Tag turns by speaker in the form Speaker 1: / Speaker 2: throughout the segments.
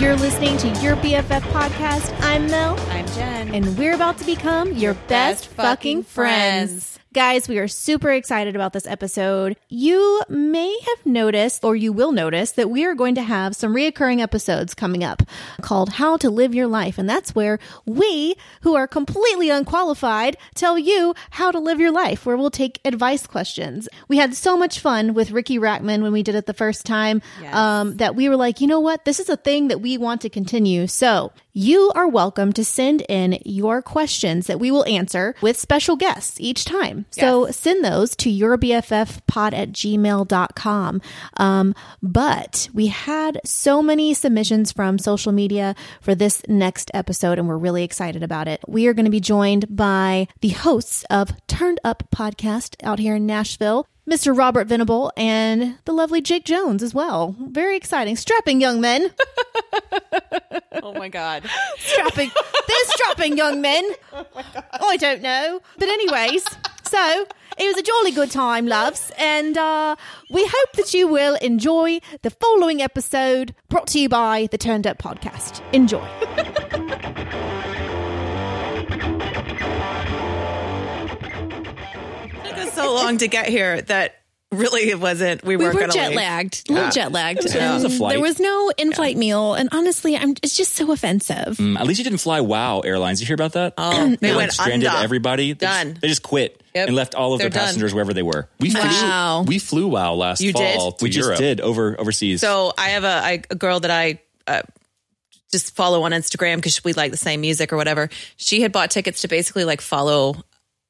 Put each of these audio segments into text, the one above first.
Speaker 1: You're listening to Your BFF Podcast. I'm Mel.
Speaker 2: I'm Jen.
Speaker 1: And we're about to become your, best, fucking friends. Guys, we are super excited about this episode. You may have noticed, or you will notice, that we are going to have some reoccurring episodes coming up called How to Live Your Life. And that's where we, who are completely unqualified, tell you how to live your life, where we'll take advice questions. We had so much fun with Ricky Rackman when we did it the first time
Speaker 2: Yes.
Speaker 1: um, that we were like, you know what? This is a thing that we want to continue. So you are welcome to send in your questions that we will answer with special guests each time. So send those to yourbffpod at gmail.com. Um, but we had so many submissions from social media for this next episode, and we're really excited about it. We are going to be joined by the hosts of Turned Up Podcast out here in Nashville. Mr. Robert Venable and the lovely Jake Jones as well. Very exciting. Strapping young men.
Speaker 2: Oh my god.
Speaker 1: strapping. They're strapping young men.
Speaker 3: Oh
Speaker 1: I don't know. But, anyways, so it was a jolly good time, loves. And uh, we hope that you will enjoy the following episode brought to you by the Turned Up Podcast. Enjoy.
Speaker 2: It took us so long to get here that really it wasn't. We,
Speaker 4: we
Speaker 2: weren't
Speaker 4: were
Speaker 2: gonna
Speaker 4: jet
Speaker 2: leave.
Speaker 4: lagged, a little jet lagged.
Speaker 3: it was a
Speaker 4: and
Speaker 3: flight.
Speaker 4: There was no in-flight meal, and honestly, I'm, it's just so offensive.
Speaker 3: Mm, At least you didn't fly WoW Airlines. You hear about that?
Speaker 2: Oh, they
Speaker 3: like,
Speaker 2: went
Speaker 3: stranded
Speaker 2: under.
Speaker 3: everybody. They just-
Speaker 2: Done.
Speaker 3: They just quit
Speaker 2: Yep.
Speaker 3: and left all of
Speaker 2: They're
Speaker 3: their
Speaker 2: done.
Speaker 3: passengers wherever they were.
Speaker 5: We flew,
Speaker 4: Wow.
Speaker 5: we flew WoW last
Speaker 2: You did?
Speaker 5: fall to
Speaker 3: we
Speaker 5: Europe.
Speaker 3: just did over overseas.
Speaker 2: So I have a, I, a girl that I uh, just follow on Instagram because we like the same music or whatever. She had bought tickets to basically like follow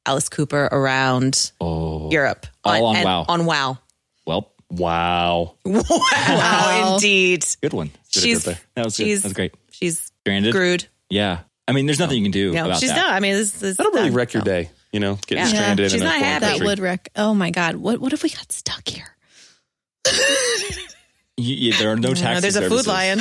Speaker 2: Alice Cooper around Europe
Speaker 3: Oh. All on
Speaker 2: and-
Speaker 3: WoW.
Speaker 2: On Wow.
Speaker 3: well, wow,
Speaker 2: wow, indeed.
Speaker 3: good one. Did a
Speaker 2: She's-
Speaker 3: good there. That was good.
Speaker 2: she's-
Speaker 3: That was great.
Speaker 2: She's
Speaker 3: Stranded.
Speaker 2: screwed.
Speaker 3: Yeah. I mean, there's nothing you can do
Speaker 2: No,
Speaker 3: about
Speaker 2: she's
Speaker 3: that.
Speaker 2: not. I mean, this, this
Speaker 5: That'll really
Speaker 2: done.
Speaker 5: wreck your day, you know, getting
Speaker 2: Yeah.
Speaker 5: stranded
Speaker 2: She's
Speaker 5: in a
Speaker 2: not
Speaker 5: foreign
Speaker 2: happy.
Speaker 4: That
Speaker 5: country.
Speaker 4: would wreck. Oh my god, what what if we got stuck here?
Speaker 3: You- you- there are no taxis.
Speaker 2: Uh, there's a food lion.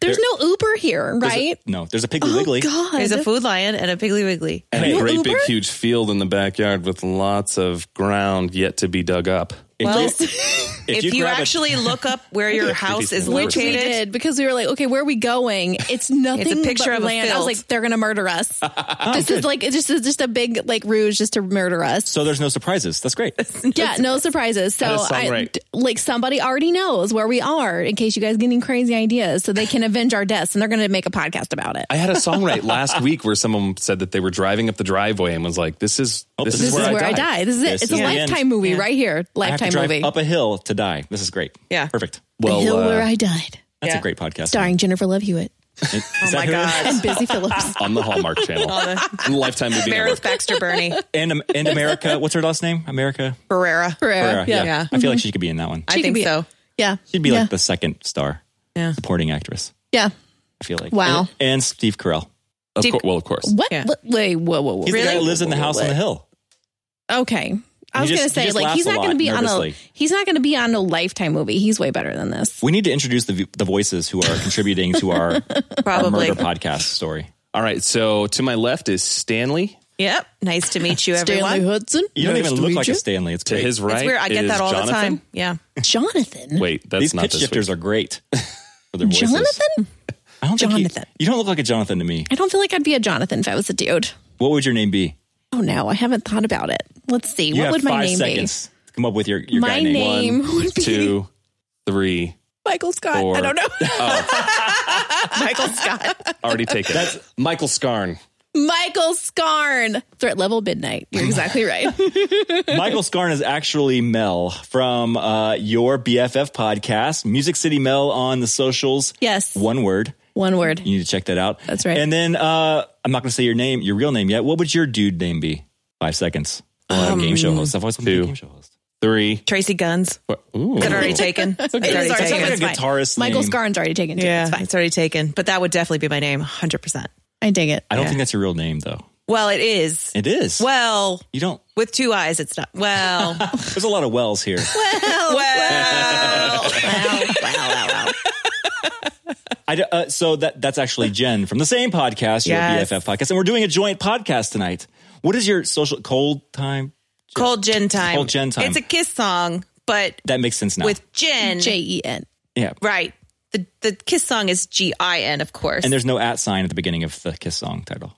Speaker 4: There's no Uber here, right?
Speaker 3: no, there's a Piggly
Speaker 4: oh
Speaker 3: Wiggly.
Speaker 4: god,
Speaker 2: There's a food lion and a Piggly Wiggly.
Speaker 5: and a
Speaker 3: Hey,
Speaker 5: great big
Speaker 4: Uber?
Speaker 5: huge field in the backyard with lots of ground yet to be dug up.
Speaker 3: If
Speaker 2: Well,
Speaker 3: you-
Speaker 2: if you,
Speaker 3: grab a-
Speaker 2: actually look up where your house is
Speaker 5: Which
Speaker 4: which we
Speaker 2: located,
Speaker 4: did because we were like, okay, where are we going? It's nothing.
Speaker 2: picture
Speaker 4: but
Speaker 2: of a
Speaker 4: land. I was
Speaker 2: field.
Speaker 4: like, they're gonna murder us.
Speaker 3: Oh,
Speaker 4: this is like it's just it's just a big like ruse just to murder us.
Speaker 3: so there's no surprises. That's great.
Speaker 4: yeah, no surprises. So
Speaker 5: does sound
Speaker 4: I,
Speaker 5: right.
Speaker 4: d- like somebody already knows where we are in case you guys get any crazy ideas, so they can avenge our deaths, and they're going to make a podcast about it.
Speaker 5: I had a song right last week where someone said that they were driving up the driveway and was like, "This is
Speaker 2: Oh,
Speaker 5: this,
Speaker 3: this
Speaker 5: is,
Speaker 4: this
Speaker 5: where,
Speaker 4: is where
Speaker 5: I,
Speaker 4: I
Speaker 5: died.
Speaker 4: die. This is it.
Speaker 3: This
Speaker 4: it's
Speaker 3: is
Speaker 4: a
Speaker 3: the end.
Speaker 4: lifetime movie right here.
Speaker 3: I have to
Speaker 4: Lifetime
Speaker 3: drive
Speaker 4: movie.
Speaker 3: up a hill to die. This is great.
Speaker 2: Yeah.
Speaker 3: Perfect.
Speaker 4: the hill
Speaker 5: Well,
Speaker 4: where
Speaker 5: uh,
Speaker 4: I died,
Speaker 3: That's
Speaker 2: Yeah.
Speaker 3: a great podcast.
Speaker 4: starring Jennifer Love Hewitt
Speaker 3: Is
Speaker 2: oh
Speaker 3: that
Speaker 2: my
Speaker 3: who it is?
Speaker 2: God.
Speaker 4: and Busy Phillips.
Speaker 5: on the Hallmark Channel, on the Lifetime movie
Speaker 2: Meredith
Speaker 5: network.
Speaker 2: Baxter Bernie
Speaker 3: and and America. What's her last name? America.
Speaker 2: Barrera.
Speaker 4: Ferreira.
Speaker 3: Ferrera, Yeah,
Speaker 2: Yeah.
Speaker 3: I feel like she could be in that one.
Speaker 2: I think
Speaker 4: be-
Speaker 2: so.
Speaker 4: Yeah,
Speaker 3: She'd be
Speaker 4: yeah.
Speaker 3: like the second star
Speaker 2: Yeah.
Speaker 3: supporting actress.
Speaker 4: yeah.
Speaker 3: I feel like.
Speaker 4: Wow.
Speaker 3: And, and Steve Carell.
Speaker 5: Of
Speaker 2: Deep-
Speaker 5: cour- well, of course.
Speaker 4: What?
Speaker 2: Yeah.
Speaker 4: What- Wait, whoa, whoa, whoa.
Speaker 3: He's the guy that lives in the house on the hill.
Speaker 4: Okay. I was
Speaker 3: He just-
Speaker 4: gonna say,
Speaker 3: he just
Speaker 4: like,
Speaker 3: laughs
Speaker 4: he's
Speaker 3: a
Speaker 4: not gonna
Speaker 3: lot,
Speaker 4: be on a
Speaker 3: nervously.
Speaker 4: he's not gonna be on a lifetime movie. He's way better than this.
Speaker 3: We need to introduce the the voices who are contributing to our, our
Speaker 2: Probably.
Speaker 3: murder podcast story.
Speaker 5: All right. So to my left is Stanley.
Speaker 2: Yep. Nice to meet you, everyone.
Speaker 4: Stanley Hudson.
Speaker 3: You don't
Speaker 4: Nice
Speaker 3: even
Speaker 4: to
Speaker 3: look
Speaker 4: meet
Speaker 3: like
Speaker 4: you.
Speaker 3: a Stanley. It's
Speaker 5: To
Speaker 3: great.
Speaker 5: his right,
Speaker 2: It's weird. I get
Speaker 5: is
Speaker 2: that all
Speaker 5: Jonathan.
Speaker 2: the time. Yeah.
Speaker 4: Jonathan.
Speaker 5: Wait, that's
Speaker 3: These
Speaker 5: not
Speaker 3: pitch
Speaker 5: this
Speaker 3: shifters
Speaker 5: week.
Speaker 3: are great. For their voices.
Speaker 4: Jonathan?
Speaker 3: I don't think he-
Speaker 4: Jonathan.
Speaker 3: you don't look like a Jonathan to me.
Speaker 4: I don't feel like I'd be a Jonathan if I was a dude.
Speaker 3: What would your name be?
Speaker 4: Oh no, I haven't thought about it. Let's see.
Speaker 3: You
Speaker 4: what
Speaker 3: have
Speaker 4: would my
Speaker 3: five
Speaker 4: name
Speaker 3: seconds to come up with your, your
Speaker 4: My
Speaker 3: guy name.
Speaker 4: name- Name
Speaker 5: One,
Speaker 4: would be-
Speaker 5: two, three.
Speaker 4: be? Michael Scott.
Speaker 5: Four.
Speaker 4: I don't know.
Speaker 3: Oh.
Speaker 2: Michael Scott.
Speaker 5: Already taken. That's Michael Scarn.
Speaker 4: Michael Scarn. Threat level midnight. You're exactly right.
Speaker 3: Michael Scarn is actually Mel from uh, your BFF podcast, Music City Mel on the socials.
Speaker 4: Yes.
Speaker 3: One word.
Speaker 4: One word.
Speaker 3: You need to check that out.
Speaker 4: That's right.
Speaker 3: And then uh, I'm not going to say your name, your real name yet. What would your dude name be? Five seconds. Well,
Speaker 4: Um,
Speaker 3: I'm a game show host. I've always wanted to be a
Speaker 5: two.
Speaker 3: game show host.
Speaker 5: Three.
Speaker 2: Tracy Guns.
Speaker 5: Four. Ooh.
Speaker 2: It's already taken. It's already
Speaker 4: It's already
Speaker 3: Sounds
Speaker 2: taken.
Speaker 3: like a
Speaker 4: taken. It's fine.
Speaker 3: guitarist
Speaker 4: Michael
Speaker 3: name.
Speaker 4: Scarn's already taken. Too. It's
Speaker 2: Yeah.
Speaker 4: fine.
Speaker 2: It's already taken. But that would definitely be my name. 100%.
Speaker 4: I dig it.
Speaker 3: I don't
Speaker 2: Yeah.
Speaker 3: think that's your real name, though.
Speaker 2: Well, it is.
Speaker 3: It is.
Speaker 2: Well,
Speaker 3: You don't.
Speaker 2: with two eyes, it's not. Well,
Speaker 3: There's a lot of wells here.
Speaker 2: well.
Speaker 4: wow, wow, wow, wow.
Speaker 3: I, d- uh, so that that's actually Jen from the same podcast, your
Speaker 2: Yes.
Speaker 3: BFF podcast, and we're doing a joint podcast tonight. What is your social cold time?
Speaker 2: Cold gin time.
Speaker 3: Cold gin time.
Speaker 2: It's a kiss song, but
Speaker 3: That makes sense now.
Speaker 2: with gin.
Speaker 4: J E N.
Speaker 3: yeah,
Speaker 2: Right. the the Kiss song is G I N, of course.
Speaker 3: And there's no at sign at the beginning of the Kiss song title.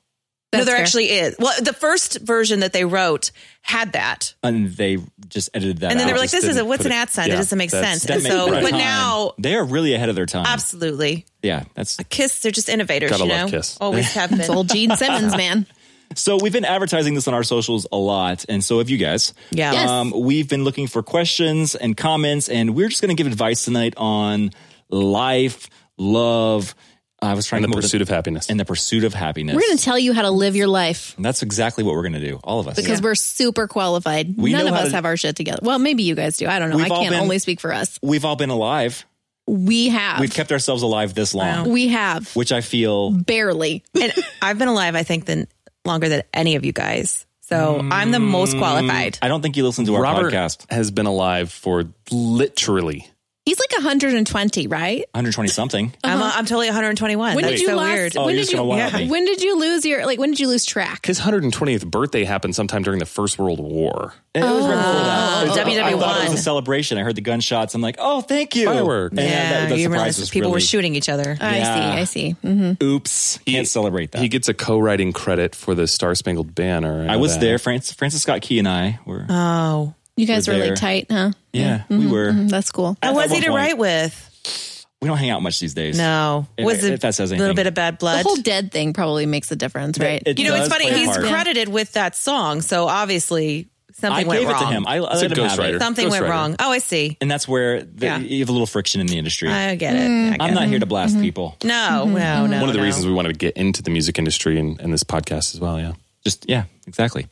Speaker 2: no, there
Speaker 4: fair.
Speaker 2: actually is. Well, the first version that they wrote had that,
Speaker 3: And they just edited that
Speaker 2: and then
Speaker 3: out.
Speaker 2: they were like,
Speaker 5: just
Speaker 2: "This is a
Speaker 5: didn't
Speaker 2: what's an
Speaker 5: put it-
Speaker 2: at sign?
Speaker 5: yeah,
Speaker 2: that doesn't make
Speaker 5: that's-
Speaker 2: sense."
Speaker 5: that
Speaker 2: And
Speaker 3: makes
Speaker 2: so,
Speaker 3: sense.
Speaker 2: but
Speaker 3: Time.
Speaker 2: now,
Speaker 3: They are really ahead of their time.
Speaker 2: absolutely,
Speaker 3: Yeah, that's
Speaker 2: Kiss. They're just innovators.
Speaker 5: Gotta
Speaker 2: you know,
Speaker 5: love Kiss.
Speaker 2: always have been.
Speaker 4: It's old Gene Simmons, man.
Speaker 3: So we've been advertising this on our socials a lot, and so have you guys.
Speaker 2: Yeah. Yes.
Speaker 3: Um, we've been looking for questions and comments, and we're just going to give advice tonight on life, love. I was trying
Speaker 5: And
Speaker 3: to
Speaker 5: the
Speaker 3: come up with
Speaker 5: pursuit
Speaker 3: a-
Speaker 5: of happiness.
Speaker 3: and the pursuit of happiness.
Speaker 4: We're going to tell you how to live your life
Speaker 3: and that's exactly what we're going to do, all of us.
Speaker 4: because we're super qualified.
Speaker 3: We
Speaker 4: None
Speaker 3: know
Speaker 4: of
Speaker 3: how
Speaker 4: us
Speaker 3: to-
Speaker 4: have our shit together. Well, maybe you guys do. I don't know.
Speaker 3: We've
Speaker 4: I
Speaker 3: all
Speaker 4: can't
Speaker 3: been-
Speaker 4: only speak for us.
Speaker 3: We've all been alive.
Speaker 4: We have.
Speaker 3: We've kept ourselves alive this long,
Speaker 4: we have.
Speaker 3: which I feel
Speaker 4: Barely.
Speaker 2: and I've been alive, I think, than longer than any of you guys. So I'm the most
Speaker 3: Mm.
Speaker 2: qualified.
Speaker 3: I don't think you listen to our
Speaker 5: Robert
Speaker 3: podcast.
Speaker 5: has been alive for literally.
Speaker 4: He's like 120, right?
Speaker 3: 120 something.
Speaker 2: I'm, I'm totally 121.
Speaker 4: Uh-huh. When
Speaker 2: That's
Speaker 4: did you
Speaker 2: so
Speaker 4: last?
Speaker 2: weird.
Speaker 3: Oh,
Speaker 4: When
Speaker 3: you're
Speaker 4: did
Speaker 3: just gonna
Speaker 4: you?
Speaker 3: wild me.
Speaker 4: When did you lose your like? When did you lose track?
Speaker 5: His 120th birthday happened sometime during the First World War.
Speaker 3: It was right
Speaker 2: Oh.
Speaker 3: before that. It was- I thought it
Speaker 2: WW1.
Speaker 3: was a celebration. I heard the gunshots. I'm like, oh, thank you.
Speaker 5: Firework.
Speaker 3: And
Speaker 2: yeah,
Speaker 3: that, that
Speaker 2: you
Speaker 3: surprise
Speaker 2: realize
Speaker 3: was
Speaker 2: people were
Speaker 3: really-
Speaker 2: shooting each other.
Speaker 4: Uh,
Speaker 3: Yeah.
Speaker 4: I see. I see. Mhm.
Speaker 3: Oops. Can't celebrate that.
Speaker 5: He gets a co-writing credit for the Star Spangled Banner.
Speaker 3: I was
Speaker 5: And, uh,
Speaker 3: there. Francis, Francis Scott Key and I were.
Speaker 2: Oh, Mm-hmm,
Speaker 4: You guys
Speaker 3: We're
Speaker 4: were
Speaker 3: there. Uh,
Speaker 4: like tight, huh?
Speaker 3: yeah, we were.
Speaker 4: That's cool.
Speaker 2: I
Speaker 3: At
Speaker 2: was
Speaker 3: one
Speaker 2: he to
Speaker 3: point.
Speaker 2: write with?
Speaker 3: We don't hang out much these days.
Speaker 2: No,
Speaker 3: If-
Speaker 2: was
Speaker 3: if
Speaker 2: it
Speaker 3: that says
Speaker 2: a little
Speaker 3: anything.
Speaker 2: bit of bad
Speaker 4: The
Speaker 2: blood?
Speaker 4: whole dead thing probably makes a difference, right?
Speaker 3: it-
Speaker 2: you know, it's
Speaker 3: does
Speaker 2: funny.
Speaker 3: play a
Speaker 2: He's
Speaker 3: part.
Speaker 2: credited with that song, so obviously
Speaker 3: I
Speaker 2: something went
Speaker 3: gave
Speaker 2: wrong.
Speaker 3: it to him. I, I
Speaker 5: It's a
Speaker 3: let him have
Speaker 5: ghostwriter.
Speaker 3: it.
Speaker 2: something went
Speaker 5: Ghostwriter.
Speaker 2: wrong. Oh, I see.
Speaker 3: And that's where the,
Speaker 2: Yeah.
Speaker 3: you have a little friction in the industry.
Speaker 2: I Mm-hmm, get it. I get
Speaker 3: I'm
Speaker 2: it.
Speaker 3: not here to blast people.
Speaker 2: No, no, no.
Speaker 5: One of the
Speaker 2: no.
Speaker 5: reasons we wanted to get into the music industry and, and this podcast as well. Yeah.
Speaker 3: Just, yeah, exactly.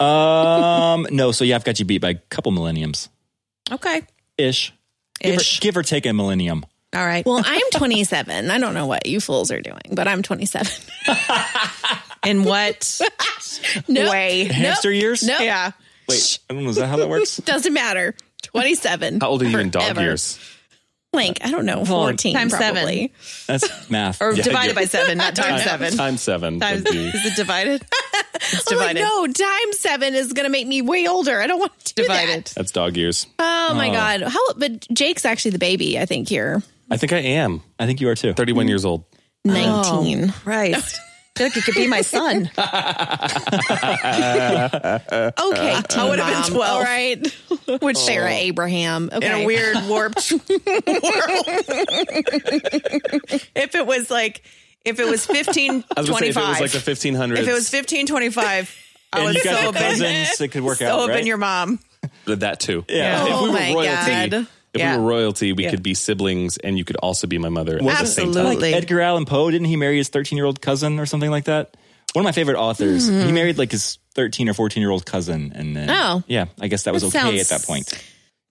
Speaker 3: um, no, so yeah, I've got you beat by a couple millenniums
Speaker 2: Okay.
Speaker 3: ish. Give, or-
Speaker 2: Ish.
Speaker 3: give or take a millennium.
Speaker 2: All right.
Speaker 4: well, I'm 27. I don't know what you fools are doing, but I'm 27.
Speaker 2: In what
Speaker 4: No,
Speaker 2: way?
Speaker 3: Hamster years?
Speaker 4: no,
Speaker 2: Yeah.
Speaker 3: Wait, I don't know. Is that how that works?
Speaker 4: doesn't matter. 27.
Speaker 5: How old are you in dog
Speaker 4: Forever.
Speaker 5: years?
Speaker 4: Like I don't know, 14
Speaker 2: times
Speaker 4: probably.
Speaker 3: That's math.
Speaker 2: Or
Speaker 3: Yeah.
Speaker 2: divided
Speaker 5: yeah.
Speaker 2: by seven, not times seven.
Speaker 5: Times seven.
Speaker 2: Times,
Speaker 5: would be-
Speaker 2: is it divided? it's
Speaker 4: I'm Oh, like,
Speaker 2: divided.
Speaker 4: no, times seven is gonna make me way older. I don't want to do
Speaker 2: divided.
Speaker 4: that.
Speaker 5: That's dog years.
Speaker 4: Oh my god! How? But Jake's actually the baby. I think here,
Speaker 5: I think I am.
Speaker 3: I think you are too.
Speaker 5: 31 years old.
Speaker 2: Oh.
Speaker 4: 19.
Speaker 2: Right. I feel like it could be my son.
Speaker 4: Okay, I
Speaker 2: Uh, would've been 12.
Speaker 4: All right, with Sarah Abraham. Okay.
Speaker 2: in a weird warped world. if it was like if it was 15
Speaker 5: I was gonna say if it
Speaker 2: 25
Speaker 5: was like the 1500s.
Speaker 2: if it was 15 25 I
Speaker 3: and
Speaker 2: was
Speaker 3: you guys
Speaker 2: Oh, so
Speaker 3: are cousins.
Speaker 2: been
Speaker 3: It could work
Speaker 2: so
Speaker 3: out.
Speaker 2: up
Speaker 3: right?
Speaker 2: in your mom
Speaker 5: that too.
Speaker 3: Yeah.
Speaker 5: If
Speaker 4: Oh
Speaker 5: we were
Speaker 4: my
Speaker 5: royalty,
Speaker 4: God.
Speaker 5: if
Speaker 2: Yeah.
Speaker 5: we were royalty, we
Speaker 2: Yeah.
Speaker 5: could be siblings, and you could also be my mother.
Speaker 3: Well,
Speaker 5: at the same time.
Speaker 2: Absolutely.
Speaker 3: Edgar Allan Poe didn't he marry his 13 year old cousin or something like that? One of my favorite authors. He married like his 13 or 14 year old cousin, and then
Speaker 4: Oh.
Speaker 3: yeah, I guess that was
Speaker 4: That
Speaker 3: okay
Speaker 4: sounds-
Speaker 3: at that point.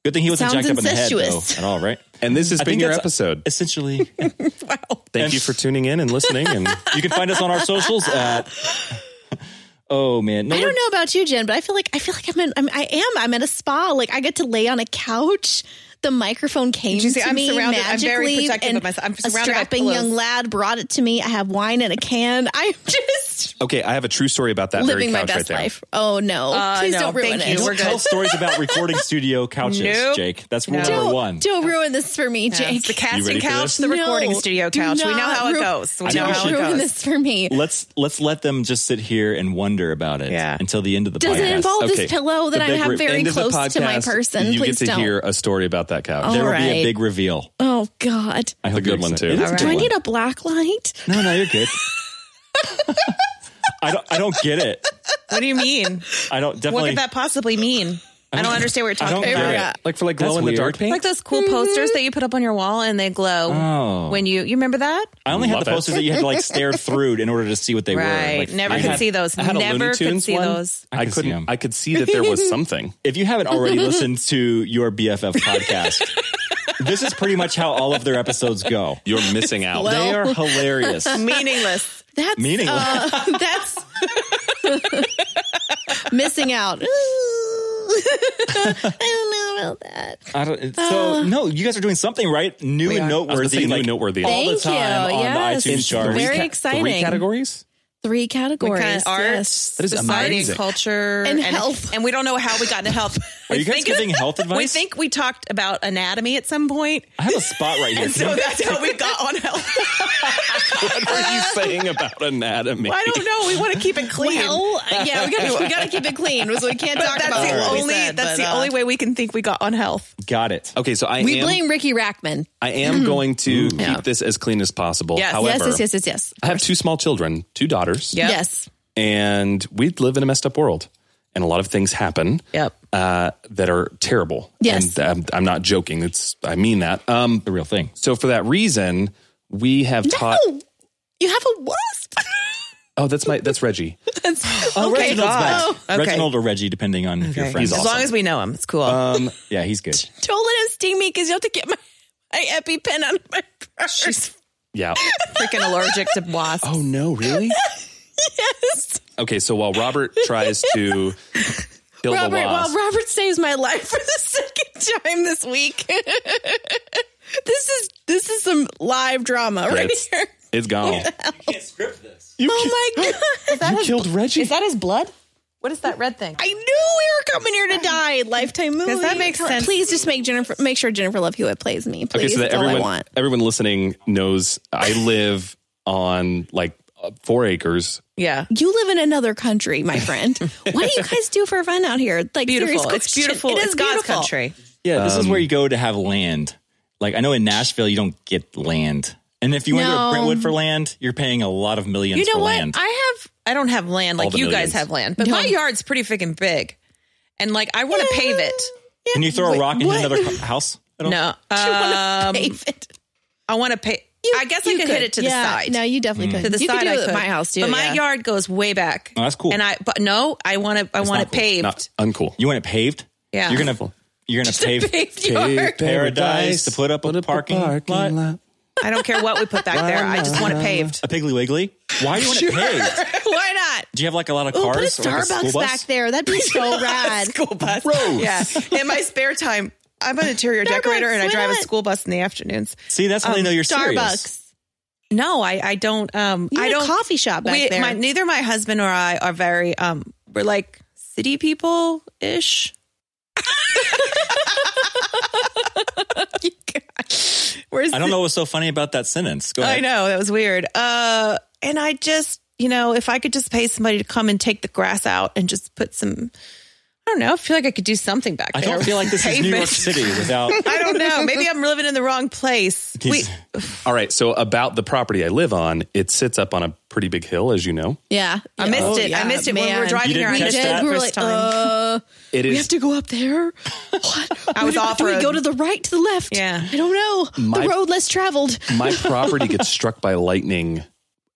Speaker 3: Good thing he wasn't
Speaker 4: sounds
Speaker 3: jacked up in the head though
Speaker 4: incestuous.
Speaker 3: at all, right?
Speaker 5: And this has
Speaker 3: I
Speaker 5: been
Speaker 3: think
Speaker 5: your
Speaker 3: that's-
Speaker 5: episode.
Speaker 3: Essentially, yeah.
Speaker 5: Thank you for tuning in and listening. And
Speaker 3: you can find us on our socials at. Oh man, no,
Speaker 4: I
Speaker 3: we're-
Speaker 4: don't know about you, Jen, but I feel like I feel like I'm in, I'm I am I'm at a spa. Like I get to lay on a couch. The microphone came
Speaker 2: you see,
Speaker 4: to
Speaker 2: I'm
Speaker 4: me
Speaker 2: surrounded- I'm very
Speaker 4: magically,
Speaker 2: protective
Speaker 4: and
Speaker 2: of myself. I'm
Speaker 4: a
Speaker 2: surrounded by
Speaker 4: strapping
Speaker 2: pillows.
Speaker 4: young lad brought it to me. I have wine in a can. I'm just
Speaker 5: okay, I have a true story about that
Speaker 4: living
Speaker 5: very
Speaker 4: my
Speaker 5: couch
Speaker 4: best
Speaker 5: right there.
Speaker 4: life. Oh no! Please
Speaker 2: Uh, no,
Speaker 4: don't ruin
Speaker 2: thank you.
Speaker 4: it.
Speaker 2: We're
Speaker 3: don't
Speaker 2: good.
Speaker 3: tell stories about recording studio couches,
Speaker 2: Nope.
Speaker 3: Jake. That's rule
Speaker 2: No.
Speaker 3: number
Speaker 4: Don't-
Speaker 3: one.
Speaker 4: Don't ruin this for me,
Speaker 2: Yeah,
Speaker 4: Jake.
Speaker 2: it's the casting
Speaker 5: ready for
Speaker 2: couch
Speaker 5: this?
Speaker 2: the recording
Speaker 4: No,
Speaker 2: studio
Speaker 4: do
Speaker 2: couch we know
Speaker 4: not
Speaker 2: how it
Speaker 4: ru-
Speaker 2: goes we
Speaker 4: do
Speaker 2: know
Speaker 4: not
Speaker 2: how it
Speaker 4: ruin
Speaker 2: goes
Speaker 4: this for me.
Speaker 3: Let's let's let them just sit here and wonder about it
Speaker 2: Yeah.
Speaker 3: until the end of the
Speaker 4: Does
Speaker 3: podcast.
Speaker 4: it involve
Speaker 5: Okay.
Speaker 4: this pillow that
Speaker 3: The
Speaker 4: I
Speaker 3: big
Speaker 4: have
Speaker 3: re-
Speaker 4: very
Speaker 5: End of the
Speaker 4: close to my
Speaker 5: podcast,
Speaker 4: person?
Speaker 5: You
Speaker 4: Please
Speaker 5: get to
Speaker 4: don't.
Speaker 5: hear a story about that couch.
Speaker 3: there will be a
Speaker 4: Alright.
Speaker 3: big reveal.
Speaker 4: Oh God!
Speaker 3: I hope
Speaker 5: good
Speaker 3: you're
Speaker 5: one,
Speaker 3: excited.
Speaker 5: too.
Speaker 3: It is a
Speaker 2: Alright.
Speaker 3: good
Speaker 4: Do I
Speaker 3: one.
Speaker 4: need a black light?
Speaker 3: No, no, you're good. I don't. I don't get it.
Speaker 2: what do you mean
Speaker 3: I don't
Speaker 2: what
Speaker 3: definitely.
Speaker 2: could that possibly mean I don't understand what you're
Speaker 3: I don't
Speaker 2: talking
Speaker 3: get
Speaker 2: about
Speaker 3: it.
Speaker 5: Like for like
Speaker 3: That's
Speaker 5: glow in the
Speaker 3: weird.
Speaker 5: dark paint.
Speaker 2: like those cool posters that you put up on your wall and they glow
Speaker 3: Oh.
Speaker 2: when you you remember that
Speaker 3: I only had
Speaker 5: Love
Speaker 3: the
Speaker 5: it.
Speaker 3: posters that you had to like stare through in order to see what they were.
Speaker 2: right
Speaker 3: Like,
Speaker 2: never
Speaker 3: I
Speaker 2: could
Speaker 3: had-
Speaker 2: see those
Speaker 5: I had a
Speaker 2: never
Speaker 5: Looney
Speaker 2: could
Speaker 5: Tunes
Speaker 2: see
Speaker 5: one.
Speaker 2: those
Speaker 3: I
Speaker 5: I,
Speaker 3: could see
Speaker 5: couldn't.
Speaker 3: them.
Speaker 5: I could see that there was something.
Speaker 3: If you haven't already listened to your BFF podcast, this is pretty much how all of their episodes go.
Speaker 5: You're missing out.
Speaker 3: they are hilarious.
Speaker 2: meaningless
Speaker 4: That's
Speaker 3: Meaningless.
Speaker 4: uh, that's missing out. I don't know about that.
Speaker 3: I don't, so no, you guys are doing something right, new and
Speaker 5: uh, I was gonna
Speaker 3: noteworsy,
Speaker 5: say new
Speaker 3: like
Speaker 5: and noteworthy.
Speaker 3: all
Speaker 4: Thank
Speaker 3: the time
Speaker 4: you.
Speaker 3: on
Speaker 4: Yes.
Speaker 3: the iTunes
Speaker 4: It's
Speaker 3: chart.
Speaker 4: very
Speaker 5: Three
Speaker 4: exciting.
Speaker 5: categories.
Speaker 4: Three categories.
Speaker 2: Kind of art,
Speaker 4: yes.
Speaker 5: That is
Speaker 2: society, and
Speaker 5: amazing.
Speaker 2: culture,
Speaker 4: And health.
Speaker 2: and we don't know how we got into health.
Speaker 3: Are you
Speaker 2: We
Speaker 3: guys
Speaker 2: think-
Speaker 3: giving health advice?
Speaker 2: We think we talked about anatomy at some point,
Speaker 3: I have a spot right here.
Speaker 2: and so that's how we got on health.
Speaker 5: What were you saying about anatomy?
Speaker 2: I don't know. We want to keep it clean.
Speaker 4: Well, Oh, yeah, we gotta we gotta keep it clean. So we can't talk
Speaker 2: that's
Speaker 4: about
Speaker 2: the
Speaker 4: what we
Speaker 2: only.
Speaker 4: said,
Speaker 2: that's
Speaker 4: but,
Speaker 2: the
Speaker 4: uh,
Speaker 2: only way we can think we got on health.
Speaker 3: Got it.
Speaker 5: Okay, so I
Speaker 4: We
Speaker 5: am
Speaker 4: blame Ricky Rackman.
Speaker 5: I am going to keep
Speaker 4: Yeah.
Speaker 5: this as clean as possible.
Speaker 2: Yes.
Speaker 5: However,
Speaker 4: yes, yes, yes, yes, yes.
Speaker 5: I have two small children, two daughters,
Speaker 2: Yep.
Speaker 4: Yes.
Speaker 5: and we live in a messed up world, and a lot of things happen.
Speaker 2: Yep.
Speaker 5: Uh, that are terrible.
Speaker 4: Yes.
Speaker 5: and I'm, I'm not joking. It's I mean that. Um,
Speaker 3: The real thing.
Speaker 5: so for that reason, we have taught.
Speaker 4: You have a wasp.
Speaker 5: Oh, that's my that's Reggie.
Speaker 3: Oh,
Speaker 2: Okay.
Speaker 3: Reginald's back.
Speaker 2: Oh, okay.
Speaker 3: Reginald or Reggie, depending on if you're
Speaker 2: Okay.
Speaker 3: friends.
Speaker 2: As long as we know him, it's cool.
Speaker 3: um, yeah, he's good.
Speaker 4: Don't let him sting me because you have to get my, my EpiPen out of my purse.
Speaker 2: She's
Speaker 5: Yeah.
Speaker 2: freaking allergic to wasps.
Speaker 5: Oh no, really?
Speaker 4: yes.
Speaker 5: Okay, so while Robert tries to kill
Speaker 4: Robert,
Speaker 5: the wasp,
Speaker 4: well, Robert saves my life for the second time this week. this is this is some live drama right
Speaker 5: That's-
Speaker 4: here.
Speaker 5: it's gone.
Speaker 4: oh my god!
Speaker 5: You killed Reggie.
Speaker 2: Is that his blood? What is that red thing?
Speaker 4: I knew we were coming here to die. Lifetime movie.
Speaker 2: that makes
Speaker 4: Come on,
Speaker 2: sense.
Speaker 4: Please just make Jennifer make sure Jennifer Love Hewitt plays me. Please,
Speaker 5: Okay, so that
Speaker 4: that's all I
Speaker 5: everyone,
Speaker 4: want.
Speaker 5: everyone listening knows I live on like uh, four acres.
Speaker 2: Yeah.
Speaker 4: You live in another country, my friend. what do you guys do for fun out here? Like serious
Speaker 2: Beautiful. It's
Speaker 4: question.
Speaker 2: beautiful.
Speaker 4: It is
Speaker 2: it's God's
Speaker 4: beautiful.
Speaker 2: country.
Speaker 3: Yeah, this
Speaker 5: Um,
Speaker 3: is where you go to have land. Like I know in Nashville, you don't get land, and if you went
Speaker 4: No.
Speaker 3: to Brentwood for land, you're paying a lot of millions
Speaker 2: You know
Speaker 3: for
Speaker 2: what?
Speaker 3: land.
Speaker 2: I have. I don't have land like
Speaker 5: the
Speaker 2: you guys
Speaker 5: millions.
Speaker 2: have land, but my yard's pretty freaking big, and like I want to
Speaker 4: Yeah.
Speaker 2: pave it.
Speaker 3: Can you throw a rock into
Speaker 4: what?
Speaker 3: another co- house? at all?
Speaker 2: No,
Speaker 4: You wanna
Speaker 2: um,
Speaker 4: pave it.
Speaker 2: I want to pay. I guess I
Speaker 4: You
Speaker 2: could, hit it to
Speaker 4: Yeah,
Speaker 2: the side. Mm.
Speaker 4: No, you definitely could.
Speaker 2: to the
Speaker 4: you
Speaker 2: side,
Speaker 4: could do
Speaker 2: I
Speaker 4: it at my house too.
Speaker 2: But my
Speaker 4: yeah.
Speaker 2: yard goes way back.
Speaker 3: Oh, that's cool.
Speaker 2: And I, but no, I want to. I want
Speaker 3: not
Speaker 2: it
Speaker 3: cool.
Speaker 2: paved.
Speaker 5: Not uncool.
Speaker 3: You want it paved?
Speaker 2: Yeah.
Speaker 3: You're gonna you're gonna pave.
Speaker 4: Paved yard.
Speaker 3: paradise to put up a parking lot.
Speaker 2: I don't care what we put back there. I just want it paved.
Speaker 3: A Piggly Wiggly? Why do you want it paved?
Speaker 4: Why not?
Speaker 3: Do you have like a lot of
Speaker 1: Ooh,
Speaker 3: cars
Speaker 1: put a
Speaker 3: or like a school
Speaker 1: Starbucks
Speaker 3: bus? Oh,
Speaker 1: back there. That'd be so rad.
Speaker 2: School bus. Yeah. In my spare time, I'm an interior decorator, and I
Speaker 1: why
Speaker 2: drive a
Speaker 1: not?
Speaker 2: school bus in the afternoons.
Speaker 3: See, that's how
Speaker 2: Um,
Speaker 3: they know you're serious.
Speaker 1: Starbucks.
Speaker 2: No, I, I don't. Um,
Speaker 1: You
Speaker 2: I
Speaker 1: need a
Speaker 2: don't.
Speaker 1: coffee shop back
Speaker 2: we,
Speaker 1: there.
Speaker 2: My, neither my husband or I are very. Um, we're like city people ish. We're
Speaker 3: I don't know what's so funny about that sentence. Go ahead.
Speaker 2: I know that was weird. Uh, and I just, you know, if I could just pay somebody to come and take the grass out and just put some, I don't know, I feel like I could do something back
Speaker 3: I
Speaker 2: there.
Speaker 3: don't feel like this is New
Speaker 2: Pavement.
Speaker 3: York City without.
Speaker 2: I don't know. Maybe I'm living in the wrong place. We,
Speaker 3: These-
Speaker 5: All right. So about the property I live on, it sits up on a pretty big hill, as you know.
Speaker 4: Yeah.
Speaker 2: I missed it. I missed it when we were driving
Speaker 3: You
Speaker 2: here.
Speaker 3: didn't
Speaker 2: I
Speaker 3: catch
Speaker 2: missed it
Speaker 3: that?
Speaker 2: the
Speaker 4: We were
Speaker 2: first
Speaker 4: like,
Speaker 2: time.
Speaker 4: uh,
Speaker 5: It
Speaker 4: we
Speaker 5: is-
Speaker 4: have to go up there. What?
Speaker 2: I was
Speaker 4: do,
Speaker 2: off
Speaker 4: Do we
Speaker 2: road.
Speaker 4: go to the right, to the left?
Speaker 2: Yeah.
Speaker 4: I don't know.
Speaker 5: My-
Speaker 4: the road less traveled.
Speaker 5: My property gets struck by lightning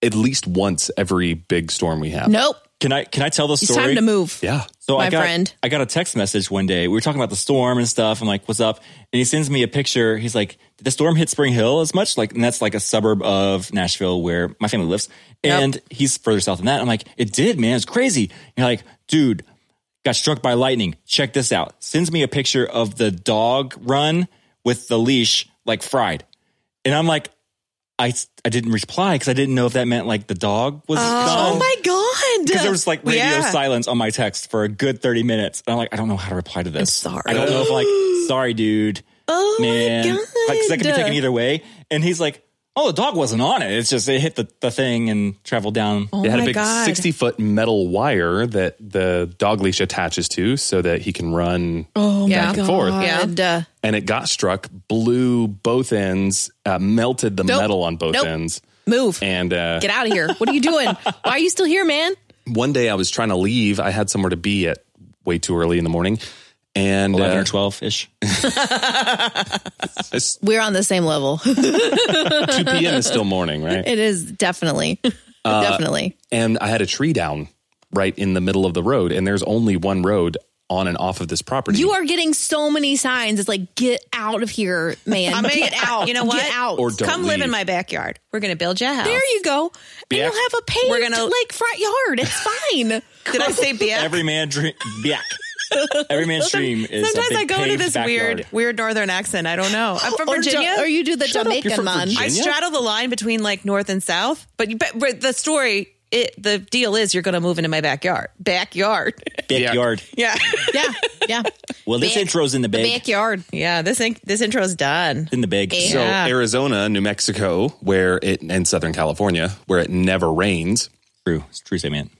Speaker 5: at least once every big storm we have.
Speaker 4: Nope.
Speaker 3: Can I can I tell the
Speaker 4: It's
Speaker 3: story?
Speaker 4: time to move.
Speaker 5: Yeah.
Speaker 3: So I
Speaker 4: my
Speaker 3: got
Speaker 4: friend.
Speaker 3: I got a text message one day. We were talking about the storm and stuff. I'm like, "What's up?" And he sends me a picture. He's like, "Did the storm hit Spring Hill as much?" Like, and that's like a suburb of Nashville where my family lives. And he's further south than that. I'm like, "It did, man. It's crazy." And you're like, "Dude, got struck by lightning. Check this out." Sends me a picture of the dog run with the leash like fried, and I'm like. I, I didn't reply because I didn't know if that meant like the dog was
Speaker 4: Oh
Speaker 3: gone
Speaker 4: my
Speaker 3: because
Speaker 4: God.
Speaker 3: there was like radio
Speaker 2: Yeah.
Speaker 3: silence on my text for a good 30 minutes. And I'm like, I don't know how to reply to this.
Speaker 4: sorry.
Speaker 3: I don't know if I'm like, sorry, dude.
Speaker 4: Oh my
Speaker 3: man. Because that could be
Speaker 4: God.
Speaker 3: taken either way. And he's like, oh, the dog wasn't on it. It's just, it hit the, the thing and traveled down.
Speaker 5: it had a
Speaker 2: my
Speaker 5: big
Speaker 2: God.
Speaker 5: 60 foot metal wire that the dog leash attaches to so that he can run
Speaker 4: oh my
Speaker 2: Yeah.
Speaker 4: God.
Speaker 5: forth.
Speaker 4: Yeah.
Speaker 5: and it got struck, blew both ends, uh, melted the
Speaker 4: Nope.
Speaker 5: metal on both
Speaker 4: Nope.
Speaker 5: ends.
Speaker 4: Move.
Speaker 5: And uh,
Speaker 4: Get out of here. What are you doing? Why are you still here, man?
Speaker 5: one day I was trying to leave. I had somewhere to be at way too early in the morning. And
Speaker 3: 11
Speaker 5: uh,
Speaker 3: or 12 ish.
Speaker 5: it's
Speaker 4: We're on the same level.
Speaker 5: 2 p.m. is still morning, right?
Speaker 4: It is definitely, Uh, definitely.
Speaker 5: and I had a tree down right in the middle of the road. And there's only one road on and off of this property.
Speaker 4: You are getting so many signs. It's like, get out of here, man.
Speaker 2: I mean,
Speaker 4: get out.
Speaker 2: You know what?
Speaker 4: Get out.
Speaker 5: Or don't
Speaker 2: Come live
Speaker 5: leave.
Speaker 2: in my backyard. We're going to build you a house.
Speaker 4: there you go. And
Speaker 5: Yeah.
Speaker 4: you'll have a paved
Speaker 2: We're gonna-
Speaker 4: like front yard. It's fine.
Speaker 2: Did I say BF?
Speaker 3: Every man dream. Yeah. Every man's dream is. a
Speaker 2: Sometimes
Speaker 3: big
Speaker 2: I go into
Speaker 3: paved
Speaker 2: this
Speaker 3: backyard.
Speaker 2: weird, weird northern accent. I don't know. I'm from
Speaker 4: Or
Speaker 2: Virginia.
Speaker 4: Ja- Or, you do the
Speaker 5: Shut up, you're
Speaker 4: Jamaican
Speaker 5: from
Speaker 4: man.
Speaker 5: Virginia.
Speaker 2: I straddle the line between like north and south, but, you, but, but the story it the deal is you're going to move into my backyard. Backyard.
Speaker 3: Backyard.
Speaker 2: yeah.
Speaker 4: Yeah. Yeah.
Speaker 3: Well, this intro's in the bag.
Speaker 2: Backyard. Yeah, this in, this intro's done.
Speaker 3: In the bag.
Speaker 5: So
Speaker 2: Yeah.
Speaker 5: Arizona, New Mexico, where it and Southern California, where it never rains,
Speaker 3: True. It's a true statement.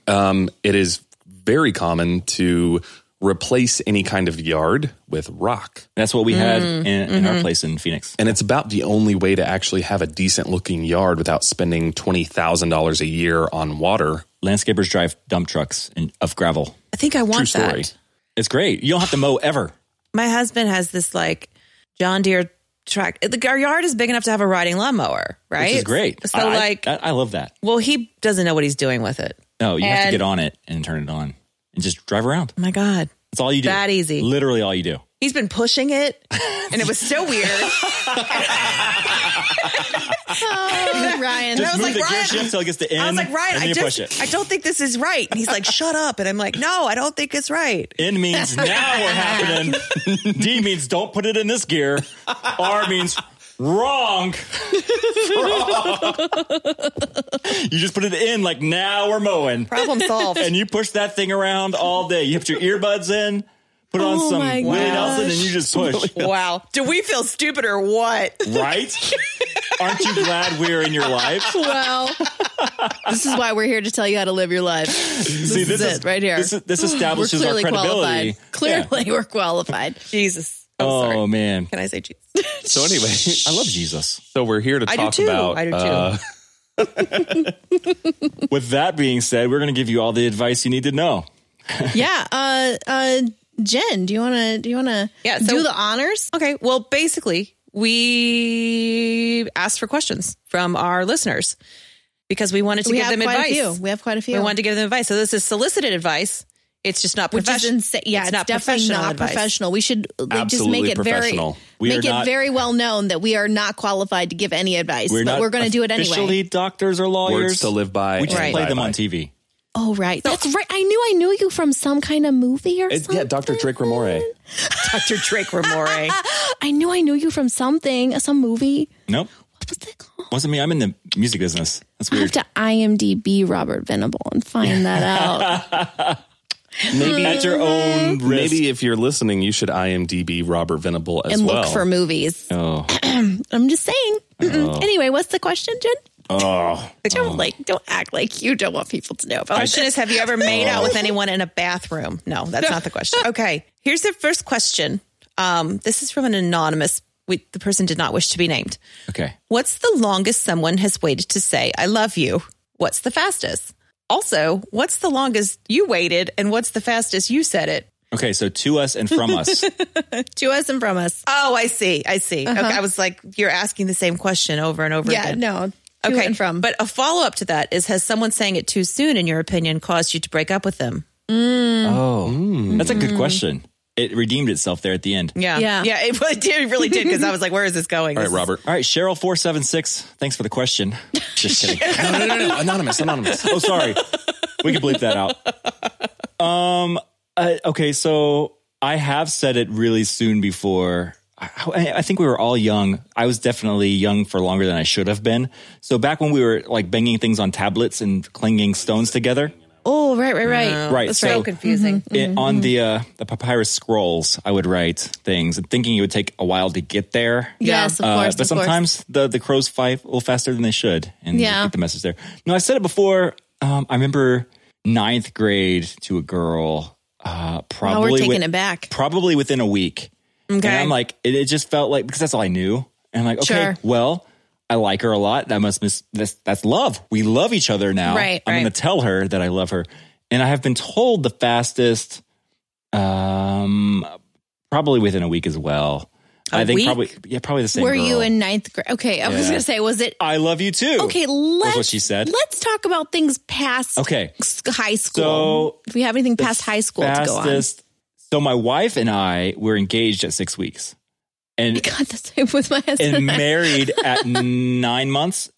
Speaker 5: it is very common to replace any kind of yard with rock.
Speaker 3: That's what we had
Speaker 2: Mm-hmm.
Speaker 3: in, in our place in Phoenix.
Speaker 5: And it's about the only way to actually have a decent looking yard without spending $20,000 a year on water.
Speaker 3: Landscapers drive dump trucks and, of gravel.
Speaker 2: I think I want
Speaker 5: True
Speaker 2: that.
Speaker 5: story.
Speaker 3: It's great. You don't have to mow ever.
Speaker 2: My husband has this like John Deere track. the- Our yard is big enough to have a riding lawnmower, right?
Speaker 3: Which is great.
Speaker 2: So
Speaker 3: I, I-
Speaker 2: like,
Speaker 3: I, I love that.
Speaker 2: well, he doesn't know what he's doing with it.
Speaker 3: No, you have to
Speaker 2: And-
Speaker 3: get on it and turn it on and just drive around.
Speaker 2: Oh my god,
Speaker 3: That's all you do.
Speaker 2: That easy.
Speaker 3: Literally all you do.
Speaker 2: he's been pushing it, and it was so weird.
Speaker 4: Oh, Ryan.
Speaker 2: I was
Speaker 3: Move
Speaker 2: like,
Speaker 3: the gear
Speaker 2: Ryan-
Speaker 3: shift till it gets to end.
Speaker 2: I was like, Ryan,
Speaker 3: and then
Speaker 2: I
Speaker 3: you
Speaker 2: just,
Speaker 3: push it.
Speaker 2: I don't think this is right. And he's like, shut up. And I'm like, no, I don't think it's right.
Speaker 3: N means now we're happening. D means don't put it in this gear. R means wrong. you just put it in like now we're mowing.
Speaker 2: Problem solved.
Speaker 3: And you push that thing around all day. You put your earbuds in, put on some
Speaker 4: Oh my
Speaker 3: Willie Nelson, and you just push.
Speaker 2: wow. Do we feel stupid or what?
Speaker 3: Right? Aren't you glad we're in your life?
Speaker 4: Well, this is why we're here to tell you how to live your life.
Speaker 3: See,
Speaker 4: is it right here.
Speaker 3: This, is- this
Speaker 4: We're
Speaker 3: establishes our
Speaker 4: clearly
Speaker 3: credibility.
Speaker 4: qualified. Clearly, we're qualified.
Speaker 2: Jesus. I'm
Speaker 3: Oh,
Speaker 2: sorry.
Speaker 3: man.
Speaker 2: Can I say Jesus?
Speaker 5: So, anyway,
Speaker 3: I love Jesus.
Speaker 5: so we're here to
Speaker 2: I do
Speaker 5: talk
Speaker 2: too.
Speaker 5: about.
Speaker 2: I do too.
Speaker 5: uh,
Speaker 3: With that being said, we're going to give you all the advice you need to know.
Speaker 4: Yeah. Uh, uh, Jen, do you want to? Do you want to?
Speaker 2: Yeah, so-
Speaker 4: do the honors.
Speaker 2: Okay. Well, basically, we asked for questions from our listeners because we wanted to
Speaker 4: we
Speaker 2: give
Speaker 4: have
Speaker 2: them
Speaker 4: quite
Speaker 2: advice.
Speaker 4: a few. We have quite a few.
Speaker 2: We wanted to give them advice. So this is solicited advice. It's just not
Speaker 4: which is
Speaker 2: professional.
Speaker 4: insane. Yeah, it's, definitely
Speaker 2: professional
Speaker 4: not
Speaker 2: advice.
Speaker 4: professional. We should like, just
Speaker 5: Absolutely
Speaker 4: make it very
Speaker 5: professional.
Speaker 3: We
Speaker 4: make
Speaker 3: are
Speaker 4: it
Speaker 3: not-
Speaker 4: very well known that we are not qualified to give any advice,
Speaker 3: We're
Speaker 4: but
Speaker 3: not
Speaker 4: we're going to do it anyway.
Speaker 3: Officially, doctors or lawyers
Speaker 5: Words to live by
Speaker 3: We just
Speaker 5: and
Speaker 3: play
Speaker 5: die
Speaker 3: them
Speaker 5: by.
Speaker 3: on TV.
Speaker 4: Oh right, that's right. I knew I knew you from some kind of movie or
Speaker 5: It-
Speaker 4: something.
Speaker 5: yeah, Dr. Drake Ramore.
Speaker 2: Dr. Drake Ramore.
Speaker 4: I knew I knew you from something, some movie.
Speaker 3: Nope.
Speaker 4: What was that called?
Speaker 3: Wasn't me. I'm in the music business. That's
Speaker 4: I have
Speaker 3: weird.
Speaker 4: to IMDb Robert Venable and find that out.
Speaker 5: Maybe
Speaker 3: At your own risk.
Speaker 5: Maybe if you're listening, you should IMDb Robert Venable as
Speaker 4: and
Speaker 5: well.
Speaker 4: look for movies.
Speaker 3: Oh.
Speaker 4: I'm just saying. Mm-mm. Anyway, what's the question, Jen?
Speaker 3: Oh.
Speaker 4: Don't like, don't act like you don't want people to know about it.
Speaker 2: question is have you ever made out with anyone in a bathroom no that's not the question okay here's the first question um, this is from an anonymous we, the person did not wish to be named
Speaker 3: Okay.
Speaker 2: what's the longest someone has waited to say i love you what's the fastest also what's the longest you waited and what's the fastest you said it
Speaker 3: Okay. So to us and from us.
Speaker 4: to us and from us.
Speaker 2: oh i see i see okay i was like you're asking the same question over and over
Speaker 4: Uh-huh. Yeah,
Speaker 2: again
Speaker 4: no. To
Speaker 2: okay
Speaker 4: and from.
Speaker 2: but a follow-up to that is has someone saying it too soon in your opinion caused you to break up with them
Speaker 3: Oh. That's a good question. It redeemed itself there at the end.
Speaker 2: Yeah.
Speaker 4: Yeah.
Speaker 2: Yeah. It really did. It really did. Because I was like, where is this going?
Speaker 5: All
Speaker 2: This
Speaker 5: right,
Speaker 2: is-
Speaker 5: Robert.
Speaker 3: All right, Cheryl four seven six. Thanks for the question. Just kidding.
Speaker 5: No, no, no, no. Anonymous, anonymous.
Speaker 3: oh, sorry. We can bleep that out. Um. uh, okay, so I have said it really soon before. I, I- I think we were all young. I was definitely young for longer than I should have been. So back when we were like banging things on tablets and clinging stones together,
Speaker 4: oh, right, right, right. Mm-hmm.
Speaker 3: right?
Speaker 2: It's
Speaker 3: so
Speaker 2: so confusing.
Speaker 3: it, on the uh, the papyrus scrolls, I would write things, and thinking it would take a while to get there. Uh,
Speaker 4: Yes, of course.
Speaker 3: but
Speaker 4: of course.
Speaker 3: sometimes the the crows fly a little faster than they should, and you
Speaker 4: Yeah.
Speaker 3: get the message there. No, I said it before. Um, I remember ninth grade to a girl. Uh, probably
Speaker 4: Now we're taking
Speaker 3: with-
Speaker 4: it back.
Speaker 3: Probably within a week. Okay, and I'm like, it, it just felt like because that's all I knew, and I'm like, okay,
Speaker 4: Sure.
Speaker 3: well. I like her a lot. That must miss this. That's love. We love each other now.
Speaker 4: Right,
Speaker 3: I'm going
Speaker 4: right.
Speaker 3: to tell her that I love her, and I have been told the fastest, um, probably within a week as well. I think
Speaker 2: week?
Speaker 3: probably yeah, probably the same.
Speaker 4: Were you
Speaker 3: girl.
Speaker 4: in ninth grade? Okay, I was
Speaker 3: Yeah.
Speaker 4: going to say, was it
Speaker 3: I love you too.
Speaker 4: okay? Let's
Speaker 3: what she said.
Speaker 4: Let's talk about things past
Speaker 3: Okay.
Speaker 4: s- high school.
Speaker 3: So,
Speaker 4: if we have anything past high school to go on,
Speaker 3: Fastest. So my wife and I were engaged at six weeks,
Speaker 4: I
Speaker 3: and
Speaker 4: got the same with my husband.
Speaker 3: and married at nine months.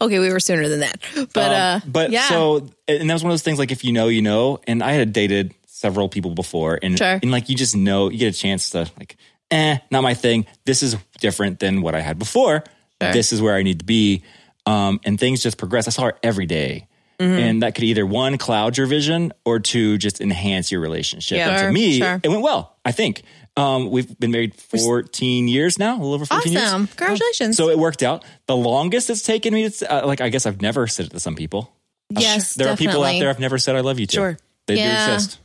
Speaker 4: okay, we were sooner than that, but
Speaker 3: Um,
Speaker 4: uh,
Speaker 3: but
Speaker 4: yeah,
Speaker 3: so and that was one of those things like if you know, you know. And I had dated several people before, and
Speaker 4: Sure.
Speaker 3: and like you just know, you get a chance to like, eh, not my thing. This is different than what I had before. This is where I need to be. Um, and things just progress. I saw her every day.
Speaker 4: Mm-hmm.
Speaker 3: And that could either one cloud your vision or two just enhance your relationship.
Speaker 2: Yeah.
Speaker 3: And
Speaker 2: Sure,
Speaker 3: to me,
Speaker 2: sure.
Speaker 3: it went well. I think um, we've been married 14 years now, a little over 14 years.
Speaker 2: Awesome. Congratulations.
Speaker 3: So it worked out. The longest it's taken me, to, uh, like I guess I've never said it to some people.
Speaker 1: Yes,
Speaker 3: There
Speaker 1: definitely.
Speaker 3: are people out there I've never said I love you to.
Speaker 2: Sure.
Speaker 3: they
Speaker 1: Yeah.
Speaker 3: do exist.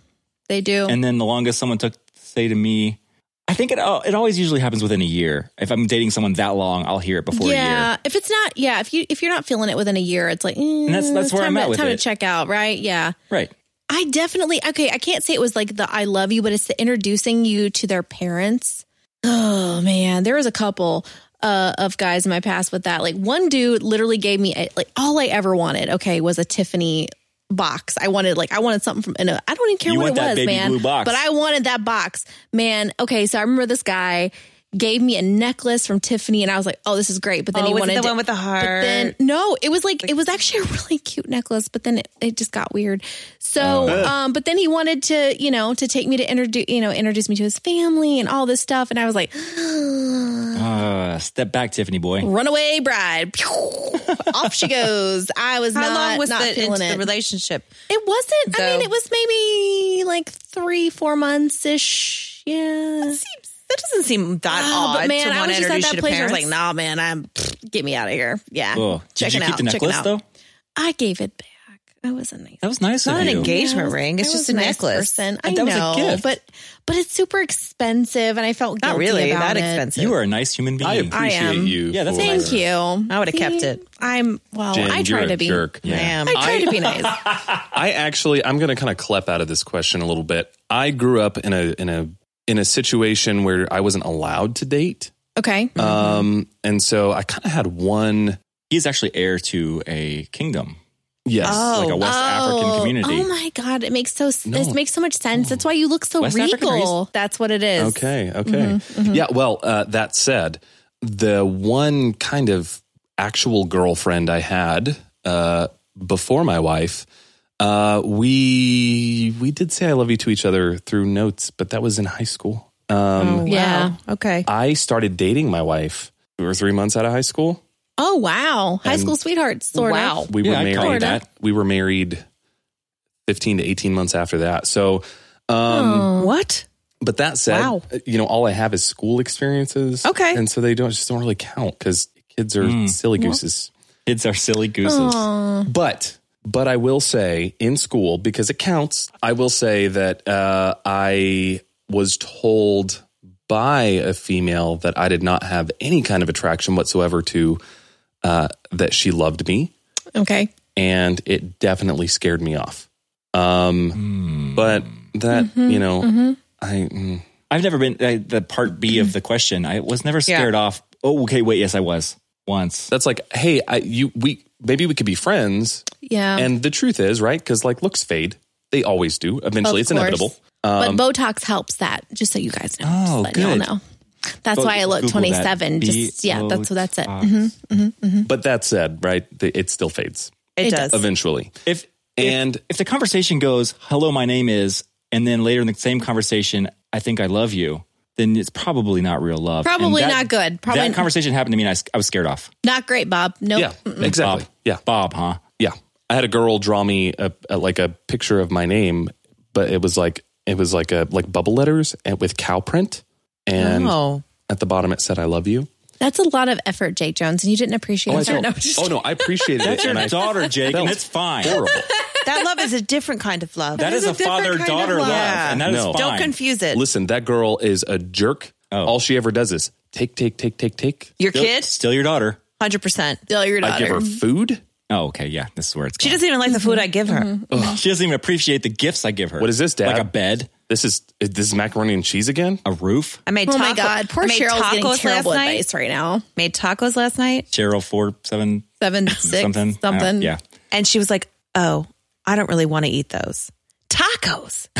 Speaker 1: They do.
Speaker 3: And then the longest someone took to say to me, I think it al- it always usually happens within a year. If I'm dating someone that long, I'll hear it before a year.
Speaker 4: Yeah, if it's not, yeah, if you if you're not feeling it within a year, it's like mm,
Speaker 3: that's- that's where
Speaker 4: time to,
Speaker 3: I'm at with
Speaker 4: time to
Speaker 3: it.
Speaker 4: check out, right? Yeah,
Speaker 3: Right.
Speaker 4: I definitely okay. I can't say it was like the I love you, but it's the introducing you to their parents. Oh man, there was a couple uh, of guys in my past with that. Like one dude literally gave me a, like all I ever wanted. Okay, was a Tiffany box. I wanted like I wanted something from. And uh, I I don't even care
Speaker 3: You
Speaker 4: what
Speaker 3: want
Speaker 4: it
Speaker 3: that
Speaker 4: was,
Speaker 3: baby
Speaker 4: man.
Speaker 3: blue box.
Speaker 4: But I wanted that box, man. Okay, so I remember this guy gave me a necklace from Tiffany, and I was like, oh, this is great. But then
Speaker 2: oh,
Speaker 4: he
Speaker 2: was it
Speaker 4: wanted
Speaker 2: the
Speaker 4: to-
Speaker 2: one with the heart.
Speaker 4: but then no, it was like it was actually a really cute necklace, but then it, it just got weird.
Speaker 2: Oh,
Speaker 4: So, um, but then he wanted to, you know, to take me to introduce, you know, introduce me to his family and all this stuff, and I was like,
Speaker 3: Uh, step back, Tiffany boy.
Speaker 4: runaway bride, Pew! off she goes. I was
Speaker 2: How
Speaker 4: not,
Speaker 2: long was
Speaker 4: not
Speaker 2: that
Speaker 4: feeling
Speaker 2: into
Speaker 4: it.
Speaker 2: the relationship?
Speaker 4: it wasn't. I mean,
Speaker 2: though?
Speaker 4: it was maybe like three, four months ish. Yeah.
Speaker 2: That doesn't seem that
Speaker 4: Oh,
Speaker 2: odd
Speaker 4: but man,
Speaker 2: to
Speaker 4: I
Speaker 2: want
Speaker 4: was
Speaker 2: to
Speaker 4: just at
Speaker 2: introduce
Speaker 4: that
Speaker 2: you to
Speaker 4: place. where I was
Speaker 2: parents.
Speaker 4: like, nah, man, I'm pfft, get me out of here. Yeah,
Speaker 3: Oh, did you
Speaker 4: checking
Speaker 3: keep
Speaker 4: out,
Speaker 3: the
Speaker 4: checking
Speaker 3: necklace
Speaker 4: out.
Speaker 3: though?
Speaker 4: I gave it back. I was a nice.
Speaker 3: That was nice
Speaker 2: not
Speaker 3: of
Speaker 2: an
Speaker 3: you.
Speaker 2: engagement
Speaker 4: I was-
Speaker 2: ring. It's
Speaker 4: I
Speaker 2: just
Speaker 4: was
Speaker 2: a
Speaker 4: nice
Speaker 2: necklace.
Speaker 4: person. I
Speaker 3: that was a
Speaker 4: know,
Speaker 3: gift.
Speaker 4: but but it's super expensive, and I felt
Speaker 2: Not
Speaker 4: guilty
Speaker 2: really
Speaker 4: about
Speaker 2: that
Speaker 4: it.
Speaker 2: expensive.
Speaker 3: You are a nice human
Speaker 5: I
Speaker 3: being.
Speaker 5: appreciate
Speaker 4: am.
Speaker 5: you.
Speaker 3: Yeah, that's
Speaker 5: for-
Speaker 4: Thank you. I
Speaker 2: would've kept it.
Speaker 4: I'm well.
Speaker 5: Jen,
Speaker 4: I try
Speaker 5: you're a
Speaker 4: to be.
Speaker 5: jerk.
Speaker 3: Yeah.
Speaker 2: Damn.
Speaker 4: I try to be nice.
Speaker 5: I actually I'm going to kind of clep out of this question a little bit. I grew up in a in a in a situation where I wasn't allowed to date.
Speaker 4: Okay.
Speaker 5: Um and so I kind of had one
Speaker 3: He's actually heir to a kingdom,
Speaker 5: yes.
Speaker 3: like a West African community.
Speaker 4: Oh my god, it makes so
Speaker 5: No.
Speaker 4: this makes so much sense. That's why you look so
Speaker 3: West African
Speaker 4: regal. That's what it is.
Speaker 5: Okay,
Speaker 3: Mm-hmm,
Speaker 5: okay. Yeah, well, uh, that said, the one kind of actual girlfriend I had uh, before my wife, uh, we we did say I love you to each other through notes, but that was in high school.
Speaker 3: Oh.
Speaker 5: Um,
Speaker 4: Yeah.
Speaker 2: Oh, Okay.
Speaker 5: I started dating my wife. We were three months out of high school.
Speaker 4: Oh wow, high school sweethearts. Sort
Speaker 2: Wow.
Speaker 4: of.
Speaker 5: We
Speaker 3: Oh, Yeah,
Speaker 5: were
Speaker 3: I'd
Speaker 5: married.
Speaker 3: call it that.
Speaker 5: We were married fifteen to eighteen months after that. So, um,
Speaker 2: What?
Speaker 5: but that said, uh,
Speaker 2: Wow.
Speaker 5: you know, all I have is school experiences.
Speaker 2: Okay.
Speaker 5: and so they don't just don't really count because kids are silly gooses.
Speaker 3: Kids are silly gooses.
Speaker 2: uh.
Speaker 5: But but I will say in school because it counts. I will say that uh, I was told by a female that I did not have any kind of attraction whatsoever to uh, that she loved me,
Speaker 4: Okay.
Speaker 5: and it definitely scared me off. Um, But that
Speaker 2: Mm-hmm.
Speaker 5: you know, I mm,
Speaker 3: I've never been uh, the part B of the question. I was never scared off. Oh, okay. Wait, yes, I was once.
Speaker 5: that's like, hey, I you we maybe we could be friends.
Speaker 4: Yeah.
Speaker 5: And the truth is, right? Because like looks fade. They always do. Eventually,
Speaker 4: Of
Speaker 5: it's
Speaker 4: course.
Speaker 5: inevitable.
Speaker 4: but Botox helps that, just so you guys know. Just
Speaker 3: Oh,
Speaker 4: letting y'all
Speaker 3: good.
Speaker 4: know. That's
Speaker 3: Go-
Speaker 4: why I look
Speaker 3: Google that.
Speaker 4: 27. Just yeah, that's
Speaker 3: B-O-T-O-X.
Speaker 4: that's it. Mm-hmm.
Speaker 5: But that said, right? The, it still fades
Speaker 2: It,
Speaker 4: does.
Speaker 2: does.
Speaker 5: eventually.
Speaker 3: If
Speaker 5: And
Speaker 3: if the conversation goes, "Hello, my name is," and then later in the same conversation, "I think I love you," then it's probably not real love. And
Speaker 4: Probably not good. Probably-
Speaker 3: that conversation happened to me, and I, s- I was scared off.
Speaker 4: Not great, Bob. Nope.
Speaker 5: yeah, exactly.
Speaker 3: Bob.
Speaker 5: Yeah,
Speaker 3: Bob, huh?
Speaker 5: yeah. I had a girl draw me a, a like a picture of my name, but it was like it was like a like bubble letters and with cow print, and
Speaker 2: Oh.
Speaker 5: at the bottom it said "I love you."
Speaker 4: That's a lot of effort, Jake Jones, and you didn't appreciate
Speaker 5: Oh, I
Speaker 4: it.
Speaker 5: don't.
Speaker 4: No, just-
Speaker 5: oh no, I appreciated it,
Speaker 3: That's your
Speaker 5: and I
Speaker 3: daughter, Jake, and
Speaker 5: felt
Speaker 3: it's fine.
Speaker 5: horrible.
Speaker 2: That love is a different kind of love.
Speaker 3: That is a
Speaker 2: different
Speaker 3: father
Speaker 2: kind of
Speaker 3: daughter love, and that is
Speaker 5: No.
Speaker 3: fine.
Speaker 2: Don't confuse it.
Speaker 5: Listen, that girl is a jerk. All she ever does is take, take, take, take, take.
Speaker 2: Your
Speaker 3: Still-
Speaker 2: kid,
Speaker 3: still your daughter.
Speaker 2: hundred percent.
Speaker 4: Still your
Speaker 5: I give her food.
Speaker 3: Oh, okay, yeah, this is where it's.
Speaker 2: She
Speaker 3: going.
Speaker 2: doesn't even like the food I
Speaker 4: Mm-hmm.
Speaker 2: give her.
Speaker 3: She doesn't even appreciate the gifts I give her.
Speaker 5: What is this, Dad?
Speaker 3: Like a bed,
Speaker 5: This is is this macaroni and cheese again.
Speaker 3: a roof.
Speaker 2: I made.
Speaker 4: Oh my
Speaker 2: taco-
Speaker 4: God,
Speaker 2: I
Speaker 4: poor
Speaker 2: made
Speaker 4: Cheryl's getting
Speaker 2: tacos last
Speaker 4: terrible
Speaker 2: night.
Speaker 4: advice right now.
Speaker 2: Made tacos last night.
Speaker 3: Cheryl four seven
Speaker 4: Seven, six,
Speaker 3: something
Speaker 4: something,
Speaker 3: I don't- Yeah,
Speaker 2: And she was like, "Oh, I don't really want to eat those tacos.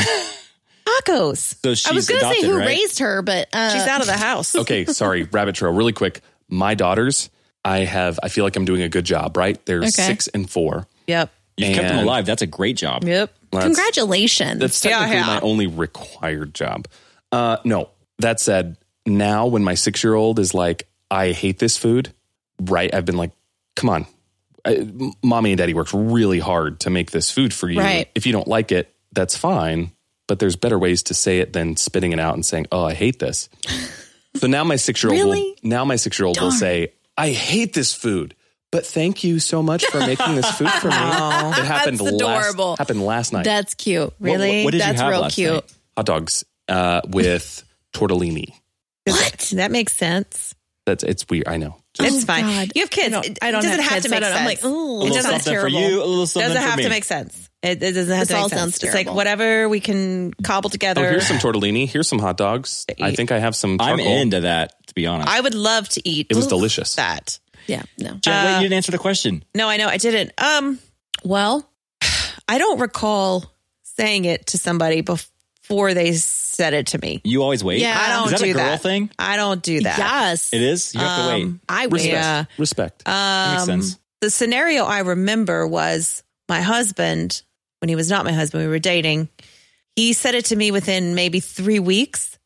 Speaker 2: tacos.
Speaker 3: so she's
Speaker 4: I was going to say
Speaker 3: adopted,
Speaker 4: who
Speaker 3: right?
Speaker 4: raised her, but uh,
Speaker 2: She's out of the house.
Speaker 5: okay, sorry, rabbit trail. Really quick, my daughters. I have. I feel like I'm doing a good job. Right? They're six and four.
Speaker 2: Yep.
Speaker 3: You've kept them
Speaker 5: And-
Speaker 3: alive. That's a great job.
Speaker 2: Yep.
Speaker 5: Well, that's-
Speaker 4: congratulations.
Speaker 5: That's technically
Speaker 2: yeah.
Speaker 5: my only required job. Uh, no, that said, now when my six year old is like, I hate this food, right? I've been like, come on, uh, m- mommy and daddy worked really hard to make this food for you.
Speaker 4: Right.
Speaker 5: If you don't like it, that's fine. But there's better ways to say it than spitting it out and saying, "Oh, I hate this." so now my six year old will
Speaker 4: Really?
Speaker 5: now my six year old will say, "I hate this food." But thank you so much for making this food for me. it happened
Speaker 4: That's adorable.
Speaker 5: last happened last night.
Speaker 4: That's cute. Really?
Speaker 3: what did you
Speaker 4: That's
Speaker 3: have
Speaker 4: real
Speaker 3: last
Speaker 4: cute.
Speaker 3: night?
Speaker 5: Hot dogs uh, with tortellini.
Speaker 2: What? That makes sense.
Speaker 5: That's it's weird. I know. Oh, Just,
Speaker 2: It's fine.
Speaker 4: God.
Speaker 2: You have kids.
Speaker 4: I don't,
Speaker 2: It-
Speaker 4: I don't
Speaker 2: it doesn't
Speaker 4: have,
Speaker 2: have
Speaker 4: kids,
Speaker 2: to
Speaker 4: so I
Speaker 2: make
Speaker 4: don't- I'm like, ooh,
Speaker 2: sense.
Speaker 3: A
Speaker 4: it
Speaker 3: little
Speaker 4: doesn't.
Speaker 3: something for you, a little something
Speaker 2: doesn't
Speaker 3: for
Speaker 2: have
Speaker 3: me.
Speaker 2: to make sense. It, it doesn't have
Speaker 4: This
Speaker 2: to make
Speaker 4: all
Speaker 2: sense.
Speaker 4: sounds
Speaker 2: It's like
Speaker 4: terrible.
Speaker 2: whatever we can cobble together.
Speaker 5: oh, here's some tortellini. Here's some hot dogs. I think I have some.
Speaker 3: I'm
Speaker 5: charcoal.
Speaker 3: into that, to be honest.
Speaker 2: I would love to eat.
Speaker 5: It was delicious.
Speaker 2: That.
Speaker 4: Yeah, no.
Speaker 3: Jen, wait, you didn't answer the question.
Speaker 2: No, I know I didn't. Um, well, I don't recall saying it to somebody before they said it to me.
Speaker 3: You always wait.
Speaker 4: Yeah.
Speaker 2: I don't
Speaker 3: Is that
Speaker 2: do
Speaker 3: a girl
Speaker 2: that.
Speaker 3: thing?
Speaker 2: I don't do that. Um,
Speaker 4: Yes.
Speaker 3: It is. You have to wait.
Speaker 4: I would.
Speaker 5: Respect.
Speaker 2: Yeah. Uh,
Speaker 5: Respect.
Speaker 3: That makes sense.
Speaker 2: the scenario I remember was my husband, when he was not my husband, we were dating. He said it to me within maybe three weeks.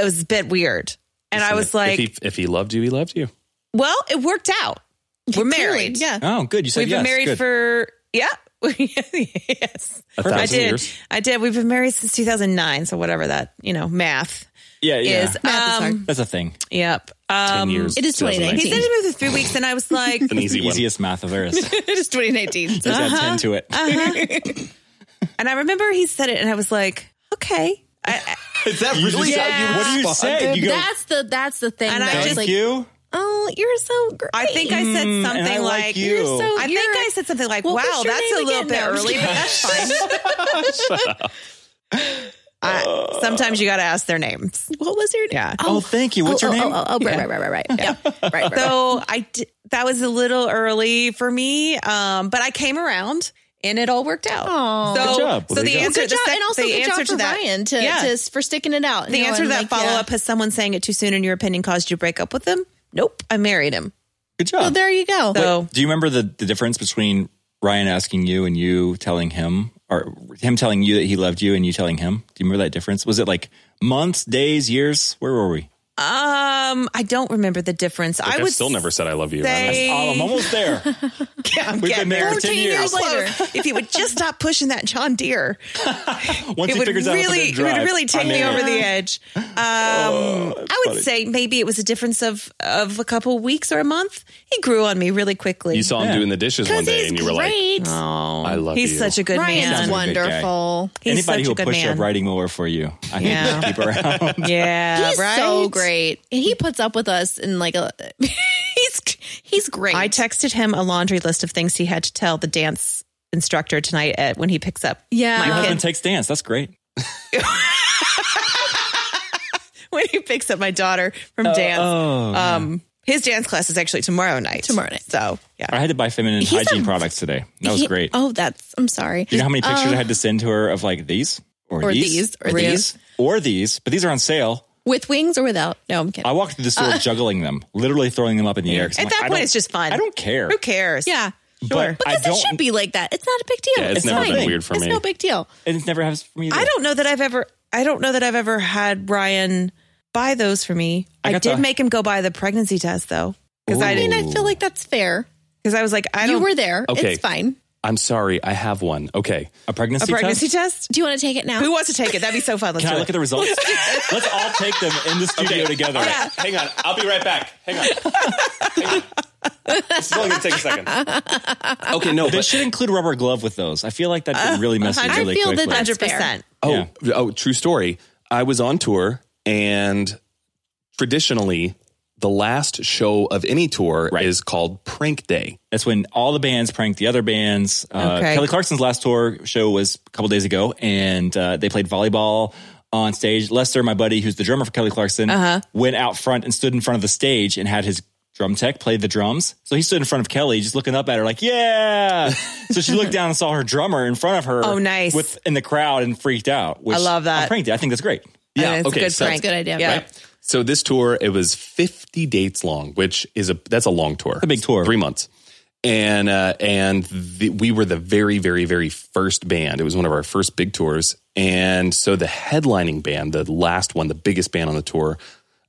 Speaker 2: It was a bit weird. And I was like,
Speaker 5: if he, if he loved you, he loved you.
Speaker 2: well, it worked out. We're
Speaker 4: Clearly,
Speaker 2: married.
Speaker 4: Yeah.
Speaker 3: Oh, good. You said
Speaker 2: We've
Speaker 3: yes.
Speaker 2: been married
Speaker 3: Good.
Speaker 2: for, yeah. yes.
Speaker 3: Perfect.
Speaker 5: A thousand
Speaker 2: I did.
Speaker 5: years.
Speaker 2: I did. We've been married since 2009. So whatever that, you know, math
Speaker 3: yeah, yeah.
Speaker 2: is. Um,
Speaker 4: Math is hard.
Speaker 3: That's a thing.
Speaker 2: Yep.
Speaker 5: Ten
Speaker 2: Um,
Speaker 5: years.
Speaker 4: it is
Speaker 5: 2019.
Speaker 2: He said it to me for three weeks and I was like,
Speaker 5: An easy one.
Speaker 3: Easiest math of Earth. There's
Speaker 4: it is 2019. so-
Speaker 3: that 10 to it.
Speaker 4: Uh-huh.
Speaker 2: and I remember he said it and I was like, okay. I, I-
Speaker 5: Is that really
Speaker 4: Yeah.
Speaker 3: What do you say? You go,
Speaker 4: that's the that's the thing.
Speaker 2: And I
Speaker 4: though.
Speaker 3: thank
Speaker 2: just-
Speaker 4: like,
Speaker 3: you.
Speaker 4: oh, you're so great.
Speaker 2: I think I said something
Speaker 3: Mm, and I like
Speaker 2: like,
Speaker 3: you.
Speaker 2: "You're
Speaker 4: so-
Speaker 2: I think
Speaker 4: you're-
Speaker 2: I said something like,
Speaker 4: What was
Speaker 2: wow,
Speaker 4: your
Speaker 2: that's a
Speaker 4: name
Speaker 2: little
Speaker 4: again?
Speaker 2: bit
Speaker 4: No, I'm just
Speaker 2: early, but that's fine. I, sometimes you got to ask their names.
Speaker 4: What was your name?
Speaker 2: Yeah.
Speaker 3: Oh, thank you. What's
Speaker 4: oh,
Speaker 3: your
Speaker 4: oh,
Speaker 3: name?
Speaker 4: Oh, oh, right, right, right, right, right. Yeah. right, right, right.
Speaker 2: So I d- that was a little early for me, um, but I came around and it all worked out.
Speaker 4: Aw.
Speaker 2: So,
Speaker 3: Good job. Well,
Speaker 2: so
Speaker 3: there you
Speaker 2: the
Speaker 3: go.
Speaker 2: answer,
Speaker 4: good job,
Speaker 2: the sec-
Speaker 4: and also
Speaker 2: the
Speaker 4: good
Speaker 2: answer
Speaker 4: job for
Speaker 2: to that,
Speaker 4: Ryan to,
Speaker 2: Yeah.
Speaker 4: to for sticking it out.
Speaker 2: the
Speaker 4: you know,
Speaker 2: answer to
Speaker 4: and,
Speaker 2: that
Speaker 4: like,
Speaker 2: follow
Speaker 4: yeah.
Speaker 2: up has someone saying it too soon in your opinion caused you to break up with them? Nope, I married him.
Speaker 3: Good job.
Speaker 4: Well, Oh, there you go.
Speaker 2: So
Speaker 3: Do you remember the, the difference between Ryan asking you and you telling him, or him telling you that he loved you and you telling him? Do you remember that difference? Was it like months, days, years? Where were we?
Speaker 2: um, I don't remember the difference. I
Speaker 5: I've
Speaker 2: would
Speaker 5: still never said I love you.
Speaker 2: say-
Speaker 3: Oh, I'm almost there.
Speaker 2: Yeah,
Speaker 3: We've
Speaker 2: get
Speaker 3: been married
Speaker 2: there.
Speaker 3: 10
Speaker 4: 14
Speaker 3: years.
Speaker 4: years later.
Speaker 2: if you would just stop pushing that John Deere,
Speaker 3: Once
Speaker 2: it
Speaker 3: he
Speaker 2: would
Speaker 3: figures out
Speaker 2: really,
Speaker 3: how
Speaker 2: it
Speaker 3: to drive,
Speaker 2: would really take
Speaker 3: I'm
Speaker 2: me
Speaker 3: in. Oh,
Speaker 2: over the edge. Um, I would
Speaker 3: funny.
Speaker 2: say maybe it was a difference of of a couple weeks or a month. He grew on me really quickly.
Speaker 5: You saw him
Speaker 3: Yeah.
Speaker 5: doing the dishes one
Speaker 4: Because
Speaker 5: day,
Speaker 4: he's
Speaker 5: and you were like,
Speaker 4: great.
Speaker 2: oh,
Speaker 5: I love
Speaker 2: he's
Speaker 5: you.
Speaker 2: such a good
Speaker 4: Ryan's
Speaker 2: man.
Speaker 3: a good guy.
Speaker 4: wonderful.
Speaker 2: He's
Speaker 3: Anybody
Speaker 2: such
Speaker 3: who'll
Speaker 2: a good
Speaker 3: push
Speaker 2: man.
Speaker 3: a riding mower for you, I think
Speaker 2: Yeah.
Speaker 3: you should keep around.
Speaker 2: Yeah,
Speaker 4: He's
Speaker 2: right?
Speaker 4: so great, and he puts up with us. And like, a, he's he's great.
Speaker 2: I texted him a laundry list of things he had to tell the dance instructor tonight at when he picks up
Speaker 4: Yeah.
Speaker 2: my
Speaker 4: Your
Speaker 2: kid.
Speaker 3: Husband takes dance. That's great.
Speaker 2: when he picks up my daughter from
Speaker 3: Oh,
Speaker 2: dance. um, his dance class is actually tomorrow night.
Speaker 4: Tomorrow night.
Speaker 2: So yeah.
Speaker 3: I had to buy feminine hygiene
Speaker 4: a-
Speaker 3: products today. That was
Speaker 4: He-
Speaker 3: great.
Speaker 4: Oh, that's. I'm sorry. Uh,
Speaker 3: Do you know how many pictures
Speaker 2: uh,
Speaker 3: I had to send to her of like these or,
Speaker 4: Or
Speaker 3: these,
Speaker 4: these, or these.
Speaker 3: or these? But these are on sale.
Speaker 4: With wings or without? No, I'm kidding.
Speaker 3: I walked through the store juggling them, literally throwing them up in the air. 'cause
Speaker 2: Uh.
Speaker 3: I'm
Speaker 2: At
Speaker 3: like,
Speaker 2: that
Speaker 3: I
Speaker 2: point,
Speaker 3: don't-
Speaker 2: it's just fun.
Speaker 3: I don't care.
Speaker 2: Who cares?
Speaker 4: yeah,
Speaker 3: But I
Speaker 4: because it should
Speaker 3: don't.
Speaker 4: be like that. It's not a big deal.
Speaker 5: Yeah, it's never
Speaker 4: fine.
Speaker 5: been weird for
Speaker 4: it's
Speaker 5: me.
Speaker 4: no big deal.
Speaker 3: and It never happens for me. Either.
Speaker 2: I don't know that I've ever. I don't know that I've ever had Ryan buy those for me.
Speaker 3: I
Speaker 2: I,
Speaker 3: got
Speaker 2: did
Speaker 3: the-
Speaker 2: make him go buy the pregnancy test though, because
Speaker 4: I
Speaker 2: I
Speaker 4: mean, I feel like that's fair.
Speaker 2: because I was like, I
Speaker 4: You
Speaker 2: don't
Speaker 4: were there.
Speaker 5: Okay.
Speaker 4: It's fine.
Speaker 5: I'm sorry, I have one. Okay.
Speaker 3: a pregnancy,
Speaker 2: a pregnancy
Speaker 3: test.
Speaker 2: test.
Speaker 4: Do you want to take it now?
Speaker 2: Who wants to take it? That'd be so fun. Let's
Speaker 3: Can
Speaker 2: do
Speaker 3: I
Speaker 2: it.
Speaker 3: look at the results? Let's all take them in the studio together.
Speaker 5: Hang on. I'll be right back. Hang on. It's only going to take a second. Okay, no,
Speaker 3: They
Speaker 5: but
Speaker 3: should include rubber glove with those. I feel like that could really mess with
Speaker 2: Uh, uh-huh. I
Speaker 3: you really
Speaker 4: feel that
Speaker 3: quickly.
Speaker 4: that's
Speaker 2: Hundred percent.
Speaker 5: Oh, oh, true story. I was on tour, and traditionally, the last show of any tour
Speaker 3: Right.
Speaker 5: is called Prank Day.
Speaker 3: That's when all the bands pranked the other bands. Uh,
Speaker 2: Okay.
Speaker 3: Kelly Clarkson's last tour show was a couple days ago, and uh, they played volleyball on stage. Lester, my buddy, who's the drummer for Kelly Clarkson,
Speaker 2: Uh-huh.
Speaker 3: went out front and stood in front of the stage and had his drum tech play the drums. So he stood in front of Kelly, just looking up at her, like, yeah. so she looked down and saw her drummer in front of her.
Speaker 2: Oh, nice.
Speaker 3: With, in the crowd and freaked out. Which
Speaker 2: I love that.
Speaker 3: I pranked it. I think that's great.
Speaker 5: Yeah,
Speaker 2: Uh, it's
Speaker 5: okay,
Speaker 2: a good
Speaker 5: so-
Speaker 2: prank.
Speaker 4: Good idea.
Speaker 2: Yeah.
Speaker 4: Right.
Speaker 5: So this tour, it was 50 dates long, which is a that's a long tour.
Speaker 3: a big tour.
Speaker 5: Three months. And uh, and the, we were the very very very first band. It was one of our first big tours. And so the headlining band, the last one, the biggest band on the tour,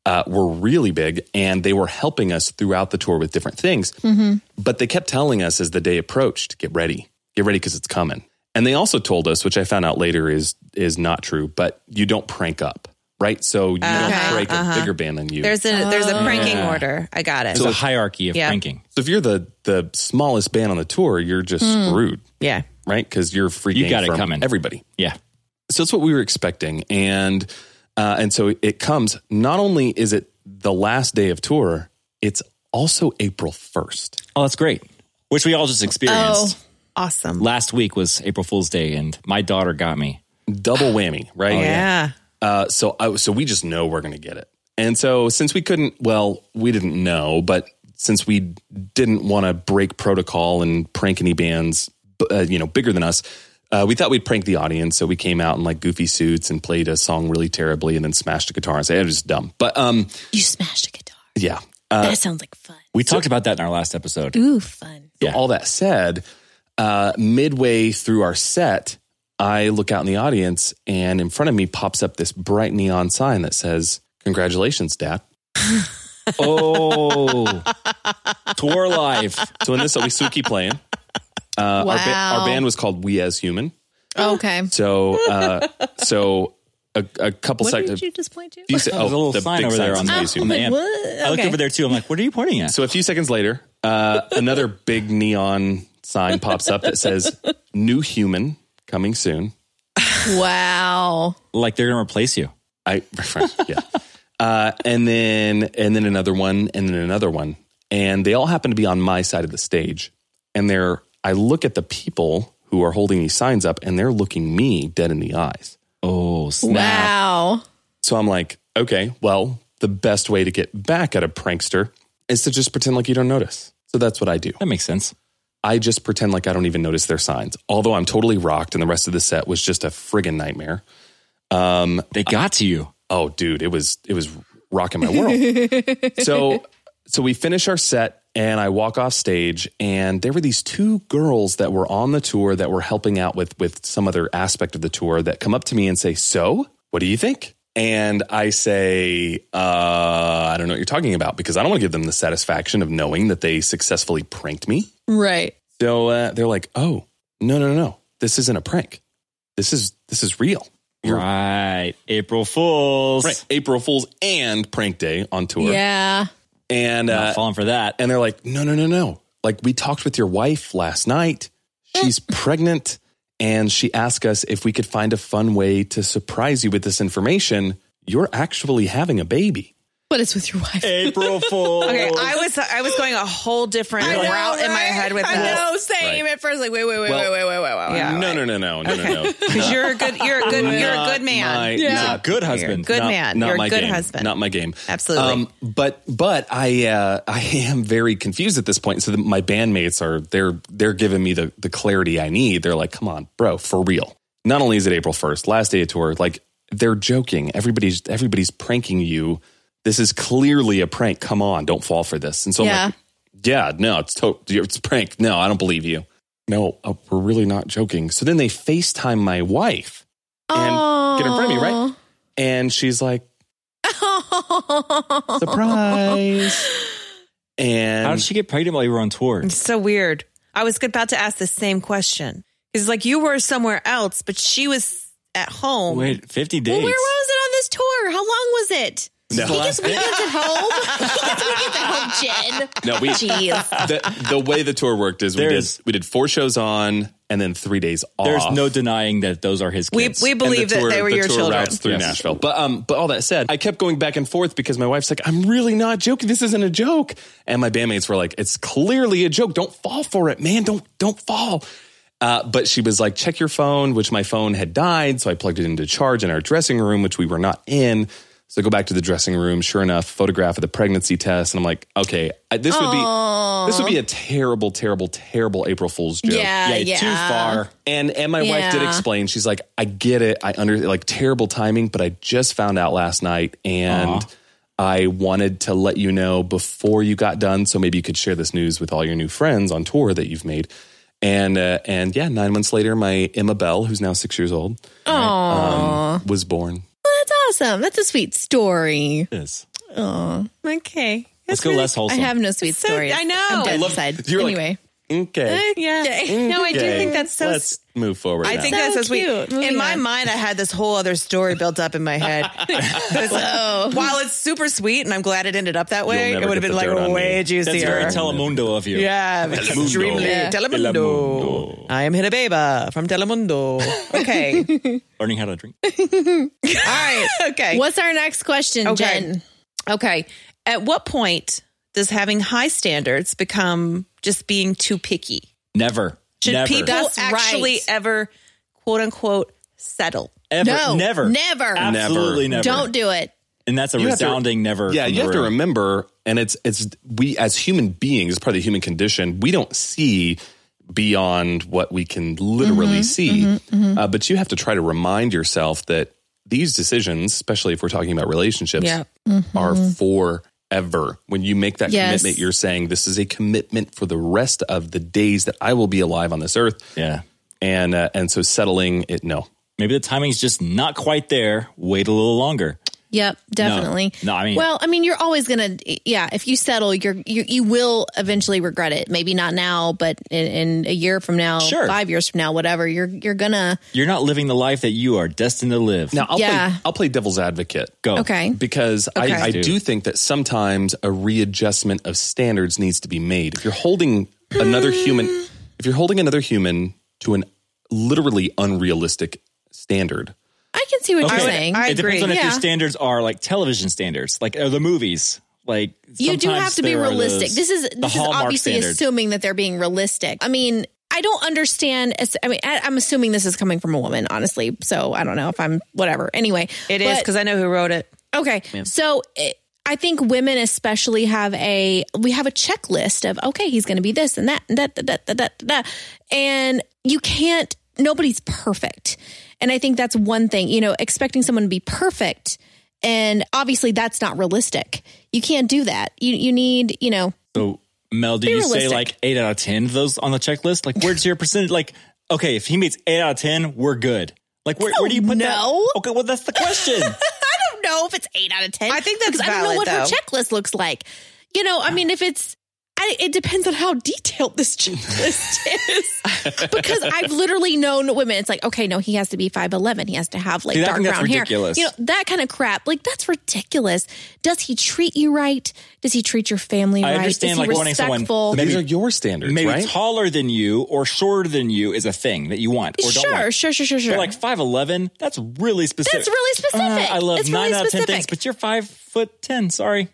Speaker 5: uh, were really big and they were helping us throughout the tour with different things.
Speaker 2: Mm-hmm.
Speaker 5: But they kept telling us as the day approached, get ready, get ready because it's coming. And they also told us, which I found out later is is not true, but you don't prank up, right? So you
Speaker 2: Okay, uh-huh.
Speaker 5: don't prank a bigger band than you.
Speaker 2: There's a there's
Speaker 4: Oh.
Speaker 2: a pranking
Speaker 3: Yeah.
Speaker 2: order. I got it.
Speaker 3: There's a hierarchy of
Speaker 2: Yeah.
Speaker 3: ranking.
Speaker 5: so if you're the the smallest band on the tour, you're just
Speaker 2: Hmm.
Speaker 5: screwed,
Speaker 2: yeah.
Speaker 5: right? Because you're freaking
Speaker 3: You got it
Speaker 5: from
Speaker 3: coming.
Speaker 5: everybody.
Speaker 3: Yeah.
Speaker 5: so that's what we were expecting and uh, and so it comes not only is it the last day of tour it's also april 1st
Speaker 3: Oh, that's great. Which we all
Speaker 2: Oh.
Speaker 3: just experienced.
Speaker 2: Awesome.
Speaker 3: Last week was April Fool's Day, and my daughter got me.
Speaker 5: double whammy right
Speaker 2: Oh, yeah.
Speaker 5: uh, so I, so we just know we're going to get it and so since we couldn't well we didn't know but since we didn't want to break protocol and prank any bands b- uh, you know bigger than us uh, we thought we'd prank the audience so we came out in like goofy suits and played a song really terribly and then smashed a guitar and said it was dumb but um
Speaker 4: You smashed a guitar.
Speaker 5: yeah Uh,
Speaker 4: that sounds like fun.
Speaker 3: We talked about that in our last episode.
Speaker 4: Ooh, fun.
Speaker 3: Yeah.
Speaker 5: all that said, uh, midway through our set, I look out in the audience and in front of me pops up this bright neon sign that says, Congratulations, Dad.
Speaker 3: Oh, tour life.
Speaker 5: So in this, we still keep playing. Uh, our, ba-
Speaker 4: Wow.
Speaker 5: our band was called We As Human.
Speaker 4: Oh, okay.
Speaker 5: Oh, So, uh, so a, a couple
Speaker 4: What
Speaker 5: seconds.
Speaker 4: did you just point to?
Speaker 5: few se- oh,
Speaker 3: There's a little sign over there on
Speaker 5: says
Speaker 3: the,
Speaker 5: We
Speaker 3: on
Speaker 5: As
Speaker 3: the
Speaker 5: Human.
Speaker 3: amp. I looked
Speaker 4: Okay.
Speaker 3: over there too. I'm like, what are you pointing at?
Speaker 5: Oh. So a few seconds later, uh, another big neon sign pops up that says, New Human coming soon.
Speaker 4: Wow.
Speaker 3: like they're gonna replace you.
Speaker 5: I yeah. Uh, and then and then another one and then another one. And they all happen to be on my side of the stage. And they're I look at the people who are holding these signs up and they're looking me dead in the eyes.
Speaker 3: Oh, snap.
Speaker 4: Wow.
Speaker 5: So I'm like, okay, well, the best way to get back at a prankster is to just pretend like you don't notice. So that's what I do.
Speaker 3: That makes sense.
Speaker 5: I just pretend like I don't even notice their signs. Although I'm totally rocked and the rest of the set was just a friggin' nightmare. Um,
Speaker 3: They got to you.
Speaker 5: oh dude it was it was rocking my world so so we finish our set and i walk off stage and there were these two girls that were on the tour that were helping out with with some other aspect of the tour that come up to me and say so what do you think and i say uh i don't know what you're talking about because i don't want to give them the satisfaction of knowing that they successfully pranked me
Speaker 4: Right.
Speaker 5: so uh, they're like oh no no no no this isn't a prank this is this is real
Speaker 3: Right. April Fools.
Speaker 5: Right. April Fools and Prank Day on tour.
Speaker 4: Yeah.
Speaker 5: And uh,
Speaker 3: Not falling for that.
Speaker 5: and they're like, no, no, no, no. Like we talked with your wife last night. She's pregnant, and she asked us if we could find a fun way to surprise you with this information. You're actually having a baby.
Speaker 4: But it's with your wife.
Speaker 3: April Fools.
Speaker 2: Okay, I was I was going a whole different route in my head with
Speaker 4: I
Speaker 2: this.
Speaker 4: know. Same at first. Like, wait, wait, wait,
Speaker 5: Well-
Speaker 4: wait, wait, wait, wait, wait.
Speaker 2: Yeah.
Speaker 5: no, no, no, no, no, no, no.
Speaker 2: Because you're a good you're a
Speaker 5: Oh,
Speaker 2: good you're a good man.
Speaker 5: My,
Speaker 4: Yeah.
Speaker 5: not-
Speaker 3: He's a good husband.
Speaker 2: Good
Speaker 5: not-
Speaker 2: man.
Speaker 5: not
Speaker 2: You're
Speaker 5: my
Speaker 2: a good
Speaker 5: game.
Speaker 2: husband.
Speaker 5: Not my game. Um,
Speaker 2: Absolutely.
Speaker 5: but but I uh, I am very confused at this point. So the, my bandmates are they're they're giving me the the clarity I need. They're like, come on, bro, for real. Not only is it April first, last day of tour, like they're joking. Everybody's everybody's pranking you. This is clearly a prank. Come on, don't fall for this. And so
Speaker 4: Yeah.
Speaker 5: I'm like, yeah, no, it's to- it's a prank. No, I don't believe you. No, uh, we're really not joking. So then they FaceTime my wife and get in front of me, right? And she's like,
Speaker 4: Oh.
Speaker 5: surprise.
Speaker 3: How did
Speaker 5: And
Speaker 3: she get pregnant while you were on tour?
Speaker 2: It's so weird. I was about to ask the same question. It's like you were somewhere else, but she was at home.
Speaker 3: Wait, 50 days.
Speaker 4: Where was it on this tour? How long was it?
Speaker 5: No.
Speaker 4: He gets weekends at home. he gets weekends at home, Jen.
Speaker 5: no, we
Speaker 4: Jeez.
Speaker 5: the, the way the tour worked is we did,
Speaker 3: There's-
Speaker 5: we did four shows on and then three days off.
Speaker 3: There's no
Speaker 5: And
Speaker 3: denying that those are his
Speaker 2: We-
Speaker 3: kids.
Speaker 2: we
Speaker 5: the
Speaker 2: believe that
Speaker 5: tour-
Speaker 2: they were
Speaker 5: the
Speaker 2: your
Speaker 5: tour
Speaker 2: children.
Speaker 5: routes through
Speaker 3: Yes.
Speaker 5: Nashville. But um, but all that said, I kept going back and forth because my wife's like, "I'm really not joking. This isn't a joke." And my bandmates were like, "It's clearly a joke. Don't fall for it, man. Don't don't fall." Uh, but she was like, check your phone, which my phone had died. So I plugged it into charge in our dressing room, which we were not in. So I go back to the dressing room. Sure enough, photograph of the pregnancy test. And I'm like, okay, I, this would be this would be a terrible, terrible, terrible April Fool's joke.
Speaker 4: Yeah,
Speaker 3: yeah,
Speaker 4: yeah.
Speaker 3: too far.
Speaker 5: And and my wife did
Speaker 4: Yeah.
Speaker 5: explain. She's like, I get it. I under like terrible timing, but I just found out last night, and I wanted to let you know before you got done, so maybe you could share this news with all your new friends on tour that you've made. And uh, and yeah, nine months later, my Emma Bell, who's now six years old,
Speaker 4: Oh,
Speaker 5: um, was born.
Speaker 4: That's awesome. That's a sweet story.
Speaker 3: This.
Speaker 4: Oh, okay.
Speaker 3: Let's go less
Speaker 4: I
Speaker 3: wholesome.
Speaker 4: have no sweet
Speaker 2: So-
Speaker 4: stories.
Speaker 2: I know.
Speaker 4: I'm dead
Speaker 2: I
Speaker 5: love-
Speaker 4: inside.
Speaker 5: you're like-
Speaker 4: anyway,
Speaker 5: Okay.
Speaker 2: yeah. No, I do
Speaker 5: Okay.
Speaker 2: think that's so.
Speaker 5: Let's move forward.
Speaker 2: I
Speaker 5: now.
Speaker 2: think
Speaker 4: So
Speaker 2: that's so sweet.
Speaker 4: cute. Moving
Speaker 2: in my
Speaker 4: on.
Speaker 2: mind, I had this whole other story built up in my head. It was like, While it's super sweet, and I'm glad it ended up that
Speaker 5: You'll
Speaker 2: way,
Speaker 5: never
Speaker 2: it would have
Speaker 5: get
Speaker 2: been
Speaker 5: the dirt
Speaker 2: like
Speaker 5: on me.
Speaker 2: way
Speaker 5: That's
Speaker 2: juicier.
Speaker 3: That's very Telemundo of you.
Speaker 2: Yeah, extremely.
Speaker 5: Yeah.
Speaker 2: Telemundo.
Speaker 3: Telemundo.
Speaker 2: I am Hinabeba from Telemundo. Okay. All
Speaker 3: Learning how to drink.
Speaker 2: right. Okay.
Speaker 4: what's our next question,
Speaker 2: Okay.
Speaker 4: Jen?
Speaker 2: Okay. At what point does having high standards become just being too picky?
Speaker 3: Never.
Speaker 2: Should
Speaker 3: never.
Speaker 2: people
Speaker 4: That's
Speaker 2: actually
Speaker 4: right.
Speaker 2: ever, quote unquote, settle?
Speaker 3: ever.
Speaker 4: No,
Speaker 3: never.
Speaker 4: never.
Speaker 3: Absolutely never.
Speaker 4: Don't do it.
Speaker 3: And that's a
Speaker 5: have to-
Speaker 3: resounding never.
Speaker 5: Yeah,
Speaker 3: from
Speaker 5: you
Speaker 3: the
Speaker 5: have to
Speaker 3: room.
Speaker 5: remember, and it's it's we as human beings, it's part of the human condition. We don't see beyond what we can literally see, Uh, but you have to try to remind yourself that these decisions, especially if we're talking about relationships,
Speaker 2: Yeah.
Speaker 5: are forever. When you make that
Speaker 4: Yes.
Speaker 5: commitment, you're saying this is a commitment for the rest of the days that I will be alive on this earth,
Speaker 3: Yeah.
Speaker 5: and uh, and so settling it, no,
Speaker 3: Maybe the timing's just not quite there. Wait a little longer.
Speaker 4: Yep, definitely.
Speaker 3: No, I mean-
Speaker 4: well, I mean, you're always gonna, yeah. If you settle, you're you, you will eventually regret it. Maybe not now, but in, in a year from now,
Speaker 3: Sure.
Speaker 4: five years from now, whatever. You're you're gonna
Speaker 3: You're not living the life that you are destined to live.
Speaker 5: Now I'll
Speaker 4: Yeah.
Speaker 5: play I'll play devil's advocate.
Speaker 3: Go.
Speaker 4: okay.
Speaker 5: Because
Speaker 2: Okay.
Speaker 5: I, I
Speaker 3: Dude.
Speaker 5: do think that sometimes a readjustment of standards needs to be made. If you're holding another human, if you're holding another human to an literally unrealistic standard,
Speaker 4: I can see what
Speaker 3: Okay.
Speaker 4: you're saying.
Speaker 2: I
Speaker 3: it
Speaker 2: agree.
Speaker 3: depends on if your
Speaker 4: Yeah.
Speaker 3: standards are like television standards, like are the movies. Like
Speaker 4: you do
Speaker 3: sometimes
Speaker 4: have to be
Speaker 3: there are
Speaker 4: realistic.
Speaker 3: those-
Speaker 4: This is
Speaker 3: the
Speaker 4: this is
Speaker 3: Hallmark
Speaker 4: obviously
Speaker 3: standard.
Speaker 4: assuming that they're being realistic. I mean, I don't understand. as- I mean, I, I'm assuming this is coming from a woman, honestly. So I don't know if I'm whatever. Anyway,
Speaker 2: It is
Speaker 4: but-
Speaker 2: because I know who wrote it.
Speaker 4: Okay. So it, I think women especially have a we have a checklist of okay, he's going to be this and that and that that that that, that, that. and you can't nobody's perfect. And I think that's one thing, you know, expecting someone to be perfect and obviously that's not realistic. You can't do that. You you need, you know,
Speaker 3: So, Mel, do you say
Speaker 4: realistic.
Speaker 3: like eight out of ten of those on the checklist? Like, where's your percentage? Like, okay, if he meets eight out of ten, we're good. Like, where, where do you put
Speaker 4: know.
Speaker 3: that? Okay, well, that's the question.
Speaker 4: I don't know if it's eight out of ten.
Speaker 2: I think that's
Speaker 4: because I don't know
Speaker 2: valid,
Speaker 4: what her
Speaker 2: though.
Speaker 4: checklist looks like. You know, I mean, if it's, I, it depends on how detailed this checklist is. because I've literally known women. It's like, okay, no, he has to be five eleven. He has to have like
Speaker 3: See, I
Speaker 4: dark
Speaker 3: think that's
Speaker 4: brown hair.
Speaker 3: ridiculous.
Speaker 4: You know, that kind of crap. Like that's ridiculous. Does he treat you right? Does he treat your family
Speaker 3: I
Speaker 4: right?
Speaker 3: understand,
Speaker 4: is he
Speaker 3: like, wanting someone-
Speaker 4: respectful?
Speaker 3: Maybe-
Speaker 5: these are your standards,
Speaker 3: Maybe
Speaker 5: right?
Speaker 3: taller than you or shorter than you is a thing that you want or don't
Speaker 4: Sure,
Speaker 3: want.
Speaker 4: sure, sure, sure, sure.
Speaker 3: But like five eleven, that's really specific. Ah,
Speaker 4: That's really specific.
Speaker 3: I love
Speaker 4: It's
Speaker 3: nine
Speaker 4: really
Speaker 3: out of ten things,
Speaker 4: specific.
Speaker 3: but you're five foot ten. Sorry.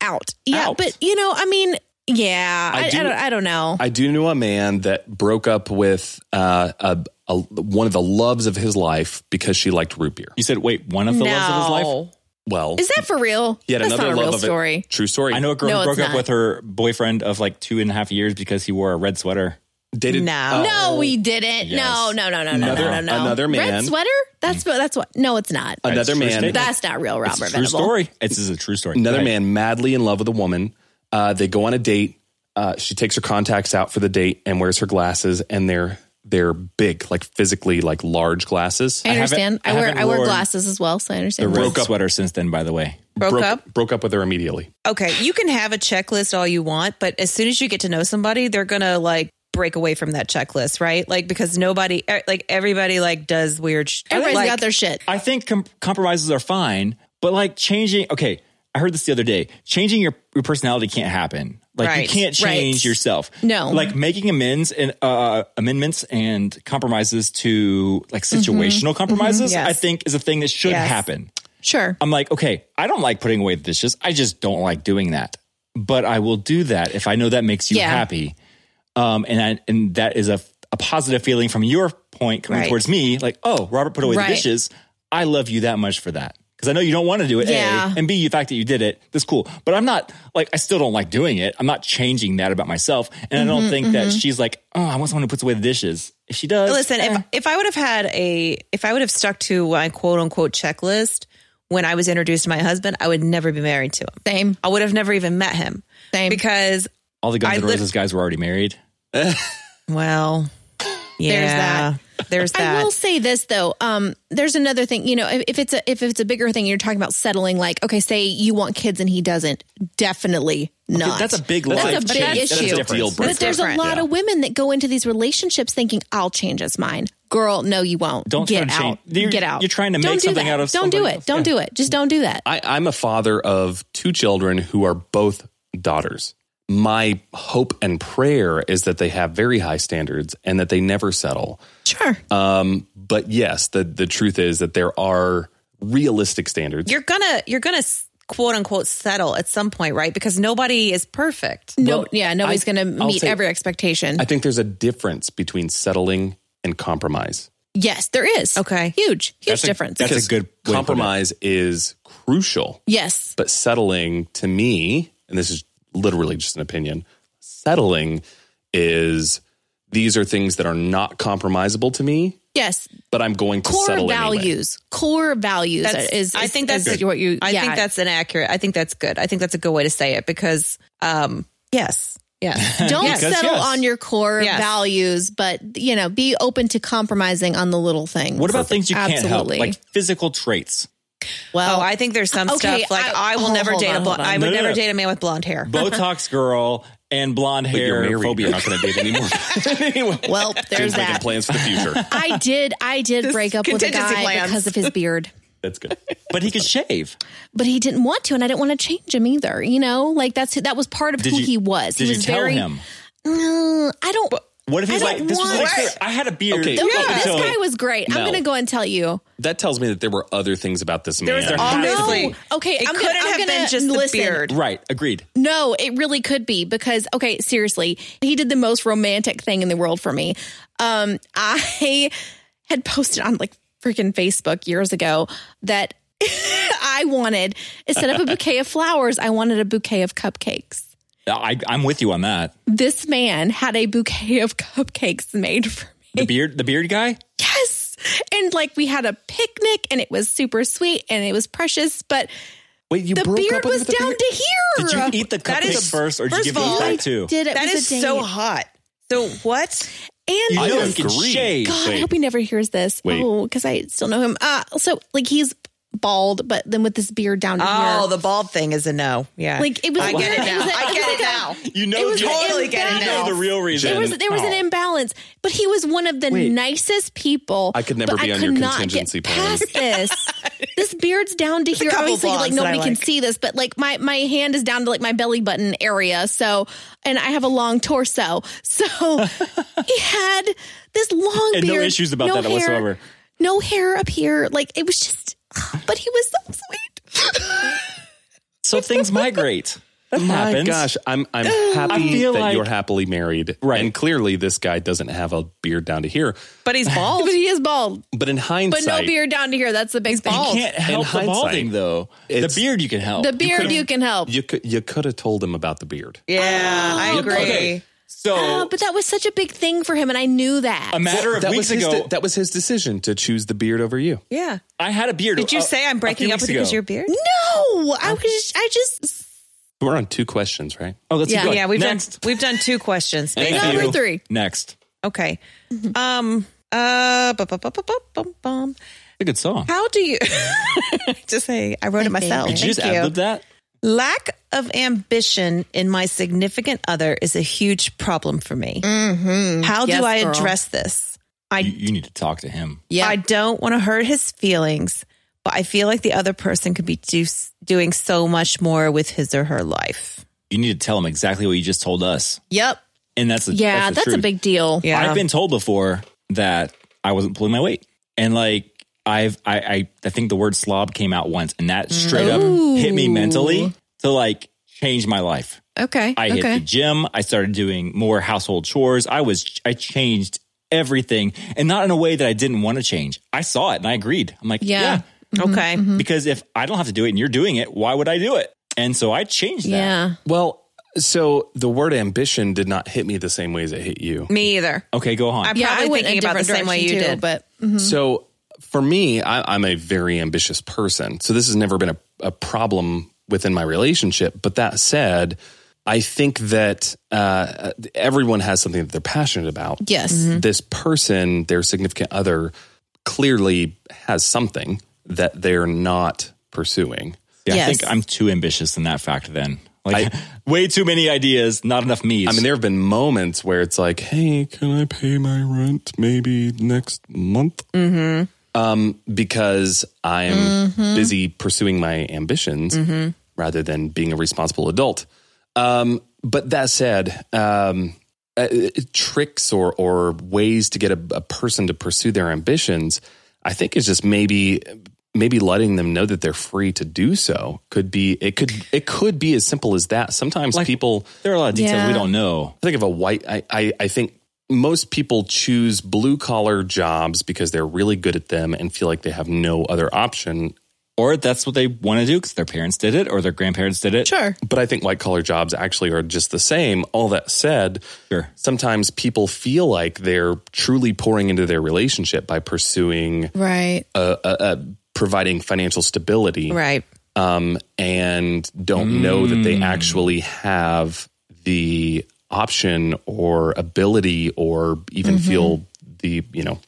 Speaker 4: out. Yeah,
Speaker 3: Out.
Speaker 4: but you know, I mean, yeah, I, I,
Speaker 5: do-
Speaker 4: don't, I don't know.
Speaker 5: I do know a man that broke up with uh, a, a, one of the loves of his life because she liked root beer.
Speaker 3: You said wait, one of the loves of his life.
Speaker 2: No.
Speaker 5: Well,
Speaker 4: is that for real?
Speaker 5: yet
Speaker 4: that's
Speaker 5: another
Speaker 4: not a
Speaker 5: love
Speaker 4: real
Speaker 5: of it-
Speaker 4: story.
Speaker 5: True story.
Speaker 3: I know a girl
Speaker 4: No,
Speaker 3: who
Speaker 4: it's
Speaker 3: broke up
Speaker 4: not.
Speaker 3: with her boyfriend of like two and a half years because he wore a red sweater.
Speaker 5: Dated.
Speaker 2: No.
Speaker 4: No, we didn't. No,
Speaker 3: Oh. Yes.
Speaker 4: no, no, no, no,
Speaker 5: Another-
Speaker 4: no, no, no.
Speaker 5: another man.
Speaker 4: Red sweater? That's that's what. No, it's not.
Speaker 5: Another
Speaker 3: That's true
Speaker 5: man.
Speaker 3: statement.
Speaker 4: That's not real, Robert
Speaker 3: It's a true
Speaker 4: Venable.
Speaker 3: story. It's, it's a true story.
Speaker 5: another
Speaker 3: Right.
Speaker 5: man madly in love with a woman. Uh, they go on a date. Uh, she takes her contacts out for the date and wears her glasses, and they're they're big, like physically like large glasses.
Speaker 4: I
Speaker 3: haven't-
Speaker 4: understand. I,
Speaker 3: I
Speaker 4: wear
Speaker 3: haven't
Speaker 4: I wear
Speaker 3: worn
Speaker 4: glasses as well, so I understand.
Speaker 3: Red
Speaker 4: that.
Speaker 5: broke up.
Speaker 3: sweater since then, by the way.
Speaker 2: Broke, up.
Speaker 5: Broke up with her immediately.
Speaker 2: Okay. You can have a checklist all you want, but as soon as you get to know somebody, they're going to like break away from that checklist, right? Like, because nobody, er, like, everybody like does weird sh-
Speaker 4: Everybody's
Speaker 2: like,
Speaker 4: got their shit.
Speaker 3: I think com- compromises are fine, but like changing. Okay, I heard this the other day. Changing your, your personality can't happen. Like you
Speaker 2: Right,
Speaker 3: can't change
Speaker 4: right.
Speaker 3: yourself.
Speaker 4: No.
Speaker 3: like making amends and uh, amendments and compromises to like situational compromises.
Speaker 2: Mm-hmm. Yes.
Speaker 3: I think is a thing that should
Speaker 2: Yes.
Speaker 3: happen.
Speaker 4: Sure.
Speaker 3: I'm like, okay, I don't like putting away the dishes. I just don't like doing that. But I will do that if I know that makes you
Speaker 4: Yeah.
Speaker 3: happy. Um, and I, and that is a a positive feeling from your point coming
Speaker 2: Right.
Speaker 3: towards me. Like, oh, Robert put away
Speaker 4: Right.
Speaker 3: the dishes. I love you that much for that because I know you don't want to do it.
Speaker 4: Yeah.
Speaker 3: A and B, the fact that you did it, that's cool. But I'm not like I still don't like doing it. I'm not changing that about myself. And I
Speaker 4: Mm-hmm,
Speaker 3: don't think that she's like, oh, I want someone who puts away the dishes. If she does,
Speaker 2: Listen, if if I would have had a if I would have stuck to my quote unquote checklist when I was introduced to my husband, I would never be married to him.
Speaker 4: Same.
Speaker 2: I would have never even met him.
Speaker 4: Same.
Speaker 2: Because
Speaker 3: all the Guns
Speaker 2: I
Speaker 3: N'
Speaker 2: live-
Speaker 3: Roses guys were already married.
Speaker 2: well,
Speaker 4: There's that.
Speaker 2: There's that.
Speaker 4: I will say this though. Um, there's another thing. You know, if, if it's a if it's a bigger thing, you're talking about settling. Like, okay, say you want kids and he doesn't. Definitely not.
Speaker 3: that's a big
Speaker 4: That's
Speaker 3: life
Speaker 4: a big
Speaker 3: change. That's a
Speaker 4: issue.
Speaker 3: deal breaker.
Speaker 4: but there's a
Speaker 2: different.
Speaker 4: lot of women that go into these relationships thinking, "I'll change as mine." Girl, no, you won't.
Speaker 3: Don't try
Speaker 4: get
Speaker 3: to
Speaker 4: out.
Speaker 3: change- you're-
Speaker 4: get out.
Speaker 3: you're trying to
Speaker 4: Don't
Speaker 3: make
Speaker 4: do
Speaker 3: something
Speaker 4: that.
Speaker 3: out of
Speaker 4: Don't do
Speaker 3: somebody
Speaker 4: it.
Speaker 3: else.
Speaker 4: Don't
Speaker 3: Yeah.
Speaker 4: do it. Just don't do
Speaker 2: Uh,
Speaker 4: that.
Speaker 5: I, I'm a father of two children who are both daughters. My hope and prayer is that they have very high standards and that they never settle.
Speaker 4: Sure.
Speaker 5: Um, but yes, the the truth is that there are realistic standards.
Speaker 2: you're gonna you're gonna s- quote unquote settle at some point, right? Because nobody is perfect.
Speaker 4: no.
Speaker 5: well,
Speaker 4: yeah. Nobody's
Speaker 5: I-
Speaker 4: going to
Speaker 5: I'll
Speaker 4: meet
Speaker 5: say-
Speaker 4: every expectation.
Speaker 5: I think there's a difference between settling and compromise.
Speaker 4: yes, there is.
Speaker 2: Okay.
Speaker 4: Huge, huge
Speaker 3: a-
Speaker 4: difference.
Speaker 3: that's a
Speaker 5: Because
Speaker 3: good way to put it.
Speaker 5: compromise is crucial.
Speaker 4: yes.
Speaker 5: But settling to me, and this is literally just an opinion, settling is these are things that are not compromisable to me,
Speaker 4: Yes.
Speaker 5: but I'm going to
Speaker 4: core
Speaker 5: settle anyway.
Speaker 4: values core values
Speaker 2: That's-
Speaker 4: is,
Speaker 2: I think that's
Speaker 4: is what you
Speaker 2: I
Speaker 4: yeah.
Speaker 2: think that's inaccurate. I think that's good. I think that's a good way to say it because um yes. Yes.
Speaker 4: don't
Speaker 3: Because
Speaker 4: settle
Speaker 3: yes.
Speaker 4: on your core
Speaker 2: Yes.
Speaker 4: values but you know be open to compromising on the little things
Speaker 3: What about things you can't
Speaker 4: Absolutely.
Speaker 3: help, like physical traits?
Speaker 2: Oh,
Speaker 4: well
Speaker 2: I think there's some
Speaker 4: Okay,
Speaker 2: stuff like
Speaker 4: I-
Speaker 2: I, will
Speaker 4: hold-
Speaker 2: never
Speaker 4: hold
Speaker 2: date
Speaker 4: on,
Speaker 2: a blonde.
Speaker 4: hold on.
Speaker 2: I
Speaker 3: No,
Speaker 2: would
Speaker 3: no,
Speaker 2: never
Speaker 3: no.
Speaker 2: date a man with blonde hair.
Speaker 3: Botox girl and blonde
Speaker 5: But you're
Speaker 3: hair
Speaker 5: married.
Speaker 3: phobia.
Speaker 5: You're not going to date anymore. anyway,
Speaker 4: well there's
Speaker 5: Making
Speaker 4: that
Speaker 5: plans for the future.
Speaker 4: i did i did break up with a
Speaker 2: contingency
Speaker 4: guy
Speaker 2: plans.
Speaker 4: because of his beard
Speaker 5: That's good.
Speaker 3: but he could shave.
Speaker 4: but he didn't want to and i didn't want to change him either you know like that's that was part of
Speaker 3: Did
Speaker 4: who
Speaker 3: you-
Speaker 4: he was
Speaker 3: Did
Speaker 4: he
Speaker 3: you
Speaker 4: was
Speaker 3: tell
Speaker 4: very
Speaker 3: him?
Speaker 4: "Mm, i don't
Speaker 3: What if he's
Speaker 4: I don't
Speaker 3: like, this was
Speaker 4: want-
Speaker 3: an exper- I had a beard.
Speaker 5: Okay,
Speaker 4: okay
Speaker 5: Yeah.
Speaker 4: this
Speaker 3: until-
Speaker 4: guy was great i'm
Speaker 5: No.
Speaker 4: gonna go and tell you
Speaker 5: That tells me that there were other things about this man.
Speaker 2: was
Speaker 5: that-
Speaker 2: all- Honestly,
Speaker 4: no okay
Speaker 2: it
Speaker 4: i'm
Speaker 2: couldn't
Speaker 4: gonna, I'm
Speaker 2: have
Speaker 4: gonna
Speaker 2: been just
Speaker 4: listen.
Speaker 2: the beard.
Speaker 3: right. Agreed.
Speaker 4: No, it really could be because okay, seriously, he did the most romantic thing in the world for me. Um, I had posted on like freaking Facebook years ago that I wanted instead of a bouquet of flowers, I wanted a bouquet of cupcakes.
Speaker 3: I, I'm with you on that.
Speaker 4: This man had a bouquet of cupcakes made for me.
Speaker 3: The beard, the beard guy.
Speaker 4: Yes. And like we had a picnic and it was super sweet and it was precious, but
Speaker 5: Wait, you
Speaker 4: the
Speaker 5: broke
Speaker 4: beard
Speaker 5: up with
Speaker 4: was
Speaker 5: him with the
Speaker 4: down
Speaker 5: beard?
Speaker 4: to here.
Speaker 3: Did you eat the
Speaker 2: That
Speaker 3: cupcakes
Speaker 2: is-
Speaker 3: first, or did you
Speaker 2: first
Speaker 3: give
Speaker 2: of all,
Speaker 3: those
Speaker 4: I
Speaker 3: back too?
Speaker 4: did it
Speaker 2: That
Speaker 4: was
Speaker 2: is
Speaker 4: a
Speaker 2: so
Speaker 4: date.
Speaker 2: hot. So what?
Speaker 4: and
Speaker 3: You know
Speaker 5: I
Speaker 3: he could
Speaker 5: agree.
Speaker 3: shave.
Speaker 4: God, I
Speaker 5: Wait.
Speaker 4: hope he never hears this.
Speaker 5: Wait.
Speaker 4: Oh, because I still know him. Uh, so like he's bald, but then with this beard down to
Speaker 2: Oh,
Speaker 4: here.
Speaker 2: the bald thing is a no. Yeah.
Speaker 4: Like, it was
Speaker 2: I
Speaker 4: a
Speaker 2: get
Speaker 4: weird-
Speaker 2: it
Speaker 4: it
Speaker 2: now.
Speaker 4: was a-
Speaker 2: I
Speaker 4: it
Speaker 2: get
Speaker 4: was
Speaker 2: it
Speaker 4: like a-
Speaker 2: now.
Speaker 3: You know,
Speaker 4: It was
Speaker 3: you,
Speaker 4: an
Speaker 2: totally get it
Speaker 3: you know
Speaker 2: now.
Speaker 3: the real reason.
Speaker 4: there was there was an
Speaker 3: Oh.
Speaker 4: imbalance, but he was one of the
Speaker 3: Wait.
Speaker 4: nicest people.
Speaker 5: I could never
Speaker 4: but
Speaker 5: be
Speaker 4: I
Speaker 5: on
Speaker 4: could
Speaker 5: your
Speaker 4: not
Speaker 5: contingency
Speaker 4: get
Speaker 5: plan.
Speaker 4: Past this, this beard's down to here.
Speaker 2: couple
Speaker 4: Obviously, like
Speaker 2: blondes that I
Speaker 4: nobody can
Speaker 2: like.
Speaker 4: see this, but like my my hand is down to like my belly button area. So, and I have a long torso. So he had this long
Speaker 3: And no
Speaker 4: beard,
Speaker 3: issues about that
Speaker 4: hair,
Speaker 3: whatsoever.
Speaker 4: No hair up here. Like it was just, but he was so sweet.
Speaker 3: So things migrate. That
Speaker 5: My
Speaker 3: happens.
Speaker 5: gosh, I'm I'm happy
Speaker 3: feel
Speaker 5: that
Speaker 3: like-
Speaker 5: you're happily married,
Speaker 3: Right.
Speaker 5: And clearly, this guy doesn't have a beard down to here.
Speaker 2: but he's bald.
Speaker 4: but he is bald,
Speaker 5: But in
Speaker 4: but
Speaker 5: hindsight,
Speaker 4: no beard down to here. That's the big
Speaker 3: You
Speaker 4: bald.
Speaker 3: can't help the
Speaker 5: hindsight,
Speaker 3: balding though. The
Speaker 5: it's-
Speaker 3: beard you can help.
Speaker 4: The beard you can help.
Speaker 5: you could you could have told him about the beard.
Speaker 2: yeah, I agree.
Speaker 3: Okay. So
Speaker 2: Ah,
Speaker 4: Oh, but that was such a big thing for him, and I knew that.
Speaker 3: a matter of
Speaker 5: that
Speaker 3: weeks
Speaker 5: was his
Speaker 3: ago,
Speaker 5: de- that was his decision to choose the beard over you.
Speaker 2: Yeah. Oh,
Speaker 3: I had a beard.
Speaker 2: Did you
Speaker 3: a-
Speaker 2: say I'm
Speaker 3: a
Speaker 2: breaking
Speaker 3: few
Speaker 2: up
Speaker 3: weeks
Speaker 2: with you because
Speaker 3: ago.
Speaker 2: your beard?
Speaker 4: no, I was. I just
Speaker 5: We're on two questions, right?
Speaker 3: Oh, let's
Speaker 4: Yeah.
Speaker 3: keep going.
Speaker 2: Yeah, we've
Speaker 3: Next.
Speaker 2: done we've done two questions.
Speaker 3: Thank
Speaker 4: Number
Speaker 3: you.
Speaker 4: three.
Speaker 3: Next.
Speaker 2: Okay.
Speaker 4: Mm-hmm.
Speaker 2: Um. Uh. bu- bu- bu- bu- bu- bum- bum.
Speaker 3: It's a good song.
Speaker 2: How do you? just say I wrote it myself.
Speaker 3: Did you just
Speaker 2: Thank you.
Speaker 3: ad-lib that?
Speaker 2: Lack of ambition in my significant other is a huge problem for me. How
Speaker 4: Mm-hmm. Yes,
Speaker 2: do I
Speaker 4: girl.
Speaker 2: address this? I
Speaker 3: You, you need to talk to him.
Speaker 4: yeah.
Speaker 2: I don't want to hurt his feelings, but I feel like the other person could be do, doing so much more with his or her life.
Speaker 3: You need to tell him exactly what you just told us.
Speaker 4: yep.
Speaker 3: And that's the,
Speaker 4: Yeah,
Speaker 3: the
Speaker 4: that's, a
Speaker 3: truth.
Speaker 4: big deal.
Speaker 2: Yeah.
Speaker 3: I've been told before that I wasn't pulling my weight, and like I've I I, I think the word slob came out once, and that straight
Speaker 2: Mm.
Speaker 3: up hit me mentally to like change my life.
Speaker 4: Okay.
Speaker 3: I hit
Speaker 4: okay.
Speaker 3: the gym. I started doing more household chores. I was I changed everything, and not in a way that I didn't want to change. I saw it and I agreed. I'm like,
Speaker 4: Yeah. Mm-hmm.
Speaker 3: yeah,
Speaker 2: Okay.
Speaker 3: because if I don't have to do it and you're doing it, why would I do it? And so I changed that.
Speaker 4: yeah.
Speaker 5: Well, so the word ambition did not hit me the same way as it hit you.
Speaker 2: Me either.
Speaker 3: Okay, go on.
Speaker 2: I'm
Speaker 4: Yeah.
Speaker 2: probably
Speaker 4: I went in a
Speaker 2: thinking about the
Speaker 4: different
Speaker 2: same way you
Speaker 4: direction, too,
Speaker 2: did.
Speaker 4: but
Speaker 5: So for me, I, I'm a very ambitious person. So this has never been a, a problem within my relationship. But that said, I think that uh, everyone has something that they're passionate about.
Speaker 4: Yes.
Speaker 5: This person, their significant other, clearly has something that they're not pursuing.
Speaker 3: Yeah, I
Speaker 4: Yes.
Speaker 3: think I'm too ambitious in that fact. Then, like, way too many ideas, not enough me's.
Speaker 5: I mean, there have been moments where it's like, hey, can I pay my rent maybe next month? Mm-hmm. Um, because I'm busy pursuing my ambitions rather than being a responsible adult. Um, but that said, um, uh, tricks or, or ways to get a, a person to pursue their ambitions, I think is just maybe maybe letting them know that they're free to do so could be it could it could be as simple as that. Sometimes people
Speaker 3: there are a lot of details
Speaker 4: Yeah.
Speaker 3: we don't know.
Speaker 5: I think of a white. I I, I think most people choose blue collar jobs because they're really good at them and feel like they have no other option.
Speaker 3: Or that's what they want to do because their parents did it or their grandparents did it.
Speaker 4: Sure.
Speaker 5: But I think white collar jobs actually are just the same. All that said,
Speaker 3: Sure.
Speaker 5: sometimes people feel like they're truly pouring into their relationship by pursuing
Speaker 4: Right.
Speaker 5: providing financial stability,
Speaker 2: Right.
Speaker 5: um, and don't know that
Speaker 3: Mm.
Speaker 5: they actually have the option or ability or even feel the you know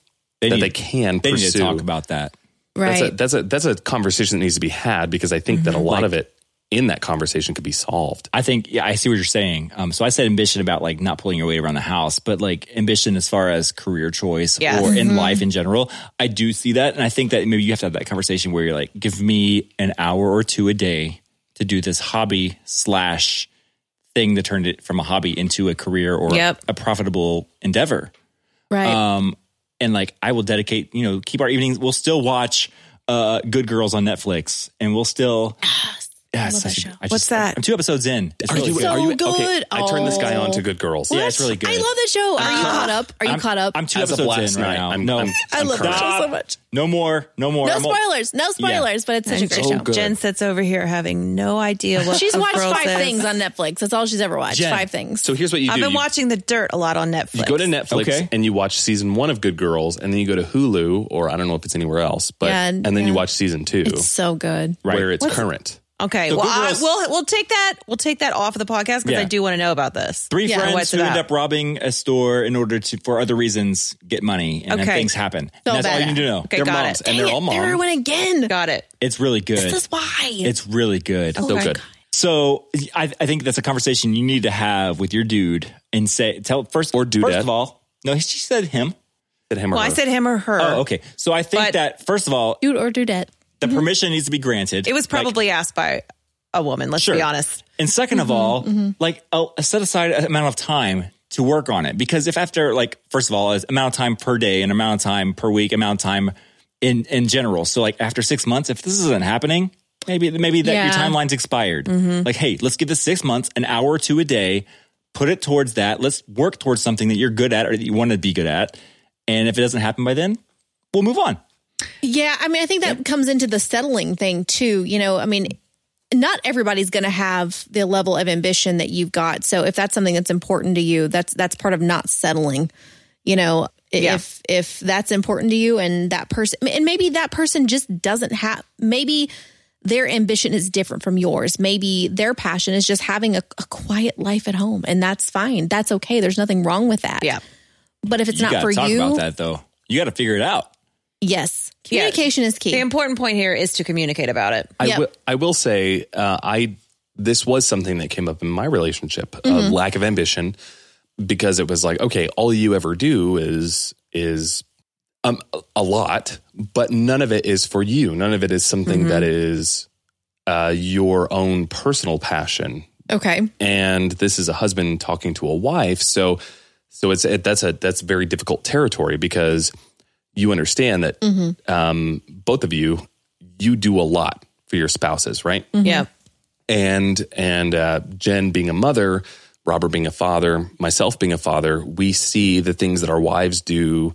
Speaker 3: They
Speaker 5: that
Speaker 3: need-
Speaker 5: they can
Speaker 3: They
Speaker 5: pursue.
Speaker 3: need to talk about that.
Speaker 5: that's, a,
Speaker 4: right.
Speaker 5: that's a that's a conversation that needs to be had because I think that a lot of it in that conversation could be solved.
Speaker 3: I think yeah, I see what you're saying. Um, so I said ambition about like not pulling your weight around the house, but like ambition as far as career choice
Speaker 2: Yes.
Speaker 3: or in life in general. I do see that, and I think that maybe you have to have that conversation where you're like, give me an hour or two a day to do this hobby slash thing that turned it from a hobby into a career or
Speaker 2: Yep.
Speaker 3: a profitable endeavor
Speaker 4: right.
Speaker 3: and like I will dedicate, you know, keep our evenings. We'll still watch uh Good Girls on Netflix, and we'll still. Yeah, it's such a- I
Speaker 2: What's that?
Speaker 3: I'm two episodes in. It's really good.
Speaker 4: so
Speaker 5: Okay,
Speaker 4: good.
Speaker 5: I turned this guy on to Good Girls.
Speaker 3: Yeah, it's really good.
Speaker 4: I love that show. Are you caught up? Are you
Speaker 3: I'm,
Speaker 4: caught up?
Speaker 3: I'm two
Speaker 5: As of
Speaker 3: episodes
Speaker 5: last
Speaker 3: in right
Speaker 5: night,
Speaker 3: now.
Speaker 5: I'm-
Speaker 3: no,
Speaker 5: I'm-
Speaker 4: I love that show so
Speaker 3: Stop.
Speaker 4: much.
Speaker 3: no more, no more.
Speaker 4: No
Speaker 3: I'm all-
Speaker 4: spoilers. No spoilers, but it's such a great show.
Speaker 5: good.
Speaker 2: Jen sits over here having no idea what
Speaker 4: She's
Speaker 2: a
Speaker 4: watched
Speaker 2: girl's
Speaker 4: five
Speaker 2: is.
Speaker 4: things on Netflix. That's all she's ever watched.
Speaker 3: Jen,
Speaker 4: Five things.
Speaker 5: So here's what you do:
Speaker 2: I've been
Speaker 5: You-
Speaker 2: watching The Dirt a lot on Netflix.
Speaker 5: You go to Netflix
Speaker 3: Okay.
Speaker 5: and you watch season one of Good Girls, and then you go to Hulu, or I don't know if it's anywhere else, but
Speaker 4: Yeah,
Speaker 5: and then
Speaker 4: yeah.
Speaker 5: you watch season two,
Speaker 4: it's so good.
Speaker 5: where it's current.
Speaker 2: Okay,
Speaker 3: So
Speaker 2: well,
Speaker 3: Good
Speaker 2: I,
Speaker 3: Girls-
Speaker 2: we'll we'll take that we'll take that off of the podcast because
Speaker 3: Yeah.
Speaker 2: I do want to know about this.
Speaker 3: Three
Speaker 4: Yeah.
Speaker 3: friends
Speaker 2: What's
Speaker 3: who
Speaker 2: it
Speaker 3: end
Speaker 2: about?
Speaker 3: up robbing a store in order to, for other reasons, get money, and then
Speaker 2: Okay.
Speaker 3: things happen.
Speaker 4: So
Speaker 3: and that's all you
Speaker 4: badass.
Speaker 3: need to know.
Speaker 2: Okay,
Speaker 5: They're
Speaker 2: got
Speaker 5: moms,
Speaker 2: it.
Speaker 4: Dang
Speaker 5: and they're
Speaker 4: it,
Speaker 5: all moms.
Speaker 4: There it went again.
Speaker 2: Got it.
Speaker 3: It's really good.
Speaker 4: This is why.
Speaker 3: It's really good.
Speaker 5: so good.
Speaker 3: So I, I think that's a conversation you need to have with your dude and say tell first
Speaker 5: Or dudette.
Speaker 3: First of all, no, she said him.
Speaker 5: Said him or
Speaker 2: Well, I
Speaker 5: her.
Speaker 2: said him or her.
Speaker 3: Oh, okay. So I think
Speaker 2: But-
Speaker 3: that first of all,
Speaker 4: Dude or dudette.
Speaker 3: the permission needs to be granted.
Speaker 2: It was probably asked by a woman. Let's be honest.
Speaker 3: And 2nd
Speaker 4: Mm-hmm.
Speaker 3: of all, like a, a set aside amount of time to work on it because if after like first of all, is amount of time per day and amount of time per week, amount of time in in general. So like after six months, if this isn't happening. Maybe maybe that your
Speaker 4: Yeah. Mm-hmm.
Speaker 3: timeline's expired. Like, hey, let's give this six months, an hour or two a day, put it towards that. Let's work towards something that you're good at or that you want to be good at. And if it doesn't happen by then, we'll move on.
Speaker 4: Yeah, I mean, I think that comes into the settling thing too. You know, I mean, not everybody's going to have the level of ambition that you've got. So if that's something that's important to you, that's that's part of not settling. You know, i-
Speaker 2: Yeah.
Speaker 4: if if that's important to you and that person and maybe that person just doesn't have maybe their ambition is different from yours. Maybe their passion is just having a, a quiet life at home and that's fine. That's okay. There's nothing wrong with that.
Speaker 2: Yeah.
Speaker 4: But if it's
Speaker 3: you
Speaker 4: not
Speaker 3: gotta
Speaker 4: for
Speaker 3: talk
Speaker 4: you,
Speaker 3: about that though. You gotta figure it out.
Speaker 4: yes.
Speaker 2: Yeah.
Speaker 4: Communication is key.
Speaker 2: The important point here is to communicate about it.
Speaker 5: I
Speaker 4: Yep.
Speaker 5: will, I will say, uh, I this was something that came up in my relationship of lack of ambition because it was like, okay, all you ever do is is um, a lot, but none of it is for you. None of it is something that is uh, your own personal passion.
Speaker 4: okay.
Speaker 5: And this is a husband talking to a wife, so so it's it, that's a that's very difficult territory because you understand that um, both of you you do a lot for your spouses, right?
Speaker 4: Mm-hmm.
Speaker 2: Yeah.
Speaker 5: and and uh, Jen being a mother, Robert being a father, myself being a father, we see the things that our wives do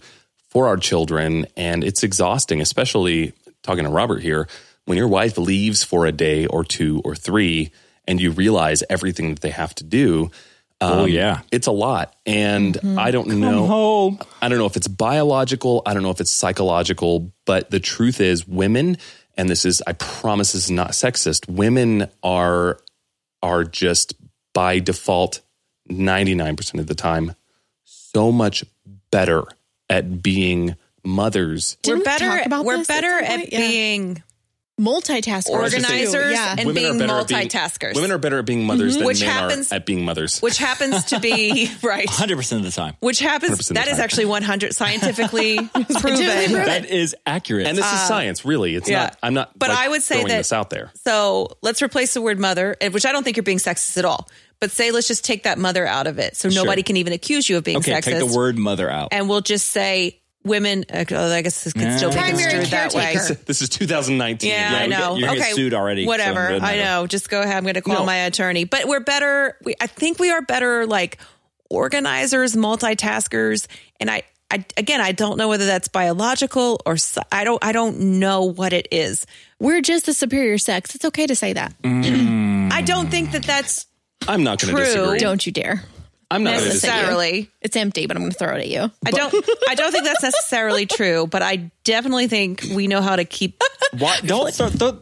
Speaker 5: for our children, and it's exhausting. Especially talking to Robert here, when your wife leaves for a day or two or three, and you realize everything that they have to do. um,
Speaker 3: Oh, yeah.
Speaker 5: it's a lot, and I don't know.
Speaker 3: home.
Speaker 5: I don't know if it's biological, I don't know if it's psychological, but the truth is women and this is I promise this is not sexist, women are are just by default 99% of the time so much better at being mothers
Speaker 2: we're
Speaker 4: Didn't we
Speaker 2: better.
Speaker 4: talk about
Speaker 2: we're
Speaker 4: this
Speaker 2: better
Speaker 4: some
Speaker 2: at
Speaker 4: point? Yeah.
Speaker 2: being
Speaker 4: multitaskers, too.
Speaker 2: Organizers
Speaker 4: Yeah.
Speaker 2: and- being
Speaker 5: better at
Speaker 2: multitaskers. Mm-hmm.
Speaker 5: women are better at being mothers than
Speaker 2: Which
Speaker 5: men
Speaker 2: happens-
Speaker 5: are at being mothers.
Speaker 2: which happens to be right.
Speaker 3: 100% of the time.
Speaker 2: Which happens
Speaker 5: 100% of
Speaker 2: that
Speaker 5: the
Speaker 2: is
Speaker 5: time.
Speaker 2: actually 100 scientifically proven.
Speaker 3: That is accurate.
Speaker 5: and this is science, really. It's
Speaker 2: uh, yeah.
Speaker 5: not. I'm not.
Speaker 2: But
Speaker 5: like,
Speaker 2: I would say
Speaker 5: throwing
Speaker 2: that-
Speaker 5: this out there.
Speaker 2: So let's replace the word mother, and- which I don't think you're being sexist at all. But say let's just take that mother out of it, so nobody can even accuse you of being
Speaker 3: okay,
Speaker 2: sexist.
Speaker 3: take the word mother out.
Speaker 2: and we'll just say women. uh, oh, I guess this can still be
Speaker 4: Primary
Speaker 2: construed that way.
Speaker 4: caretaker.
Speaker 5: This is 2019.
Speaker 2: Yeah, I
Speaker 3: we get-
Speaker 2: know.
Speaker 3: you're gonna
Speaker 2: okay,
Speaker 3: get sued already, so
Speaker 2: Whatever.
Speaker 3: it doesn't
Speaker 2: I
Speaker 3: matter.
Speaker 2: know. Just go ahead. I'm going to call
Speaker 5: No.
Speaker 2: my attorney. But we're better. We, I think we are better, like organizers, multitaskers, and I. I, again, I don't know whether that's biological or sci- I don't. I don't know what it is.
Speaker 4: We're just the superior sex. It's okay to say that.
Speaker 2: I don't think that that's
Speaker 5: I'm not going to
Speaker 2: True.
Speaker 5: disagree.
Speaker 4: Don't you dare.
Speaker 5: I'm not going to disagree.
Speaker 2: necessarily.
Speaker 4: It's empty, but I'm going to throw it at you.
Speaker 2: I don't. I don't think that's necessarily true. But I definitely think we know how to keep.
Speaker 3: Why, don't start. Don't,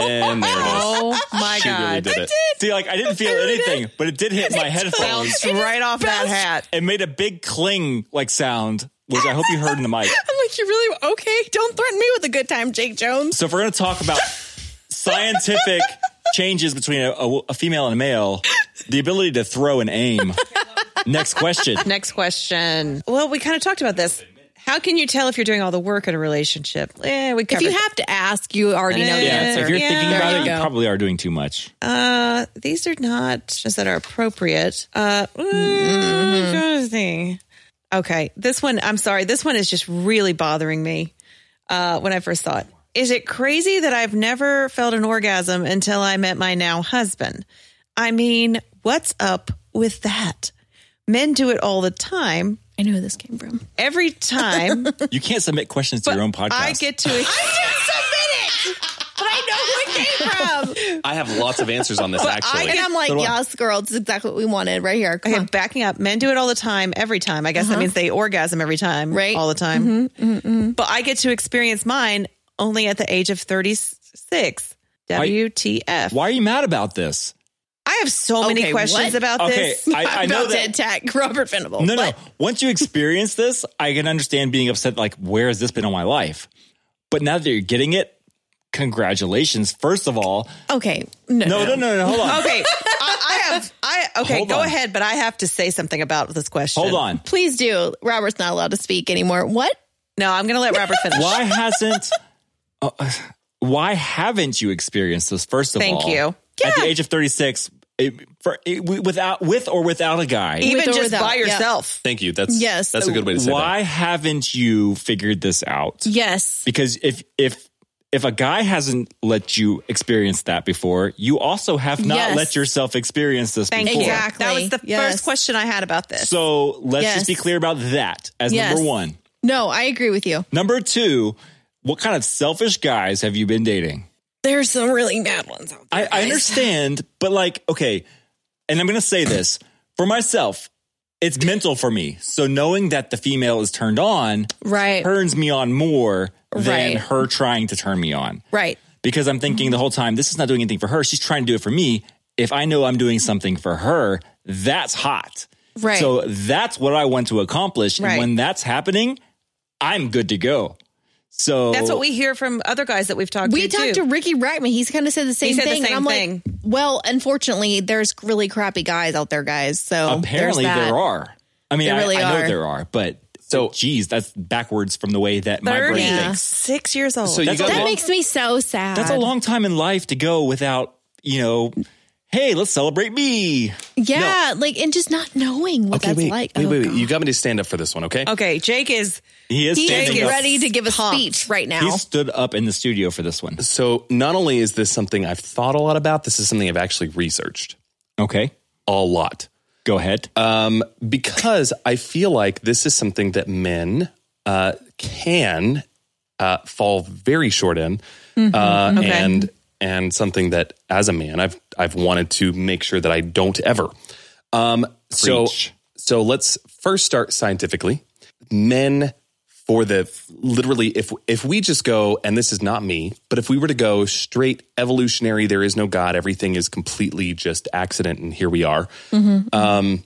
Speaker 5: And there it is.
Speaker 2: Oh my
Speaker 5: She
Speaker 2: god!
Speaker 5: really did it.
Speaker 3: see, like, I didn't feel anything, but it did hit my headphones.
Speaker 2: Bounced right off that hat.
Speaker 3: It made a big cling like sound, which I hope you heard in the mic.
Speaker 4: I'm like, you really okay? Don't threaten me with a good time, Jake Jones.
Speaker 3: So if we're going to talk about scientific changes between a, a- a female and a male, the ability to throw and aim. Next question.
Speaker 2: Next question. Well, we kind of talked about this. How can you tell if you're doing all the work in a relationship? Eh, we
Speaker 4: If
Speaker 2: covered.
Speaker 4: you have to ask, you already know the
Speaker 2: Yeah,
Speaker 3: Yeah,
Speaker 4: answer.
Speaker 3: if you're
Speaker 2: Yeah.
Speaker 3: thinking
Speaker 2: There
Speaker 3: about
Speaker 2: you
Speaker 3: it, you
Speaker 4: go.
Speaker 3: probably are doing too much.
Speaker 2: uh, these are not just that are appropriate. Uh,
Speaker 3: Mm-hmm.
Speaker 2: mm, trying to think. Okay, this one. I'm sorry. This one is just really bothering me. Uh, when I first saw it, is it crazy that I've never felt an orgasm until I met my now husband? I mean, what's up with that? Men do it all the time.
Speaker 4: I know where this came from.
Speaker 2: Every time
Speaker 3: You can't submit questions to your own podcast.
Speaker 2: I get to. I didn't submit it, but I know who it came from.
Speaker 5: I have lots of answers on this. actually,
Speaker 4: And I'm like, yes, girl, this is exactly what we wanted right here. Come
Speaker 2: Okay,
Speaker 4: on. Uh-huh.
Speaker 2: backing up. Men do it all the time, every time. I guess that means they orgasm every time,
Speaker 4: Right. Mm-hmm.
Speaker 2: All the time. But I get to experience mine only at the age of 36. WTF.
Speaker 3: Why are you mad about this?
Speaker 2: I have so many
Speaker 4: Okay, what?
Speaker 2: questions about
Speaker 3: Okay,
Speaker 2: this.
Speaker 3: I, I know
Speaker 4: About
Speaker 3: that
Speaker 4: to attack Robert Venable.
Speaker 3: No,
Speaker 4: What?
Speaker 3: no. Once you experience this, I can understand being upset. Like, where has this been all my life? But now that you're getting it, congratulations. First of all,
Speaker 4: Okay. No.
Speaker 3: no, no, no, no. Hold on,
Speaker 2: Okay, I, I have. I okay.
Speaker 3: Hold
Speaker 2: go
Speaker 3: on.
Speaker 2: ahead, but I have to say something about this question.
Speaker 3: hold on.
Speaker 4: Please do. Robert's not allowed to speak anymore. What?
Speaker 2: No, I'm going to let Robert finish.
Speaker 3: Why hasn't? uh, uh, why haven't you experienced this? First of
Speaker 2: Thank
Speaker 3: all,
Speaker 2: you.
Speaker 3: At the age of thirty six, for it, without with or without a guy,
Speaker 2: Even
Speaker 4: With or
Speaker 2: just
Speaker 4: without,
Speaker 2: by
Speaker 4: yeah.
Speaker 2: yourself.
Speaker 5: Thank you. That's
Speaker 4: Yes.
Speaker 5: That's a good way to say
Speaker 3: why haven't you figured this out?
Speaker 4: Yes.
Speaker 3: because if if if a guy hasn't let you experience that before, you also have not
Speaker 4: Yes.
Speaker 3: let yourself experience this
Speaker 2: Thank
Speaker 3: before.
Speaker 2: you. That was the
Speaker 4: Yes.
Speaker 2: first question I had about this.
Speaker 3: So let's
Speaker 4: Yes.
Speaker 3: just be clear about that as
Speaker 4: Yes.
Speaker 3: number one.
Speaker 4: No, I agree with you.
Speaker 3: Number two, what kind of selfish guys have you been dating?
Speaker 4: There's some really mad ones out
Speaker 3: I, I understand, but like, okay, and I'm gonna say this for myself. It's mental for me. So knowing that the female is turned on
Speaker 4: Right.
Speaker 3: turns me on more than
Speaker 4: Right.
Speaker 3: her trying to turn me on.
Speaker 4: Right.
Speaker 3: because I'm thinking the whole time, this is not doing anything for her. She's trying to do it for me. If I know I'm doing something for her, that's hot.
Speaker 4: Right.
Speaker 3: So that's what I want to accomplish.
Speaker 2: Right.
Speaker 3: And when that's happening, I'm good to go. So
Speaker 2: That's what we hear from other guys that we've talked
Speaker 4: We
Speaker 2: to.
Speaker 4: talked to
Speaker 2: too.
Speaker 4: Ricky Reitman. He's kind of said the same
Speaker 2: said the
Speaker 4: thing.
Speaker 2: same
Speaker 4: and I'm
Speaker 2: thing.
Speaker 4: like, well, unfortunately, there's really crappy guys out there, guys. So
Speaker 3: apparently
Speaker 4: there's that.
Speaker 3: there are. I mean,
Speaker 4: There
Speaker 3: I,
Speaker 4: really
Speaker 3: I know
Speaker 4: are.
Speaker 3: there are, but so
Speaker 5: So-
Speaker 3: geez, that's backwards from the way that my brain thinks.
Speaker 2: 36 years old.
Speaker 5: So you
Speaker 3: That's a
Speaker 5: got
Speaker 4: That
Speaker 3: long-
Speaker 4: makes me so sad.
Speaker 3: That's a long time in life to go without, you know, hey, let's celebrate me.
Speaker 4: Yeah, like and just not knowing what that's
Speaker 5: wait,
Speaker 4: like.
Speaker 5: wait,
Speaker 4: Oh,
Speaker 5: wait, wait.
Speaker 4: God.
Speaker 5: You got me to stand up for this one, okay?
Speaker 2: okay, Jake is
Speaker 3: He is
Speaker 4: He
Speaker 3: standing
Speaker 4: is
Speaker 2: Jake
Speaker 3: up.
Speaker 4: ready to give a speech right now.
Speaker 3: He stood up in the studio for this one.
Speaker 5: So, not only is this something I've thought a lot about, this is something I've actually researched
Speaker 3: Okay.
Speaker 5: a lot
Speaker 3: Go ahead.
Speaker 5: um, because I feel like this is something that men uh, can uh, fall very short in, uh, and and something that as a man I've I've wanted to make sure that I don't ever. Um, so
Speaker 3: Preach.
Speaker 5: so let's first start scientifically. Men for the literally if if we just go and this is not me but if we were to go straight evolutionary there is no god everything is completely just accident and here we are um,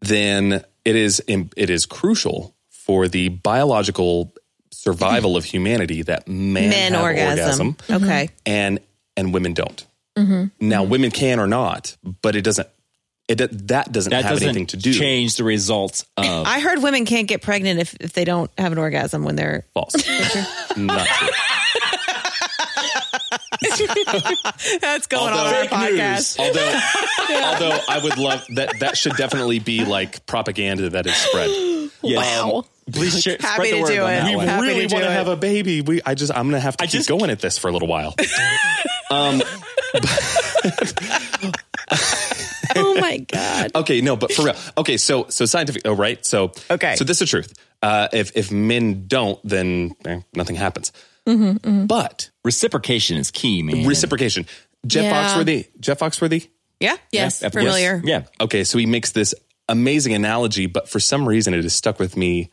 Speaker 5: then it is im- it is crucial for the biological survival of humanity that men,
Speaker 2: Men
Speaker 5: have
Speaker 2: orgasm.
Speaker 5: orgasm
Speaker 4: Mm-hmm.
Speaker 2: Okay.
Speaker 5: and and women don't.
Speaker 2: Mm-hmm.
Speaker 5: Now women can or not, but it doesn't. It do- that doesn't
Speaker 3: That
Speaker 5: have
Speaker 3: doesn't
Speaker 5: anything to do.
Speaker 3: change the results uh, of
Speaker 2: I heard women can't get pregnant if, if they don't have an orgasm when they're.
Speaker 5: False. Not true.
Speaker 2: That's going
Speaker 5: Although, although I would love that. That should definitely be like propaganda that is spread.
Speaker 3: yes.
Speaker 5: Wow.
Speaker 3: Please share,
Speaker 2: Happy
Speaker 3: spread the
Speaker 2: to
Speaker 3: word
Speaker 2: do
Speaker 3: on
Speaker 2: it.
Speaker 3: that
Speaker 5: We
Speaker 2: We
Speaker 3: one.
Speaker 2: Happy
Speaker 5: really
Speaker 2: to do
Speaker 5: want to
Speaker 2: it.
Speaker 5: have a baby. We. I just. I'm gonna have to keep
Speaker 3: just-
Speaker 5: going at this for a little while.
Speaker 4: Oh my god.
Speaker 5: Okay, no, but for real. Okay, so so scientific. Oh, right. So
Speaker 2: Okay.
Speaker 5: So this is truth. Uh, if if men don't, then eh, nothing happens. But
Speaker 3: Reciprocation is key, mm-hmm. man.
Speaker 5: reciprocation. Jeff
Speaker 4: Yeah.
Speaker 5: Foxworthy. Jeff Foxworthy.
Speaker 2: Yeah.
Speaker 4: Yes.
Speaker 3: Yep.
Speaker 2: Familiar.
Speaker 3: Yes. Yeah.
Speaker 5: Okay, so he makes this amazing analogy, but for some reason it has stuck with me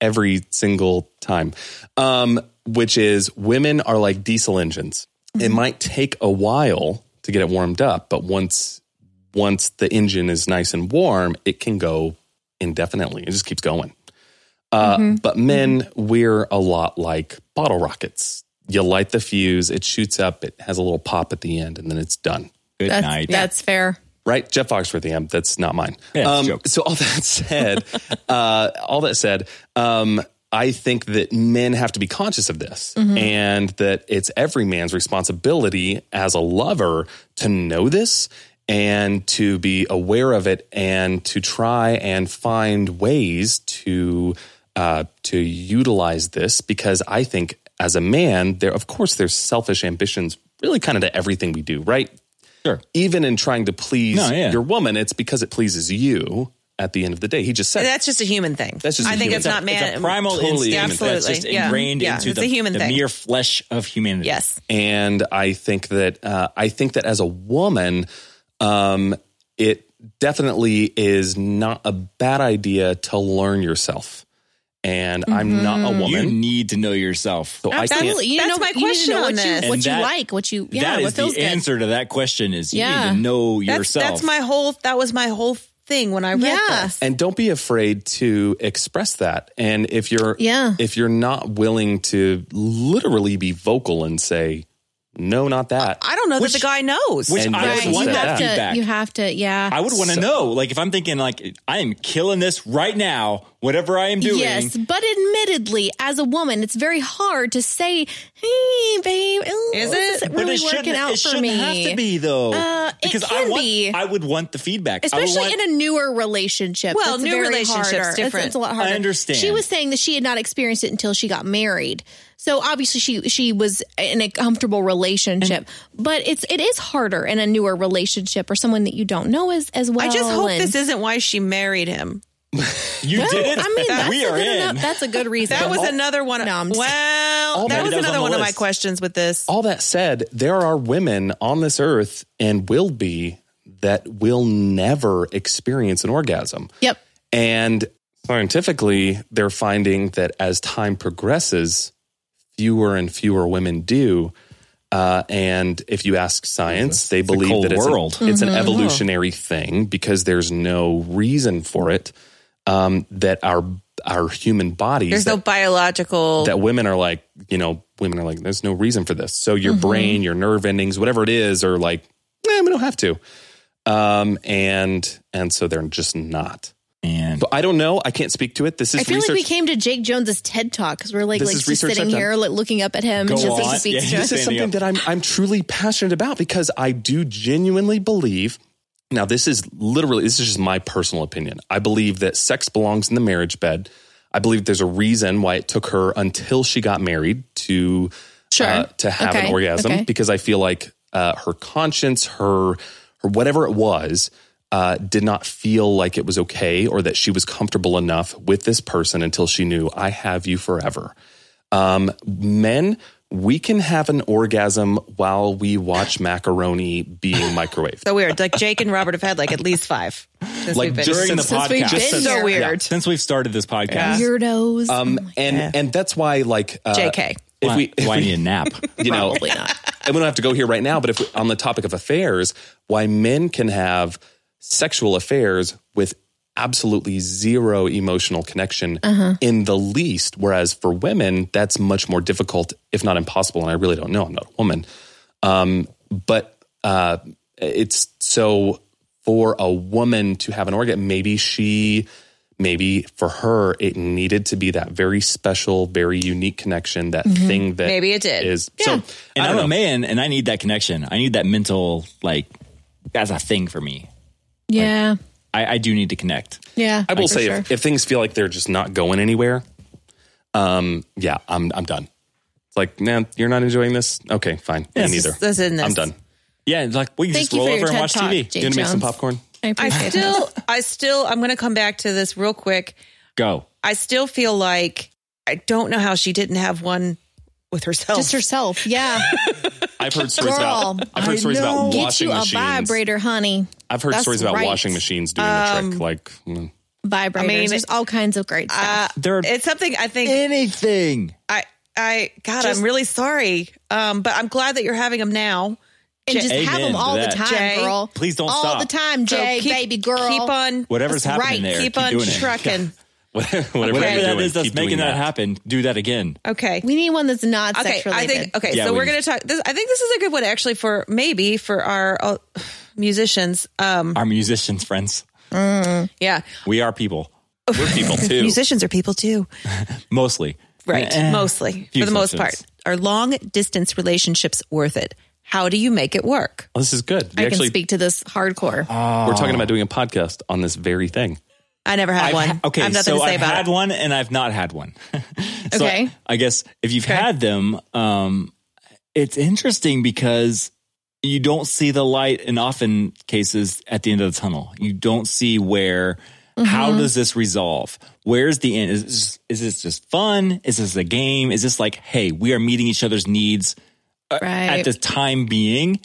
Speaker 5: every single time, um, which is women are like diesel engines. It might take a while to get it warmed up, but once once the engine is nice and warm, it can go indefinitely. It just keeps going. Uh, But men, we're a lot like bottle rockets. You light the fuse, it shoots up, it has a little pop at the end, and then it's done
Speaker 3: Good
Speaker 4: That's,
Speaker 3: night.
Speaker 4: that's fair.
Speaker 5: right? Jeff Foxworthy. Um, that's not mine.
Speaker 3: Yeah, it's a
Speaker 5: um,
Speaker 3: joke.
Speaker 5: so all that said, uh, all that said, um, I think that men have to be conscious of this,
Speaker 3: Mm-hmm.
Speaker 5: and that it's every man's responsibility as a lover to know this and to be aware of it, and to try and find ways to uh, to utilize this. Because I think as a man, there of course there's selfish ambitions, really kind of to everything we do, right?
Speaker 3: Sure.
Speaker 5: even in trying to please
Speaker 3: No, yeah.
Speaker 5: your woman, it's because it pleases you at the end of the day. He just said,
Speaker 2: That's just a human thing.
Speaker 5: That's just
Speaker 2: I
Speaker 5: a
Speaker 2: think
Speaker 5: human
Speaker 2: it's
Speaker 5: thing.
Speaker 2: not man.
Speaker 3: It's a primal
Speaker 5: Totally
Speaker 3: instinct
Speaker 2: Absolutely.
Speaker 3: that's just
Speaker 2: yeah.
Speaker 3: ingrained
Speaker 2: yeah.
Speaker 3: into
Speaker 2: it's
Speaker 3: the,
Speaker 2: a human
Speaker 3: the
Speaker 2: thing.
Speaker 3: mere flesh of humanity.
Speaker 2: yes.
Speaker 5: and I think that uh, I think that as a woman, um, it definitely is not a bad idea to learn yourself. And I'm not a
Speaker 3: You
Speaker 5: woman,
Speaker 3: need to know yourself.
Speaker 5: so I
Speaker 4: Mm-hmm.
Speaker 5: can't.
Speaker 4: Absolutely. You
Speaker 2: That's
Speaker 4: know,
Speaker 2: my
Speaker 4: you need to
Speaker 2: question
Speaker 4: know
Speaker 2: on
Speaker 4: what you,
Speaker 2: this.
Speaker 4: What
Speaker 3: And
Speaker 4: you
Speaker 3: that-
Speaker 4: like, what you yeah,
Speaker 3: that
Speaker 4: what
Speaker 3: is the
Speaker 4: feels good.
Speaker 3: answer to that question is you
Speaker 4: Yeah.
Speaker 3: need to know
Speaker 2: That's,
Speaker 3: yourself.
Speaker 2: that's my whole. That was my whole thing when I read
Speaker 4: Yeah.
Speaker 2: this.
Speaker 5: and don't be afraid to express that and if you're
Speaker 4: Yeah.
Speaker 5: if you're not willing to literally be vocal and say no not that
Speaker 2: I don't know
Speaker 3: Which-
Speaker 2: that the guy knows.
Speaker 3: which
Speaker 5: And
Speaker 3: I
Speaker 5: Right,
Speaker 3: would want
Speaker 4: you
Speaker 5: that
Speaker 4: have
Speaker 3: feedback.
Speaker 4: to you have to yeah.
Speaker 3: I would want to know. Like if I'm thinking like I am killing this right now, whatever I am doing.
Speaker 4: Yes, but admittedly, as a woman, it's very hard to say, "Hey, babe, ooh,
Speaker 2: Is
Speaker 4: this
Speaker 2: it?
Speaker 4: isn't
Speaker 3: But
Speaker 4: really
Speaker 3: it shouldn't,
Speaker 4: working out
Speaker 3: it
Speaker 4: for
Speaker 3: shouldn't
Speaker 4: me?"
Speaker 3: have to be though.
Speaker 4: Uh, it
Speaker 3: because I
Speaker 4: can
Speaker 3: want,
Speaker 4: be.
Speaker 3: I would want the feedback. I would
Speaker 4: Especially
Speaker 3: want-
Speaker 4: in a newer relationship.
Speaker 2: Well,
Speaker 4: it's
Speaker 2: new
Speaker 4: very
Speaker 2: relationships
Speaker 4: harder. It's-
Speaker 2: different.
Speaker 4: It's, a lot harder.
Speaker 3: I understand.
Speaker 4: She was saying that she had not experienced it until she got married. So obviously she she was in a comfortable relationship, but it's it is harder in a newer relationship or someone that you don't know as as well.
Speaker 2: I just hope
Speaker 4: and- Oh,
Speaker 2: this isn't why she married him.
Speaker 3: you did it.
Speaker 4: I mean, that's
Speaker 3: we
Speaker 4: a
Speaker 3: are
Speaker 4: good
Speaker 3: in.
Speaker 4: enough- that's a good reason.
Speaker 2: That was another one.
Speaker 4: No, I'm just-
Speaker 2: well,
Speaker 5: Maybe
Speaker 2: that was
Speaker 3: that was on
Speaker 2: another
Speaker 3: the
Speaker 2: one of my
Speaker 3: list.
Speaker 2: questions with this.
Speaker 5: all that said, there are women on this earth and will be that will never experience an orgasm.
Speaker 4: Yep.
Speaker 5: And scientifically, they're finding that as time progresses, fewer and fewer women do. Uh, and if you ask science, they believe
Speaker 3: cold
Speaker 5: that it's,
Speaker 3: world.
Speaker 5: An, it's
Speaker 2: Mm-hmm.
Speaker 5: an evolutionary thing because there's no reason for it. Um, that our our human bodies
Speaker 2: There's
Speaker 5: that
Speaker 2: no biological.
Speaker 5: that women are like, you know, women are like, there's no reason for this. So
Speaker 4: Mm-hmm.
Speaker 5: your brain, your nerve endings, whatever it is, are like, eh, we don't have to. Um, and and so they're just not.
Speaker 3: And
Speaker 5: But I don't know. I can't speak to it. This is
Speaker 4: I feel
Speaker 5: research.
Speaker 4: like we came to Jake Jones's TED talk because we're like,
Speaker 5: This
Speaker 4: like
Speaker 5: is
Speaker 4: just
Speaker 5: research
Speaker 4: sitting
Speaker 5: I've done.
Speaker 4: here like looking up at him.
Speaker 3: Go
Speaker 4: and just,
Speaker 3: on.
Speaker 4: Like, speaks
Speaker 3: Yeah.
Speaker 4: to us.
Speaker 5: this is
Speaker 3: Standing
Speaker 5: something
Speaker 3: up.
Speaker 5: that I'm I'm truly passionate about because I do genuinely believe. Now, this is literally this is just my personal opinion. I believe that sex belongs in the marriage bed. I believe there's a reason why it took her until she got married to uh,
Speaker 4: Sure.
Speaker 5: to have
Speaker 4: Okay.
Speaker 5: an orgasm
Speaker 4: Okay.
Speaker 5: because I feel like uh, her conscience, her her whatever it was, uh, did not feel like it was okay or that she was comfortable enough with this person until she knew I have you forever. Um, men, we can have an orgasm while we watch macaroni being microwaved.
Speaker 2: So weird. Like Jake and Robert have had like at least five. Since
Speaker 5: Like
Speaker 2: we've been,
Speaker 5: during the
Speaker 2: since, since we've
Speaker 5: podcast.
Speaker 2: been
Speaker 5: Just
Speaker 2: so
Speaker 5: since-
Speaker 2: weird.
Speaker 3: Since we've started this podcast,
Speaker 4: Weirdos.
Speaker 5: Um, and and that's why like uh,
Speaker 2: JK.
Speaker 5: If we, if
Speaker 3: why
Speaker 5: we
Speaker 3: need a nap?
Speaker 5: you know, and we don't have to go here right now. But if we, on the topic of affairs, why men can have sexual affairs with absolutely zero emotional connection
Speaker 2: Uh-huh.
Speaker 5: in the least, whereas for women that's much more difficult, if not impossible. And I really don't know. I'm not a woman, um, but uh, it's so for a woman to have an orgasm. Maybe she. Maybe for her, it needed to be that very special, very unique connection, that thing that
Speaker 2: Mm-hmm. Maybe it did.
Speaker 5: is so.
Speaker 3: And
Speaker 5: I
Speaker 3: I'm
Speaker 5: don't
Speaker 3: a
Speaker 5: know.
Speaker 3: man, and I need that connection. I need that mental like that's a thing for me.
Speaker 4: yeah.
Speaker 3: I, I do need to connect.
Speaker 4: Yeah.
Speaker 5: I will
Speaker 4: for
Speaker 5: say
Speaker 4: sure.
Speaker 5: if, if things feel like they're just not going anywhere, um, yeah, I'm I'm done. It's like, man, you're not enjoying this. Okay, fine,
Speaker 3: Yes,
Speaker 5: me neither.
Speaker 2: this isn't this.
Speaker 5: I'm done.
Speaker 3: Yeah, it's like we can
Speaker 4: Thank
Speaker 3: just
Speaker 4: you
Speaker 3: roll
Speaker 4: for
Speaker 3: over
Speaker 4: your
Speaker 3: and
Speaker 4: TED
Speaker 3: watch
Speaker 4: talk,
Speaker 3: TV.
Speaker 4: Jake
Speaker 5: You gonna make some
Speaker 4: Jones.
Speaker 5: popcorn?
Speaker 4: I
Speaker 2: I
Speaker 4: appreciate that.
Speaker 2: still, I still, I'm going to come back to this real quick.
Speaker 3: Go.
Speaker 2: I still feel like I don't know how she didn't have one with herself.
Speaker 4: Just herself. Yeah.
Speaker 5: I've heard stories
Speaker 4: Girl,
Speaker 5: about I've heard stories about
Speaker 4: Get
Speaker 5: washing
Speaker 4: you a
Speaker 5: machines.
Speaker 4: vibrator, honey.
Speaker 5: I've heard
Speaker 4: That's
Speaker 5: stories about
Speaker 4: right. Um,
Speaker 5: washing machines doing the trick. Like, mm.
Speaker 4: Vibrators.
Speaker 2: I mean,
Speaker 4: There's all kinds of great stuff.
Speaker 3: There are
Speaker 2: it's something I think
Speaker 3: anything.
Speaker 2: I, I, God, I'm really sorry. Um, but I'm glad that you're having them now.
Speaker 4: and just have
Speaker 3: Amen
Speaker 4: them
Speaker 3: to
Speaker 4: all the
Speaker 3: that.
Speaker 4: time,
Speaker 2: Jay,
Speaker 4: girl.
Speaker 3: please don't
Speaker 4: all
Speaker 3: stop.
Speaker 4: the time,
Speaker 2: So
Speaker 4: Jay,
Speaker 2: keep-
Speaker 4: baby girl.
Speaker 2: Keep on.
Speaker 3: Whatever's
Speaker 4: That's
Speaker 3: happening
Speaker 4: right.
Speaker 3: there.
Speaker 2: Keep on
Speaker 3: doing it.
Speaker 2: trucking.
Speaker 5: whatever, whatever
Speaker 3: Whatever
Speaker 5: you're
Speaker 3: that
Speaker 5: doing,
Speaker 3: is that's
Speaker 5: keep doing
Speaker 3: making that happen, do that again.
Speaker 2: Okay.
Speaker 4: We need one that's not
Speaker 2: okay.
Speaker 4: sex
Speaker 2: I
Speaker 4: related.
Speaker 2: think, okay.
Speaker 3: Yeah,
Speaker 2: so
Speaker 3: we-
Speaker 2: we're going to talk. This, I think this is a good one actually for maybe for our uh, musicians. Um,
Speaker 3: Our musicians friends.
Speaker 2: yeah.
Speaker 3: We are people.
Speaker 5: We're people too.
Speaker 2: Musicians are people too.
Speaker 3: Mostly.
Speaker 2: Right.
Speaker 3: Eh,
Speaker 2: Mostly.
Speaker 3: few
Speaker 2: For the most part.
Speaker 3: exceptions.
Speaker 2: Are long distance relationships worth it? How do you make it work?
Speaker 5: Well, this is good. We
Speaker 4: I
Speaker 5: actually
Speaker 4: can
Speaker 5: Uh,
Speaker 4: speak to this hardcore.
Speaker 5: we're talking about doing a podcast on this very thing.
Speaker 2: I never had
Speaker 3: I've
Speaker 2: one.
Speaker 3: ha- okay,
Speaker 2: I have nothing
Speaker 3: so
Speaker 2: to say
Speaker 3: I've
Speaker 2: about
Speaker 3: had
Speaker 2: it.
Speaker 3: one and I've not had one. So
Speaker 4: Okay.
Speaker 3: I, I guess if you've had them, um, it's interesting because you don't see the light in often cases at the end of the tunnel. You don't see where. How
Speaker 2: Mm-hmm.
Speaker 3: does this resolve? Where's the end? Is this, is this just fun? Is this a game? Is this like, hey, we are meeting each other's needs
Speaker 4: right.
Speaker 3: at the time being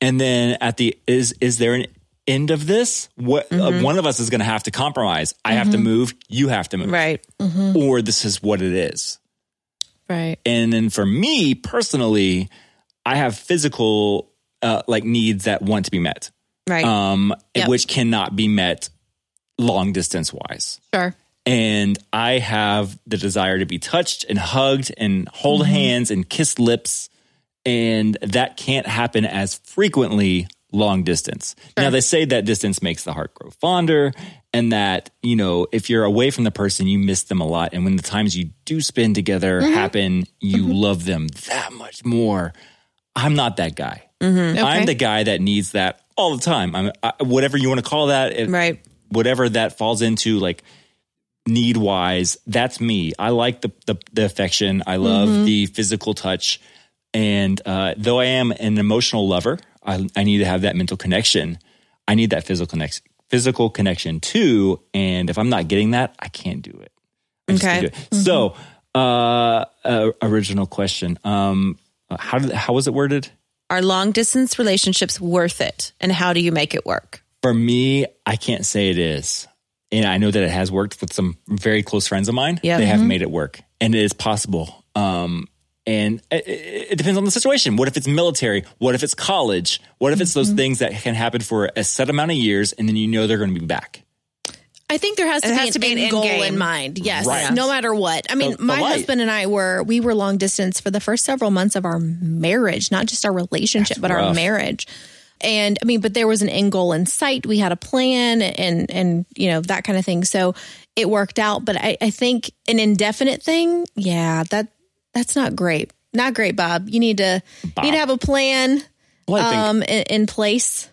Speaker 3: and then at the is is there an end of this what
Speaker 2: Mm-hmm.
Speaker 3: uh, one of us is going to have to compromise i have to move you have to move
Speaker 2: Right.
Speaker 3: or this is what it is
Speaker 4: right.
Speaker 3: and then for me personally i have physical uh, like needs that want to be met
Speaker 2: Right.
Speaker 3: um
Speaker 2: Yep.
Speaker 3: which cannot be met long distance wise
Speaker 4: Sure.
Speaker 3: and I have the desire to be touched and hugged and hold hands and kiss lips. And that can't happen as frequently long distance. Now, they say that distance makes the heart grow fonder, and that, you know, if you're away from the person, you miss them a lot. And when the times you do spend together happen, you love them that much more. I'm not that guy. I'm the guy that needs that all the time. I'm I, whatever you want to call that, it-
Speaker 2: Right.
Speaker 3: Whatever that falls into, like need wise, that's me. I like the the, the affection. I love the physical touch, and uh, though I am an emotional lover, I, I need to have that mental connection. I need that physical connection, physical connection too. And if I'm not getting that, I can't do it. I just
Speaker 2: Okay.
Speaker 3: can't do it. So, uh, uh, original question. Um, how did how was it worded?
Speaker 2: Are long distance relationships worth it? And how do you make it work?
Speaker 3: For me, I can't say it is. And I know that it has worked with some very close friends of mine.
Speaker 2: Yeah.
Speaker 3: They have made it work and it is possible. Um, and it, it it depends on the situation. What if it's military? What if it's college? What if it's those things that can happen for a set amount of years and then you know they're going to be back?
Speaker 4: I think there has to,
Speaker 2: It
Speaker 4: be,
Speaker 2: has
Speaker 4: an
Speaker 2: to be an
Speaker 4: end
Speaker 2: end
Speaker 4: goal
Speaker 2: game.
Speaker 4: in mind. Yes,
Speaker 3: Right.
Speaker 4: no matter what. I mean,
Speaker 3: The- the
Speaker 4: my
Speaker 3: light.
Speaker 4: husband and I were we were long distance for the first several months of our marriage, not just our relationship, but our
Speaker 3: rough.
Speaker 4: marriage. And I mean, but there was an end goal in sight. We had a plan, and and you know that kind of thing. So it worked out. But I, I think an indefinite thing, yeah that that's not great. Not great, Bob. You need to
Speaker 3: Bob.
Speaker 4: you need to have a plan
Speaker 5: Well, I think
Speaker 4: um in, in place.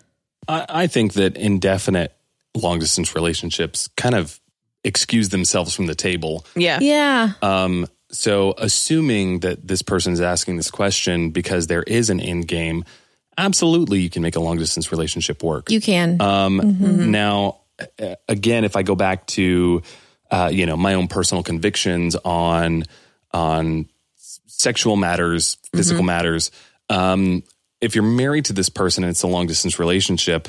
Speaker 5: I, I think that indefinite long distance relationships kind of excuse themselves from the table.
Speaker 2: Yeah.
Speaker 4: Yeah,
Speaker 5: Um, so, assuming that this person is asking this question because there is an end game, absolutely you can make a long distance relationship work.
Speaker 4: you can.
Speaker 5: Um, Now, a- again, if I go back to uh, you know my own personal convictions on on s- sexual matters, physical matters. Um, if you're married to this person and it's a long distance relationship,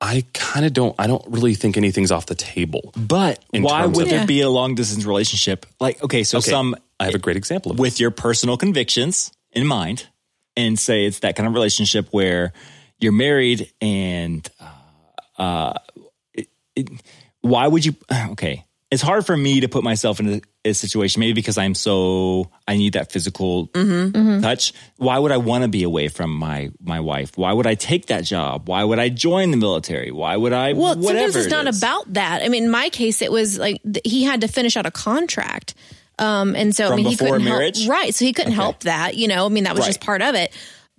Speaker 5: I kind of don't. I don't really think anything's off the table.
Speaker 3: But
Speaker 5: In
Speaker 3: why
Speaker 5: terms
Speaker 3: would
Speaker 5: of-
Speaker 3: there be a long distance relationship? Like, okay, so
Speaker 5: Okay,
Speaker 3: some
Speaker 5: I have a great example of
Speaker 3: with your personal convictions in mind, and say it's that kind of relationship where you're married, and uh, uh, it, it, why would you? Okay, it's hard for me to put myself in a, a situation, maybe because I'm so I need that physical
Speaker 4: Mm-hmm.
Speaker 3: touch. Why would I want to be away from my my wife? Why would I take that job? Why would I join the military? Why would I?
Speaker 4: Well,
Speaker 3: whatever
Speaker 4: sometimes it's
Speaker 3: it
Speaker 4: not
Speaker 3: is.
Speaker 4: about that. I mean, in my case, it was like th- he had to finish out a contract. Um, and so, I
Speaker 3: From
Speaker 4: mean, he
Speaker 3: before
Speaker 4: couldn't
Speaker 3: marriage?
Speaker 4: help. Right. So he couldn't help that, you know, I mean, that was just
Speaker 3: Right.
Speaker 4: part of it.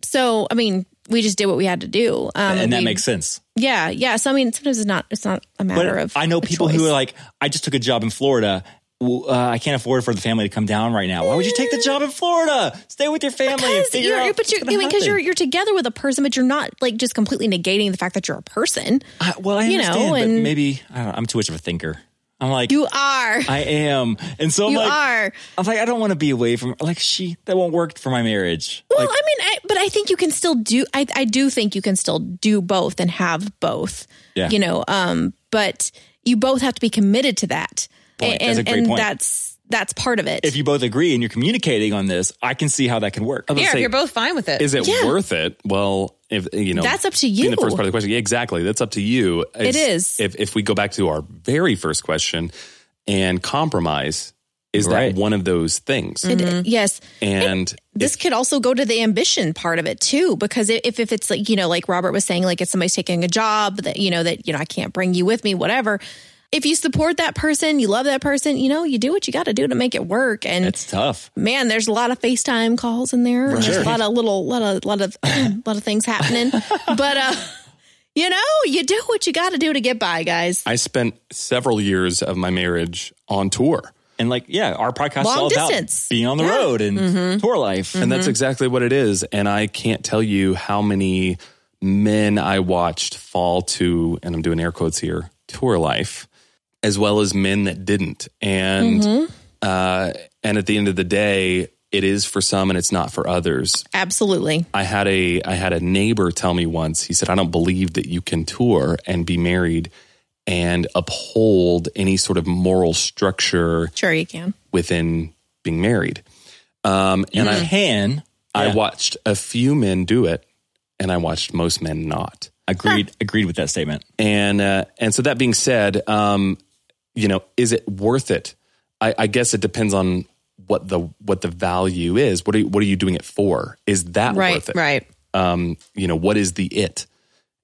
Speaker 4: So, I mean, we just did what we had to do. Um,
Speaker 3: and that
Speaker 4: we-
Speaker 3: makes sense.
Speaker 4: Yeah. Yeah. So, I mean, sometimes it's not, it's not a matter
Speaker 3: But
Speaker 4: of.
Speaker 3: I know
Speaker 4: a
Speaker 3: people who
Speaker 4: choice.
Speaker 3: are like, I just took a job in Florida. Well, Uh, I can't afford for the family to come down right now. Why would you take the job in Florida? Stay with your family and
Speaker 4: Because
Speaker 3: figure
Speaker 4: you're,
Speaker 3: out.
Speaker 4: but
Speaker 3: what's
Speaker 4: you're,
Speaker 3: gonna
Speaker 4: I mean, because you're,
Speaker 3: happen.
Speaker 4: you're together with a person, but you're not like just completely negating the fact that you're a person.
Speaker 3: I, well, I
Speaker 4: you know,
Speaker 3: understand, but
Speaker 4: and-
Speaker 3: maybe I don't know, I'm too much of a thinker. I'm like,
Speaker 4: You are.
Speaker 3: I am, and so I'm
Speaker 4: You
Speaker 3: like,
Speaker 4: are.
Speaker 3: I'm like, I don't want to be away from like she. That won't work for my marriage.
Speaker 4: Well, I mean, I, but I think you can still do. I, I do think you can still do both and have both.
Speaker 3: Yeah.
Speaker 4: You know, um, but you both have to be committed to that,
Speaker 3: Point.
Speaker 4: and
Speaker 3: That's a great
Speaker 4: and
Speaker 3: point.
Speaker 4: that's that's part of it.
Speaker 3: If you both agree and you're communicating on this, I can see how that can work.
Speaker 5: Let's
Speaker 2: Yeah, if
Speaker 5: say-
Speaker 2: you're both fine with it.
Speaker 5: Is it worth it? Well, if you know,
Speaker 4: That's up to
Speaker 5: being
Speaker 4: you.
Speaker 5: the first part of the question, Yeah, exactly. That's up to you. It's-
Speaker 4: is.
Speaker 5: If if we go back to our very first question and compromise, is
Speaker 3: Right.
Speaker 5: that one of those things?
Speaker 4: It- Mm-hmm. yes,
Speaker 5: And
Speaker 4: this could also go to the ambition part of it too, because i- if if it's like you know, like Robert was saying, like if somebody's taking a job that you know that you know I can't bring you with me, whatever. If you support that person, you love that person, you know, you do what you got to do to make it work, and
Speaker 3: It's tough.
Speaker 4: man, there's a lot of FaceTime calls in there. and There's a lot of little, lot of, lot of, lot of things happening. but uh, you know, you do what you got to do to get by, guys.
Speaker 5: I spent several years of my marriage on tour.
Speaker 3: And like, yeah, our podcast is
Speaker 4: Long
Speaker 3: all
Speaker 4: distance.
Speaker 3: about being on the
Speaker 4: Yeah. Mm-hmm.
Speaker 3: road and tour life.
Speaker 5: And that's exactly what it is. And I can't tell you how many men I watched fall to, and I'm doing air quotes here, tour life, as well as men that didn't. And uh, and at the end of the day, it is for some and it's not for others.
Speaker 4: Absolutely.
Speaker 5: I had a I had a neighbor tell me once. He said, "I don't believe that you can tour and be married and uphold any sort of moral structure
Speaker 4: Sure, you can.
Speaker 5: within being married." Um,
Speaker 4: Mm-hmm.
Speaker 5: and I
Speaker 3: Can
Speaker 5: I
Speaker 3: Yeah.
Speaker 5: watched a few men do it, and I watched most men not.
Speaker 3: agreed agreed with that statement.
Speaker 5: And uh, and so that being said, um, you know, is it worth it? I, I guess it depends on what the what the value is. What are you, what are you doing it for? Is that
Speaker 4: Right,
Speaker 5: worth it?
Speaker 2: right.
Speaker 5: Um, you know, what is the it?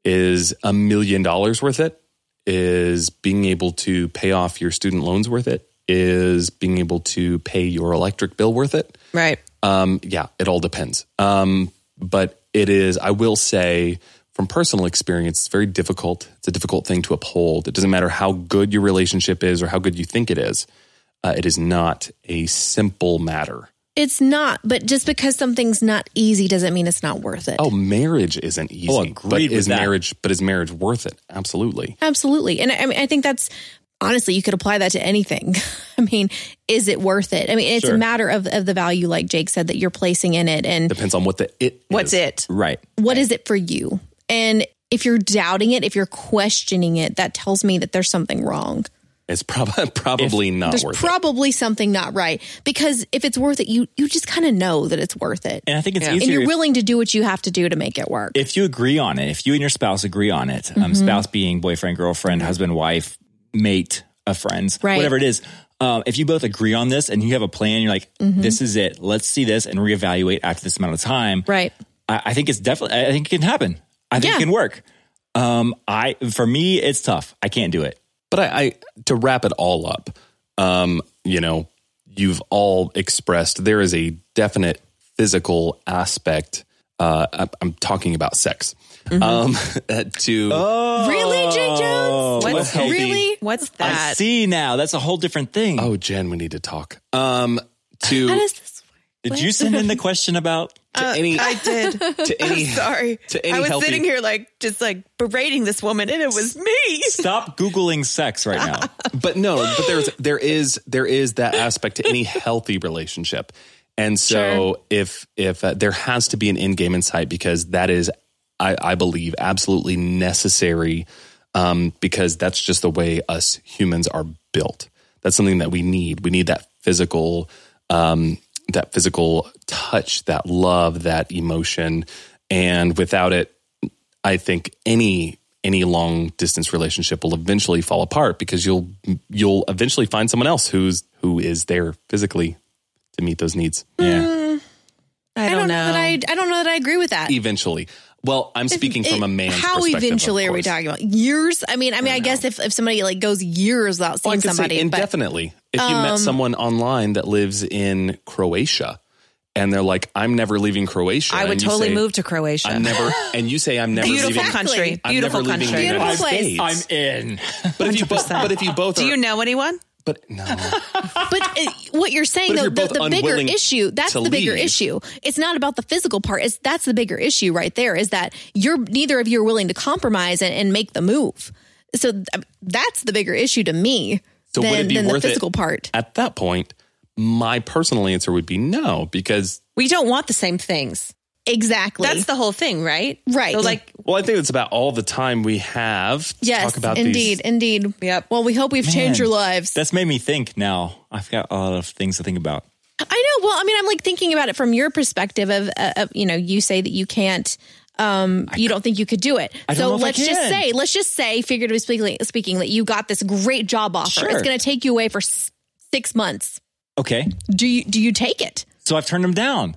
Speaker 5: Is a million dollars worth it? Is being able to pay off your student loans worth it? Is being able to pay your electric bill worth it?
Speaker 2: Right.
Speaker 5: Um, yeah, it all depends. Um, but it is, I will say, from personal experience, it's very difficult. It's a difficult thing to uphold. It doesn't matter how good your relationship is or how good you think it is. Uh, it is not a simple matter.
Speaker 4: It's not, but just because something's not easy doesn't mean it's not worth it.
Speaker 5: Oh, marriage isn't easy.
Speaker 3: Oh, agreed
Speaker 5: but
Speaker 3: with
Speaker 5: is
Speaker 3: that.
Speaker 5: marriage? But is marriage worth it? Absolutely.
Speaker 4: Absolutely. And I, I mean, I think that's honestly, you could apply that to anything. I mean, is it worth it? I mean, it's a matter of, of the value, like Jake said, that you're placing in it and
Speaker 5: Depends on what the it.
Speaker 2: What's
Speaker 5: is.
Speaker 2: it?
Speaker 3: Right.
Speaker 4: what is it for you? And if you're doubting it, if you're questioning it, that tells me that there's something wrong.
Speaker 5: It's prob- probably not
Speaker 4: There's
Speaker 5: worth it.
Speaker 4: probably something not right because if it's worth it, you you just kind of know that it's worth it,
Speaker 3: And I think it's
Speaker 2: Yeah. And
Speaker 4: and
Speaker 3: easier
Speaker 4: you're
Speaker 3: if-
Speaker 4: willing to do what you have to do to make it work.
Speaker 3: if you agree on it, if you and your spouse agree on it, um, spouse being boyfriend, girlfriend, husband, wife, mate, a friend,
Speaker 4: Right.
Speaker 3: whatever it is, um, if you both agree on this and you have a plan, you're like, this is it. Let's see this and reevaluate after this amount of time.
Speaker 4: right.
Speaker 3: I, I think it's definitely, I think it can happen. I think
Speaker 4: Yeah.
Speaker 3: it can work. Um, I, for me, it's tough. I can't do it.
Speaker 5: But I, I to wrap it all up, um, you know, you've all expressed there is a definite physical aspect. Uh, I, I'm talking about sex. Um, to
Speaker 4: Really, Jake Jones?
Speaker 3: Oh,
Speaker 2: What's
Speaker 3: healthy.
Speaker 4: Really?
Speaker 2: What's
Speaker 3: I
Speaker 2: that?
Speaker 3: see now. That's a whole different thing.
Speaker 5: oh, Jen, we need to talk. Um, to,
Speaker 4: How does this
Speaker 3: Did you send in the question about?
Speaker 5: to any
Speaker 2: uh, I did.
Speaker 5: to any
Speaker 2: Sorry.
Speaker 5: to any
Speaker 2: I was
Speaker 5: healthy-
Speaker 2: sitting here like just like berating this woman and it was me.
Speaker 3: Stop Googling sex right now.
Speaker 5: but no, but there's there is there is that aspect to any healthy relationship. And so if if uh, there has to be an in-game insight because that is I, I believe absolutely necessary um, because that's just the way us humans are built. That's something that we need. We need that physical um, that physical touch, that love, that emotion. And without it, I think any any long distance relationship will eventually fall apart because you'll you'll eventually find someone else who's who is there physically to meet those needs.
Speaker 3: Yeah.
Speaker 2: I don't, know.
Speaker 4: that I, I don't know that I agree with that.
Speaker 5: Eventually. Well, I'm speaking from a man's
Speaker 4: How
Speaker 5: perspective. of
Speaker 4: eventually are we
Speaker 5: course.
Speaker 4: talking about? Years? I mean, I mean, I, guess if, if somebody like goes years without
Speaker 5: Well, I
Speaker 4: seeing
Speaker 5: could
Speaker 4: somebody,
Speaker 5: say
Speaker 4: but
Speaker 5: indefinitely. if you
Speaker 2: um,
Speaker 5: met someone online that lives in Croatia and they're like, I'm never leaving Croatia.
Speaker 2: I would
Speaker 5: and you
Speaker 2: totally
Speaker 5: say,
Speaker 2: move to Croatia.
Speaker 5: I'm never and you say I'm never
Speaker 2: Beautiful
Speaker 5: leaving
Speaker 2: country.
Speaker 5: I'm
Speaker 2: Beautiful
Speaker 5: never leaving the
Speaker 2: country.
Speaker 5: United
Speaker 4: Beautiful place.
Speaker 5: States.
Speaker 3: I'm in.
Speaker 5: but if you both but if you both are
Speaker 2: Do you know anyone?
Speaker 5: but no.
Speaker 4: but uh, what you're saying
Speaker 5: But if
Speaker 4: though,
Speaker 5: you're
Speaker 4: the,
Speaker 5: both
Speaker 4: the bigger
Speaker 5: unwilling
Speaker 4: issue that's
Speaker 5: to
Speaker 4: the bigger
Speaker 5: leave-
Speaker 4: issue. It's not about the physical part. It's that's the bigger issue right there. Is that you're neither of you are willing to compromise and, and make the move. So th- um, that's the bigger issue to me
Speaker 5: So would
Speaker 4: than,
Speaker 5: it be
Speaker 4: than
Speaker 5: worth
Speaker 4: the physical
Speaker 5: it
Speaker 4: part.
Speaker 5: At that point, my personal answer would be no, because
Speaker 2: We don't want the same things.
Speaker 4: Exactly.
Speaker 2: That's the whole thing, right?
Speaker 4: Right.
Speaker 2: So like,
Speaker 5: well, I think it's about all the time we have to
Speaker 4: yes,
Speaker 5: talk about
Speaker 4: indeed,
Speaker 5: these
Speaker 4: indeed.
Speaker 2: Yep.
Speaker 4: Well, we hope we've changed your
Speaker 3: Man,
Speaker 4: lives.
Speaker 3: That's made me think now. I've got a lot of things to think about.
Speaker 4: I know. Well, I mean, I'm like thinking about it from your perspective of, uh, of you know, you say that you can't, um, you don't think you could do it.
Speaker 3: don't
Speaker 4: so
Speaker 3: know if I
Speaker 4: let's just
Speaker 3: can.
Speaker 4: say, let's just say, figuratively speaking, speaking that you got this great job offer.
Speaker 3: Sure.
Speaker 4: It's going to take you away for s- six months.
Speaker 3: Okay.
Speaker 4: Do you do you take it?
Speaker 3: So I've turned them down.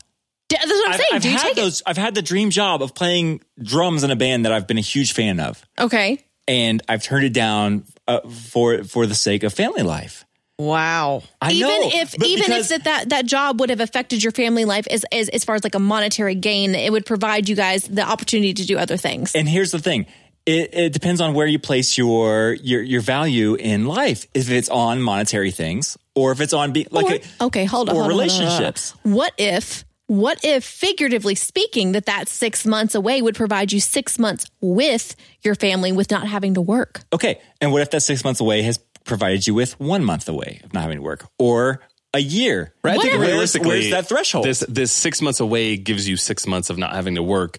Speaker 4: D- That's what I'm
Speaker 3: I've,
Speaker 4: saying.
Speaker 3: I've
Speaker 4: do you
Speaker 3: had
Speaker 4: take
Speaker 3: those. I've had the dream job of playing drums in a band that I've been a huge fan of,
Speaker 4: it? Okay.
Speaker 3: and I've turned it down uh, for for the sake of family life.
Speaker 2: wow.
Speaker 3: I
Speaker 4: even
Speaker 3: know,
Speaker 4: if
Speaker 3: but
Speaker 4: even
Speaker 3: because-
Speaker 4: if that, that that job would have affected your family life as, as as far as like a monetary gain, it would provide you guys the opportunity to do other things.
Speaker 3: and here's the thing it, it depends on where you place your your your value in life if it's on monetary things or if it's on be, like a-
Speaker 4: okay, hold on.
Speaker 3: or
Speaker 4: hold on, hold on, hold on.
Speaker 3: relationships
Speaker 4: What if, what if, figuratively speaking, that that six months away would provide you six months with your family, with not having to work?
Speaker 3: okay and what if that six months away has provided you with one month away of not having to work or a year
Speaker 5: Right. I
Speaker 4: What
Speaker 5: think
Speaker 4: if-
Speaker 5: realistically,
Speaker 3: Where's- where's that threshold?
Speaker 5: This this six months away gives you six months of not having to work.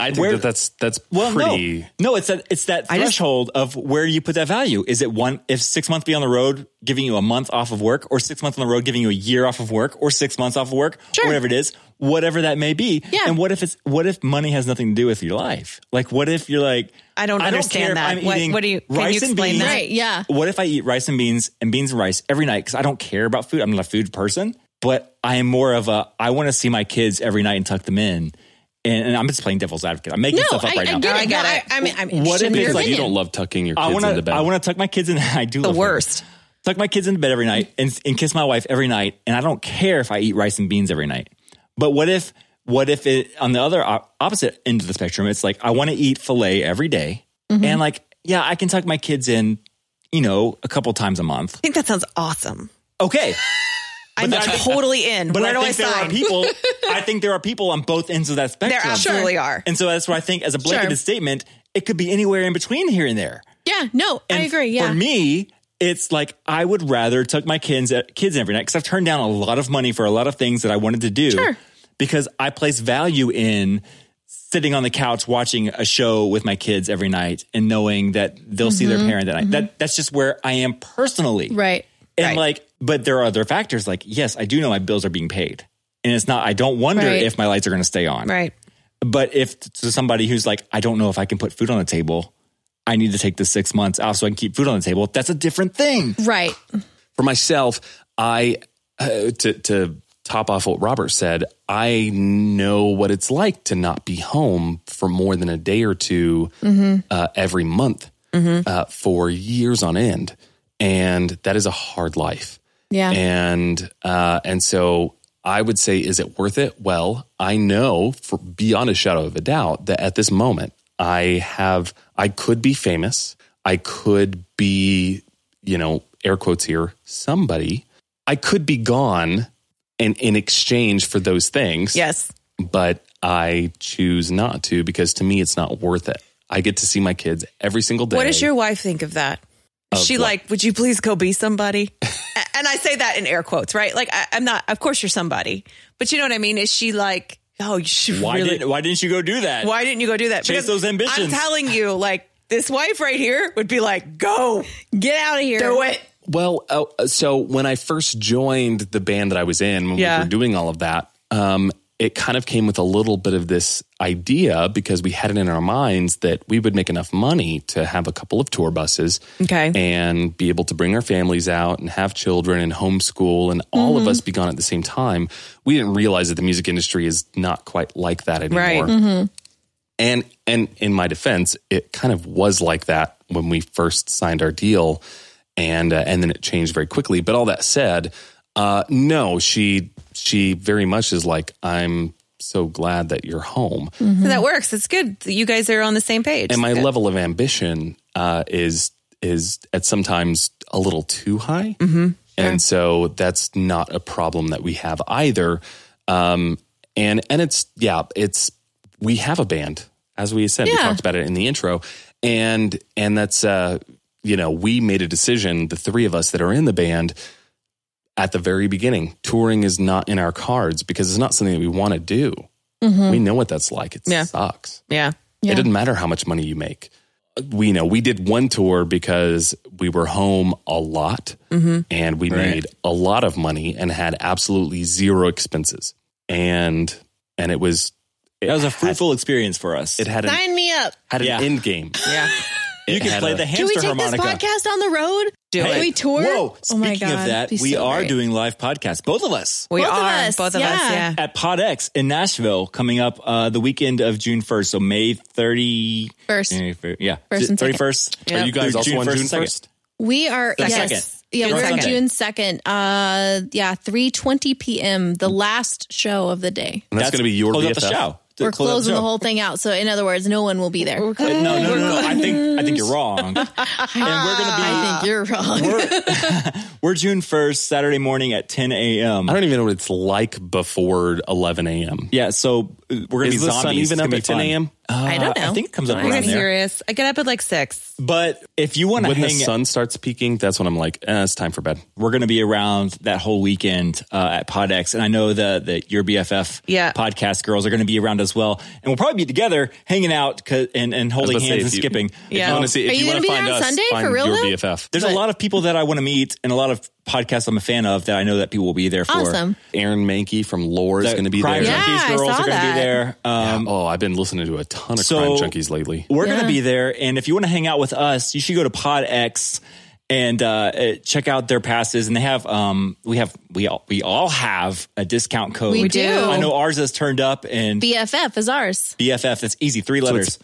Speaker 5: I think
Speaker 3: Where-
Speaker 5: that that's that's
Speaker 3: well
Speaker 5: pretty.
Speaker 3: no no it's that it's that
Speaker 2: just-
Speaker 3: threshold of where you put that value is it one if six months be on the road giving you a month off of work or six months on the road giving you a year off of work or six months off of work or whatever it is whatever that may be
Speaker 4: Yeah.
Speaker 3: and what if it's what if money has nothing to do with your life like what if you're like
Speaker 2: I don't understand
Speaker 3: care if
Speaker 2: that.
Speaker 3: I'm
Speaker 2: What-
Speaker 3: eating
Speaker 2: what do you- can you
Speaker 3: rice and
Speaker 2: explain
Speaker 3: beans.
Speaker 2: that?
Speaker 4: Right, yeah.
Speaker 3: what if I eat rice and beans and beans and rice every night because I don't care about food? I'm not a food person, but I am more of a I want to see my kids every night and tuck them in. And, and I'm just playing devil's advocate. I'm making
Speaker 4: No,
Speaker 3: stuff up
Speaker 4: I,
Speaker 3: right
Speaker 4: I
Speaker 3: now.
Speaker 4: get it.
Speaker 2: I got
Speaker 4: No,
Speaker 2: it.
Speaker 4: I, I mean, I'm
Speaker 3: What
Speaker 4: interested in
Speaker 3: if
Speaker 4: your
Speaker 5: Because
Speaker 3: it's
Speaker 5: like you
Speaker 4: opinion.
Speaker 5: don't love tucking your kids
Speaker 3: I want
Speaker 5: into
Speaker 3: to
Speaker 5: bed.
Speaker 3: I want to tuck my kids in. I do
Speaker 2: The
Speaker 3: love her.
Speaker 2: worst.
Speaker 3: Tuck my kids into bed every night
Speaker 4: Mm-hmm.
Speaker 3: and and kiss my wife every night, and I don't care if I eat rice and beans every night. But what if what if it on the other op- opposite end of the spectrum? It's like I want to eat fillet every day,
Speaker 4: Mm-hmm.
Speaker 3: and like yeah, I can tuck my kids in, you know, a couple times a month.
Speaker 2: I think that sounds awesome.
Speaker 3: Okay,
Speaker 2: I'm
Speaker 3: I think-
Speaker 2: totally in.
Speaker 3: but
Speaker 2: Where
Speaker 3: I
Speaker 2: do I
Speaker 3: think there
Speaker 2: sign?
Speaker 3: are people. I think there are people on both ends of that spectrum.
Speaker 2: There absolutely are.
Speaker 3: and so that's why I think as a blanketed
Speaker 4: Sure.
Speaker 3: statement, it could be anywhere in between here and there.
Speaker 4: Yeah, no, I
Speaker 3: And
Speaker 4: agree. Yeah.
Speaker 3: For me, it's like I would rather tuck my kids uh, kids in every night because I've turned down a lot of money for a lot of things that I wanted to do
Speaker 4: Sure.
Speaker 3: because I place value in sitting on the couch watching a show with my kids every night and knowing that they'll see their parent that night. That that's just where I am personally.
Speaker 4: Mm-hmm. right.
Speaker 3: And
Speaker 2: Right.
Speaker 3: like, but there are other factors. Like, yes, I do know my bills are being paid. And it's not, I don't wonder
Speaker 4: Right.
Speaker 3: if my lights are going to stay on.
Speaker 2: Right.
Speaker 3: But if to somebody who's like, I don't know if I can put food on the table, I need to take the six months off so I can keep food on the table. That's a different thing.
Speaker 4: Right.
Speaker 5: for myself, I uh, to to top off what Robert said, I know what it's like to not be home for more than a day or 2 uh, every month uh, for years on end, and that is a hard life.
Speaker 4: Yeah.
Speaker 5: and uh, and so I would say, is it worth it? Well, I know for beyond a shadow of a doubt that at this moment I have I could be famous. I could be, you know, air quotes here, somebody. I could be gone and in exchange for those things.
Speaker 2: Yes.
Speaker 5: But I choose not to because to me it's not worth it. I get to see my kids every single day.
Speaker 2: What does your wife think of that? she like, would you please go be somebody? A- and I say that in air quotes, right? Like, I, I'm not. Of course, you're somebody, but you know what I mean. Is she like, oh, you should
Speaker 3: Why
Speaker 2: really?
Speaker 3: didn't Why didn't you go do that?
Speaker 2: why didn't you go do that?
Speaker 3: Chase those ambitions.
Speaker 2: I'm telling you, like this wife right here would be like, go
Speaker 4: Get out of here.
Speaker 2: do it.
Speaker 5: Well, uh, so when I first joined the band that I was in, when
Speaker 2: Yeah.
Speaker 5: we were doing all of that, um, it kind of came with a little bit of this idea because we had it in our minds that we would make enough money to have a couple of tour buses
Speaker 2: Okay.
Speaker 5: and be able to bring our families out and have children and homeschool and all
Speaker 2: Mm-hmm.
Speaker 5: of us be gone at the same time. We didn't realize that the music industry is not quite like that anymore
Speaker 2: Right. Mm-hmm.
Speaker 5: and and in my defense it kind of was like that when we first signed our deal and uh, and then it changed very quickly but all that said uh no she she very much is like i'm so glad that you're home
Speaker 2: So that works. It's good. that You guys are on the same page.
Speaker 5: and my
Speaker 2: Good.
Speaker 5: level of ambition uh is is at sometimes a little too high and so that's not a problem that we have either um and and it's yeah it's we have a band as we said we
Speaker 4: Yeah.
Speaker 5: talked about it in the intro and and that's uh you know we made a decision the three of us that are in the band at the very beginning touring is not in our cards because it's not something that we want to do we know what that's like it
Speaker 2: Yeah.
Speaker 5: sucks
Speaker 2: yeah.
Speaker 5: it doesn't matter how much money you make. We you know we did one tour because we were home a lot
Speaker 4: Mm-hmm.
Speaker 5: and we
Speaker 3: Right.
Speaker 5: made a lot of money and had absolutely zero expenses. And and it was it
Speaker 3: That was a
Speaker 5: had-
Speaker 3: fruitful experience for us.
Speaker 5: it had an,
Speaker 4: Sign me up.
Speaker 5: had an
Speaker 3: Yeah.
Speaker 5: end game.
Speaker 2: Yeah.
Speaker 5: It
Speaker 3: you can
Speaker 5: had
Speaker 3: play
Speaker 5: a-
Speaker 3: the
Speaker 4: Can we
Speaker 3: hamster
Speaker 4: take
Speaker 3: harmonica.
Speaker 4: this podcast on the road?
Speaker 2: Do
Speaker 3: Hey,
Speaker 2: it.
Speaker 4: Can we tour?
Speaker 3: Whoa!
Speaker 4: oh my
Speaker 3: Speaking
Speaker 4: God.
Speaker 3: of that,
Speaker 4: Be
Speaker 3: we
Speaker 4: so
Speaker 3: are
Speaker 4: great.
Speaker 3: doing live podcasts, both of us.
Speaker 2: We
Speaker 4: Both of
Speaker 2: are
Speaker 4: us,
Speaker 2: both of us.
Speaker 4: yeah.
Speaker 2: Yeah.
Speaker 3: at Pod X in Nashville coming up uh, the weekend of June 1st. So May 30.
Speaker 4: First.
Speaker 3: Yeah.
Speaker 4: First and second.
Speaker 3: 31st.
Speaker 2: Yep.
Speaker 5: Are you guys
Speaker 3: Through
Speaker 5: also on
Speaker 3: and
Speaker 5: June
Speaker 3: second.
Speaker 5: first?
Speaker 4: We are
Speaker 3: The
Speaker 4: yes.
Speaker 3: second.
Speaker 4: Yeah,
Speaker 2: June
Speaker 4: we're on
Speaker 2: second.
Speaker 4: June second. Uh yeah, three twenty PM, the last show of the day.
Speaker 5: And that's, going to be your
Speaker 3: close
Speaker 5: BFF.
Speaker 3: up the show. To
Speaker 4: We're
Speaker 3: close up
Speaker 4: closing the
Speaker 3: show.
Speaker 4: whole thing out. So in other words, no one will be there.
Speaker 3: Uh, No, no, no, no. I think I think you're wrong. and we're gonna be
Speaker 4: I think you're wrong.
Speaker 3: we're June first, Saturday morning at 10 a.m.
Speaker 5: I don't even know what it's like before 11 a.m.
Speaker 3: Yeah, so uh, we're gonna
Speaker 5: Is
Speaker 3: be
Speaker 5: the
Speaker 3: zombies.
Speaker 5: sun even
Speaker 3: It's
Speaker 5: up
Speaker 3: gonna
Speaker 5: at
Speaker 3: be
Speaker 5: 10
Speaker 3: fun.
Speaker 5: a.m.?
Speaker 2: I don't
Speaker 3: Uh,
Speaker 2: know.
Speaker 3: I think it comes up
Speaker 2: I'm
Speaker 3: around there.
Speaker 2: serious. I get up at like six.
Speaker 3: But if you want to
Speaker 5: When the
Speaker 3: hang,
Speaker 5: sun starts peaking, that's when I'm like, eh, it's time for bed.
Speaker 3: we're going to be around that whole weekend uh, at PodX, and I know the the your BFF
Speaker 2: Yeah.
Speaker 3: podcast girls are going to be around as well, and we'll probably be together hanging out 'cause- and and
Speaker 5: I was
Speaker 3: holding
Speaker 5: about to say,
Speaker 3: hands and
Speaker 5: if you-
Speaker 3: skipping.
Speaker 5: If
Speaker 2: Yeah.
Speaker 5: you want to see,
Speaker 4: Are
Speaker 5: if
Speaker 4: you
Speaker 5: you,
Speaker 4: gonna
Speaker 5: want
Speaker 4: be
Speaker 5: to find
Speaker 4: there on
Speaker 5: us,
Speaker 4: Sunday for
Speaker 5: find
Speaker 4: real,
Speaker 5: your
Speaker 4: though?
Speaker 5: BFF.
Speaker 3: There's a lot of people that I want to meet, and a lot of podcasts I'm a fan of that I know that people will be there for.
Speaker 4: Awesome.
Speaker 5: Aaron Mankey from Lore is
Speaker 3: The
Speaker 5: going to be
Speaker 3: Crime
Speaker 5: there.
Speaker 4: Yeah.
Speaker 3: Junkies
Speaker 4: I
Speaker 3: girls
Speaker 4: saw
Speaker 3: are going to
Speaker 4: that.
Speaker 3: be there. Um,
Speaker 5: Oh, I've been listening to a ton of
Speaker 3: So-
Speaker 5: crime junkies lately.
Speaker 3: We're going to be there, and if you want to hang out with us, you should go to PodX and uh, uh, check out their passes. And they have um, we have we all we all have a discount code.
Speaker 4: We do.
Speaker 3: I know ours has turned up, and
Speaker 4: BFF is ours.
Speaker 3: BFF. That's easy. Three
Speaker 5: So
Speaker 3: letters.
Speaker 5: it's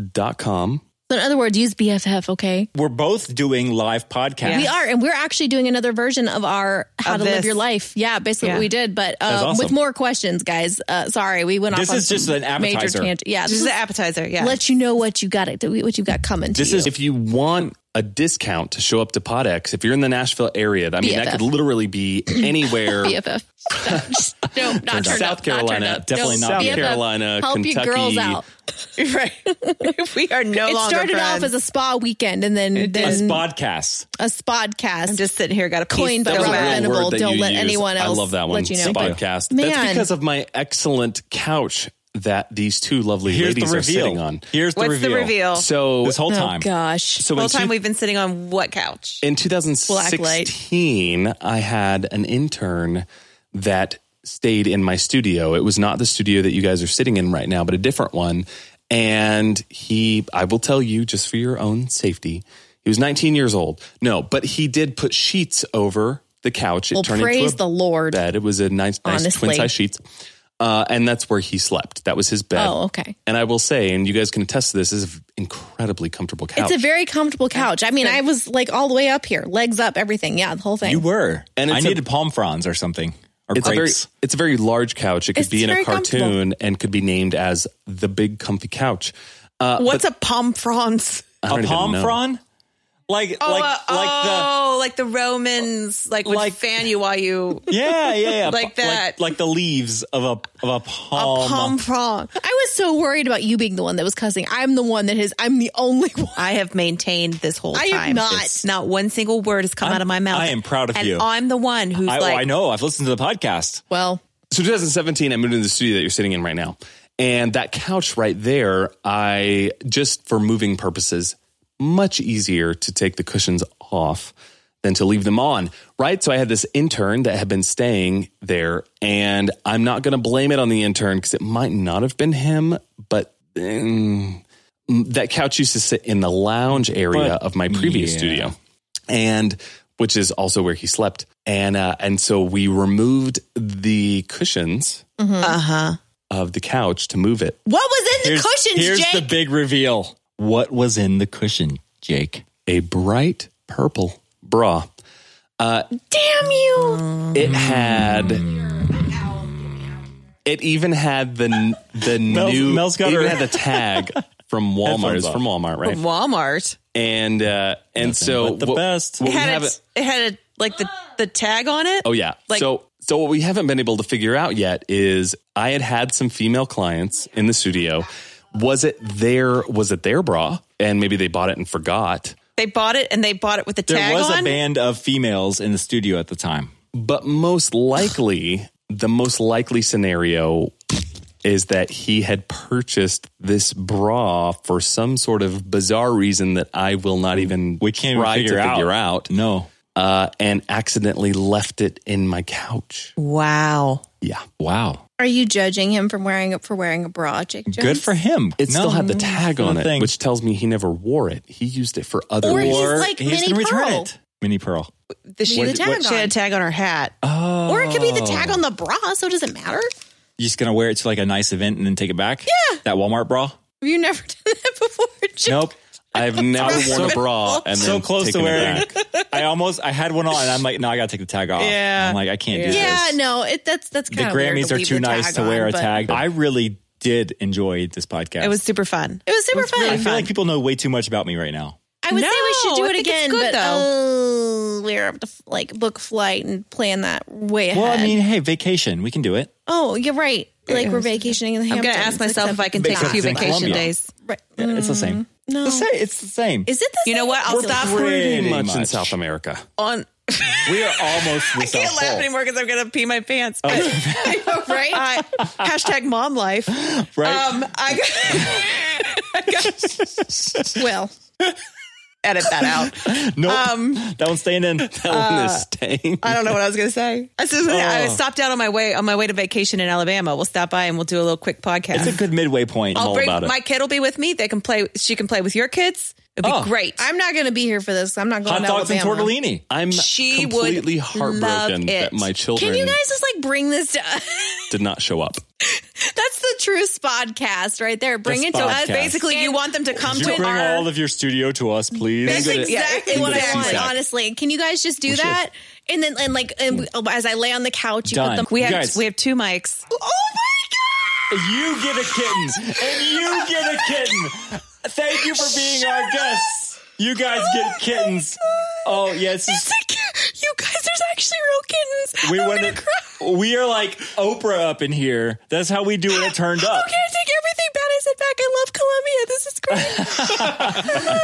Speaker 5: podx.com.
Speaker 4: So in other words, use BFF, okay?
Speaker 3: we're both doing live podcasts.
Speaker 4: We are, and we're actually doing another version of our "How
Speaker 2: Of
Speaker 4: to Live
Speaker 2: this.
Speaker 4: Your Life." Yeah, basically
Speaker 2: Yeah.
Speaker 4: what we did, but uh,
Speaker 3: awesome.
Speaker 4: with more questions, guys. Uh, sorry, we went
Speaker 3: This
Speaker 4: off.
Speaker 3: is
Speaker 4: on
Speaker 3: just
Speaker 4: some
Speaker 3: an
Speaker 4: major
Speaker 3: appetizer.
Speaker 4: tangent. Yeah,
Speaker 2: Just an appetizer. Yeah.
Speaker 4: let you know what you got. It what you got coming. To
Speaker 5: This
Speaker 4: you.
Speaker 5: is if you want a discount to show up to PodX, if you're in the Nashville area, I mean, that
Speaker 4: BFF.
Speaker 5: could literally be anywhere.
Speaker 4: BFF. no, not turned
Speaker 5: South
Speaker 4: up,
Speaker 5: Carolina,
Speaker 4: Not turned up.
Speaker 3: definitely
Speaker 4: no,
Speaker 3: not
Speaker 5: South
Speaker 4: BFF.
Speaker 5: Carolina,
Speaker 4: Help
Speaker 5: Kentucky.
Speaker 4: your girls out.
Speaker 2: right. we are no
Speaker 4: It
Speaker 2: longer.
Speaker 4: started off
Speaker 2: friends.
Speaker 4: as a spa weekend, and then
Speaker 3: A
Speaker 4: then
Speaker 3: podcast.
Speaker 4: a spodcast.
Speaker 2: I'm just sitting here. Got a piece
Speaker 4: Coined by
Speaker 2: to go
Speaker 5: That was a
Speaker 4: Robert Venable.
Speaker 2: back.
Speaker 5: real word that
Speaker 4: Don't
Speaker 5: you
Speaker 4: let
Speaker 5: used.
Speaker 4: anyone
Speaker 5: I
Speaker 4: else
Speaker 5: love that one.
Speaker 4: let you know.
Speaker 5: Podcast.
Speaker 4: Man.
Speaker 5: That's because of my excellent couch that these two lovely
Speaker 3: Here's the
Speaker 5: ladies are
Speaker 3: reveal.
Speaker 5: sitting on.
Speaker 3: Here's the
Speaker 2: What's
Speaker 3: reveal.
Speaker 2: the reveal?
Speaker 5: So
Speaker 3: This whole
Speaker 4: oh
Speaker 3: time.
Speaker 4: gosh,
Speaker 5: so
Speaker 2: the
Speaker 5: in
Speaker 2: whole time
Speaker 5: two-
Speaker 2: we've been sitting on what couch?
Speaker 3: Uh,
Speaker 5: in 2016 i had an intern that stayed in my studio it was not the studio that you guys are sitting in right now but a different one and he i will tell you just for your own safety he was 19 years old no but he did put sheets over the couch it
Speaker 4: well,
Speaker 5: turned
Speaker 4: praise
Speaker 5: into a
Speaker 4: the Lord.
Speaker 5: bed it was a nice, nice
Speaker 4: Honestly.
Speaker 5: twin size sheets uh, and that's where he slept that was his bed
Speaker 4: Oh, okay.
Speaker 5: and i will say and you guys can attest to this this is an incredibly comfortable couch
Speaker 4: It's a very comfortable couch. I mean, I was like all the way up here, legs up, everything. Yeah, the whole thing.
Speaker 3: You were.
Speaker 5: And
Speaker 3: And
Speaker 5: it's
Speaker 3: I
Speaker 5: a-
Speaker 3: needed palm fronds or something. Or
Speaker 5: It's a very
Speaker 3: grapes.
Speaker 5: it's a very large couch. It could
Speaker 4: It's
Speaker 5: be in
Speaker 4: very
Speaker 5: a
Speaker 4: comfortable.
Speaker 5: cartoon and could be named as the big comfy couch.
Speaker 2: What's a palm fronds?
Speaker 5: I
Speaker 3: a
Speaker 5: don't even
Speaker 3: palm
Speaker 5: know.
Speaker 3: frond? Like,
Speaker 2: Oh,
Speaker 3: like,
Speaker 2: uh,
Speaker 3: like
Speaker 2: oh, like the Romans, like would
Speaker 3: Like-
Speaker 2: fan you while you
Speaker 3: the yeah, yeah, yeah,
Speaker 2: Like that.
Speaker 3: like, like the leaves of a of a palm.
Speaker 2: palm prong.
Speaker 4: I was so worried about you being the one that was cussing. I'm the one that has. I'm the only one.
Speaker 2: I have maintained this whole
Speaker 4: I
Speaker 2: time.
Speaker 4: am not.
Speaker 2: It's- Not one single word has come out of my mouth.
Speaker 3: I am proud of
Speaker 2: and
Speaker 3: you.
Speaker 2: I'm the one who's
Speaker 3: I, oh,
Speaker 2: like,
Speaker 3: I know. I've listened to the podcast.
Speaker 4: Well,
Speaker 5: So 2017, I moved into the studio that you're sitting in right now. And that couch right there, I just for moving purposes, much easier to take the cushions off than to leave them on. Right. So I had this intern that had been staying there, and I'm not going to blame it on the intern because it might not have been him, but mm, that couch used to sit in the lounge area
Speaker 3: But-
Speaker 5: of my previous
Speaker 3: yeah.
Speaker 5: studio and which is also where he slept. And uh, and so we removed the cushions
Speaker 2: uh huh.
Speaker 5: of the couch to move it.
Speaker 4: what was in the
Speaker 3: Here's,
Speaker 4: cushions,
Speaker 3: here's
Speaker 4: Jake?
Speaker 3: the big reveal. What was in the cushion, Jake?
Speaker 5: A bright purple bra.
Speaker 4: Damn you!
Speaker 5: It had. It even had the the
Speaker 3: Mel's-
Speaker 5: new.
Speaker 3: Mel's got
Speaker 5: it even
Speaker 3: her-
Speaker 5: had the tag from Walmart.
Speaker 3: Headphones
Speaker 5: It's from Walmart, right?
Speaker 2: Walmart.
Speaker 5: And uh, and so
Speaker 3: but the
Speaker 5: what-
Speaker 3: best.
Speaker 5: what
Speaker 3: It
Speaker 5: we
Speaker 2: It had,
Speaker 5: have
Speaker 2: a,
Speaker 5: it-
Speaker 2: it had a, like the, the tag on it.
Speaker 5: Oh yeah.
Speaker 2: Like-
Speaker 5: so so what we haven't been able to figure out yet is I had had some female clients in the studio. Was it their was it their bra and maybe they bought it and forgot?
Speaker 2: They bought it and they bought it with the
Speaker 3: There
Speaker 2: tag
Speaker 3: was
Speaker 2: on.
Speaker 3: a band of females in the studio at the time.
Speaker 5: But most likely the most likely scenario is that he had purchased this bra for some sort of bizarre reason that I will not even
Speaker 3: We can't even
Speaker 5: try
Speaker 3: figure,
Speaker 5: to
Speaker 3: out.
Speaker 5: figure out,
Speaker 3: No,
Speaker 5: uh, and accidentally left it in my couch.
Speaker 2: Wow.
Speaker 5: Yeah,
Speaker 3: wow,
Speaker 4: Are you judging him from wearing for wearing a bra, Jake? Jones?
Speaker 3: good for him.
Speaker 5: It still had the tag on
Speaker 3: no
Speaker 5: it,
Speaker 3: thanks.
Speaker 5: which tells me he never wore it. He used it for other
Speaker 4: Or he's
Speaker 5: reasons.
Speaker 4: like Minnie
Speaker 3: gonna
Speaker 4: Pearl.
Speaker 3: Mini Pearl.
Speaker 2: The, she,
Speaker 4: What-
Speaker 2: the tag
Speaker 4: what-
Speaker 2: she had a tag on her hat.
Speaker 3: Oh,
Speaker 4: Or it could be the tag on the bra, so it doesn't matter. Have
Speaker 3: You're just gonna wear it to like a nice event and then take it back. Yeah, that Walmart bra.
Speaker 4: you never done that before, Jake?
Speaker 3: Nope.
Speaker 5: I've never
Speaker 3: So-
Speaker 5: worn a bra and
Speaker 3: so
Speaker 5: then
Speaker 3: close to
Speaker 5: taken it
Speaker 3: wearing.
Speaker 5: back.
Speaker 3: I almost I had one on and I'm like, no, I gotta take the tag off.
Speaker 2: Yeah.
Speaker 3: I'm like, I can't do
Speaker 4: Yeah,
Speaker 3: this.
Speaker 4: no, it, that's that's
Speaker 3: The
Speaker 4: kind of
Speaker 3: Grammys are too nice to wear a tag. I really did enjoy this podcast.
Speaker 2: It was super fun.
Speaker 4: It was super fun.
Speaker 3: I feel like people know way too much about me right now.
Speaker 4: I would say we should do
Speaker 2: No, I
Speaker 4: it
Speaker 2: think it's
Speaker 4: again, but
Speaker 2: good, though.
Speaker 4: oh, we're up to like book flight and plan that way ahead.
Speaker 3: Well, I mean, hey, vacation, we can do it.
Speaker 4: oh, you're right. Like we're vacationing in the
Speaker 2: I'm going to
Speaker 4: Hamptons,
Speaker 2: ask myself if I
Speaker 4: except-
Speaker 2: can take a
Speaker 3: Because
Speaker 2: few
Speaker 3: it's in
Speaker 2: vacation
Speaker 3: Colombia.
Speaker 2: days.
Speaker 4: Right.
Speaker 3: Yeah, It's the same.
Speaker 4: No.
Speaker 3: The same. It's the same.
Speaker 4: Is it the
Speaker 2: You know
Speaker 4: same?
Speaker 2: what? I'll
Speaker 3: We're
Speaker 2: stop
Speaker 5: Pretty
Speaker 3: Pretty
Speaker 5: much, in
Speaker 3: much.
Speaker 5: South America.
Speaker 2: on.
Speaker 3: we are almost.
Speaker 2: I can't laugh anymore because I'm going to pee my pants.
Speaker 3: Oh.
Speaker 4: right?
Speaker 2: I, hashtag mom life. Um,
Speaker 3: Right?
Speaker 2: I
Speaker 4: well,
Speaker 2: edit that out.
Speaker 3: nope.
Speaker 2: Um,
Speaker 3: that one's staying in.
Speaker 5: That one is staying.
Speaker 2: I don't know what I was going to say. I, was just gonna say, I
Speaker 3: Oh.
Speaker 2: stopped out on my way on my way to vacation in Alabama. We'll stop by and we'll do a little quick
Speaker 3: It's a
Speaker 2: podcast.
Speaker 3: good midway point. I'm
Speaker 2: I'll
Speaker 3: all
Speaker 2: bring
Speaker 3: about it.
Speaker 2: my kid. Will be with me. They can play. She can play with your kids. It'd be
Speaker 3: Oh.
Speaker 2: great.
Speaker 4: I'm not going to be here for this. I'm not going
Speaker 3: Hot
Speaker 4: to
Speaker 3: dogs and
Speaker 4: Alabama.
Speaker 3: tortellini.
Speaker 5: I'm
Speaker 2: She would
Speaker 5: completely
Speaker 2: love
Speaker 5: heartbroken that
Speaker 2: it.
Speaker 5: my
Speaker 4: Can
Speaker 5: children
Speaker 4: you guys just like bring this to us?
Speaker 5: did not show up.
Speaker 4: That's the truest podcast right there. Bring
Speaker 3: The
Speaker 4: it to us.
Speaker 3: Spodcast.
Speaker 2: Basically, you want them to come
Speaker 3: Could
Speaker 2: to
Speaker 3: you bring
Speaker 2: our.
Speaker 3: all of your studio to us, please?
Speaker 4: That's
Speaker 5: Go to-
Speaker 4: exactly
Speaker 5: yeah,
Speaker 4: what
Speaker 5: go to
Speaker 4: I want,
Speaker 5: CSAC.
Speaker 4: honestly. Can you guys just do that? And then, and like, and we, as I lay on the couch, you
Speaker 3: Done.
Speaker 4: put the
Speaker 2: we have
Speaker 3: You guys-
Speaker 2: we have two mics.
Speaker 4: Oh my
Speaker 3: You get a kitten, and you get a kitten. Thank you for being our guests. You guys get kittens. Oh yes,
Speaker 4: god! Like, you guys, there's actually real kittens.
Speaker 3: we
Speaker 4: I'm
Speaker 3: want
Speaker 4: gonna
Speaker 3: to.
Speaker 4: cry.
Speaker 3: We are like Oprah up in here. That's how we do it. It turned up.
Speaker 4: Okay, I take everything bad I said back. I love Columbia. This is great.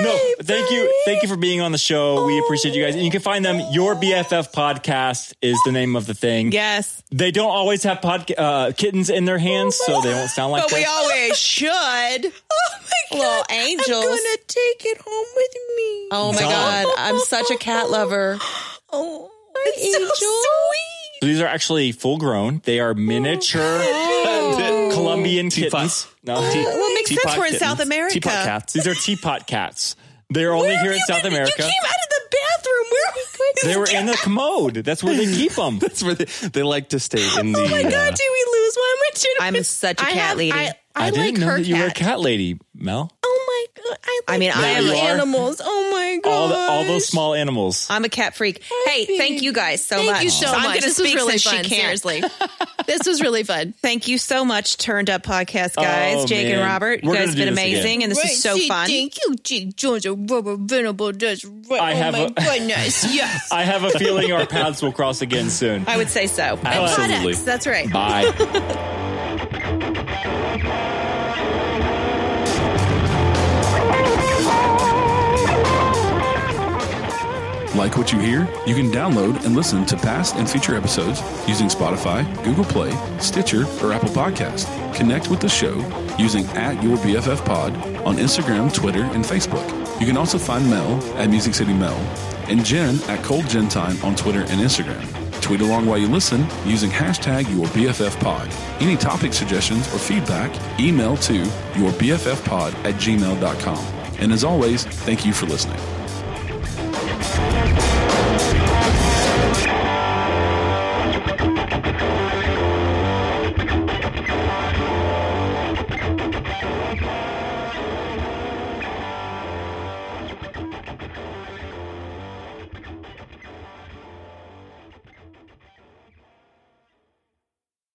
Speaker 3: No, thank you, thank you for being on the show. We appreciate you guys, and you can find them. Your BFF podcast is the name of the thing.
Speaker 2: Yes,
Speaker 3: They don't always have podca- uh, kittens in their hands, so they don't sound like.
Speaker 2: but we
Speaker 3: this.
Speaker 2: always should. Oh my god, little angels.
Speaker 4: I'm gonna take it home with me.
Speaker 2: oh my
Speaker 3: Dog.
Speaker 2: god, I'm such a cat lover.
Speaker 4: Oh, it's
Speaker 2: angel.
Speaker 4: so sweet.
Speaker 3: So these are actually full grown. They are miniature Uh, Oh. Colombian kittens. No, tea-
Speaker 2: Well, it makes sense.
Speaker 5: teapot
Speaker 2: We're in
Speaker 5: kittens.
Speaker 2: South America.
Speaker 5: Teapot cats.
Speaker 3: these are teapot cats. They're only here in
Speaker 4: You
Speaker 3: South
Speaker 4: been- You
Speaker 3: America.
Speaker 4: came out of the bathroom. Where
Speaker 3: They were in the commode. That's where they keep them.
Speaker 5: That's where they, they like to stay in the.
Speaker 4: Oh my
Speaker 5: uh,
Speaker 4: god! Did we lose one? My chin-
Speaker 2: I'm such a
Speaker 4: I
Speaker 2: cat
Speaker 4: have-
Speaker 2: lady.
Speaker 4: I, I,
Speaker 3: I,
Speaker 4: like
Speaker 3: didn't know
Speaker 4: her
Speaker 3: that you were a
Speaker 4: cat.
Speaker 3: cat lady, Mel.
Speaker 4: Oh my god! I, like
Speaker 2: I mean, I am
Speaker 4: little
Speaker 2: a-
Speaker 4: animals. Oh my god!
Speaker 3: All the, all those small animals.
Speaker 2: I'm a cat freak. Hey, thank you guys so
Speaker 4: Thank
Speaker 2: much.
Speaker 4: you so
Speaker 2: I'm
Speaker 4: much.
Speaker 2: gonna
Speaker 4: This was
Speaker 2: speak
Speaker 4: really
Speaker 2: since
Speaker 4: fun,
Speaker 2: she can't.
Speaker 4: seriously. this was really fun.
Speaker 2: Thank you so much, Turned Up Podcast guys,
Speaker 3: Oh,
Speaker 2: Jake and
Speaker 3: man.
Speaker 2: Robert. You
Speaker 3: We're
Speaker 2: guys
Speaker 3: gonna
Speaker 2: been
Speaker 3: do this again.
Speaker 2: amazing, and this is so fun.
Speaker 4: Thank you, Jake, Georgia, Robert, Venable, that's right.
Speaker 3: I
Speaker 4: oh
Speaker 3: have
Speaker 4: my
Speaker 3: a-
Speaker 4: goodness, yes.
Speaker 3: I have a feeling our paths will cross again soon.
Speaker 2: I would say so.
Speaker 3: Absolutely.
Speaker 2: And products, that's right.
Speaker 3: Bye.
Speaker 6: Like what you hear? You can download and listen to past and future episodes using Spotify, Google Play, Stitcher, or Apple Podcasts. Connect with the show using at your BFF pod on Instagram, Twitter, and Facebook. You can also find Mel at Music City Mel and Jen at Cold Gen Time on Twitter and Instagram. Tweet along while you listen using hashtag your BFF pod. Any topic suggestions or feedback, email to your BFF pod at gmail.com. And as always, thank you for listening.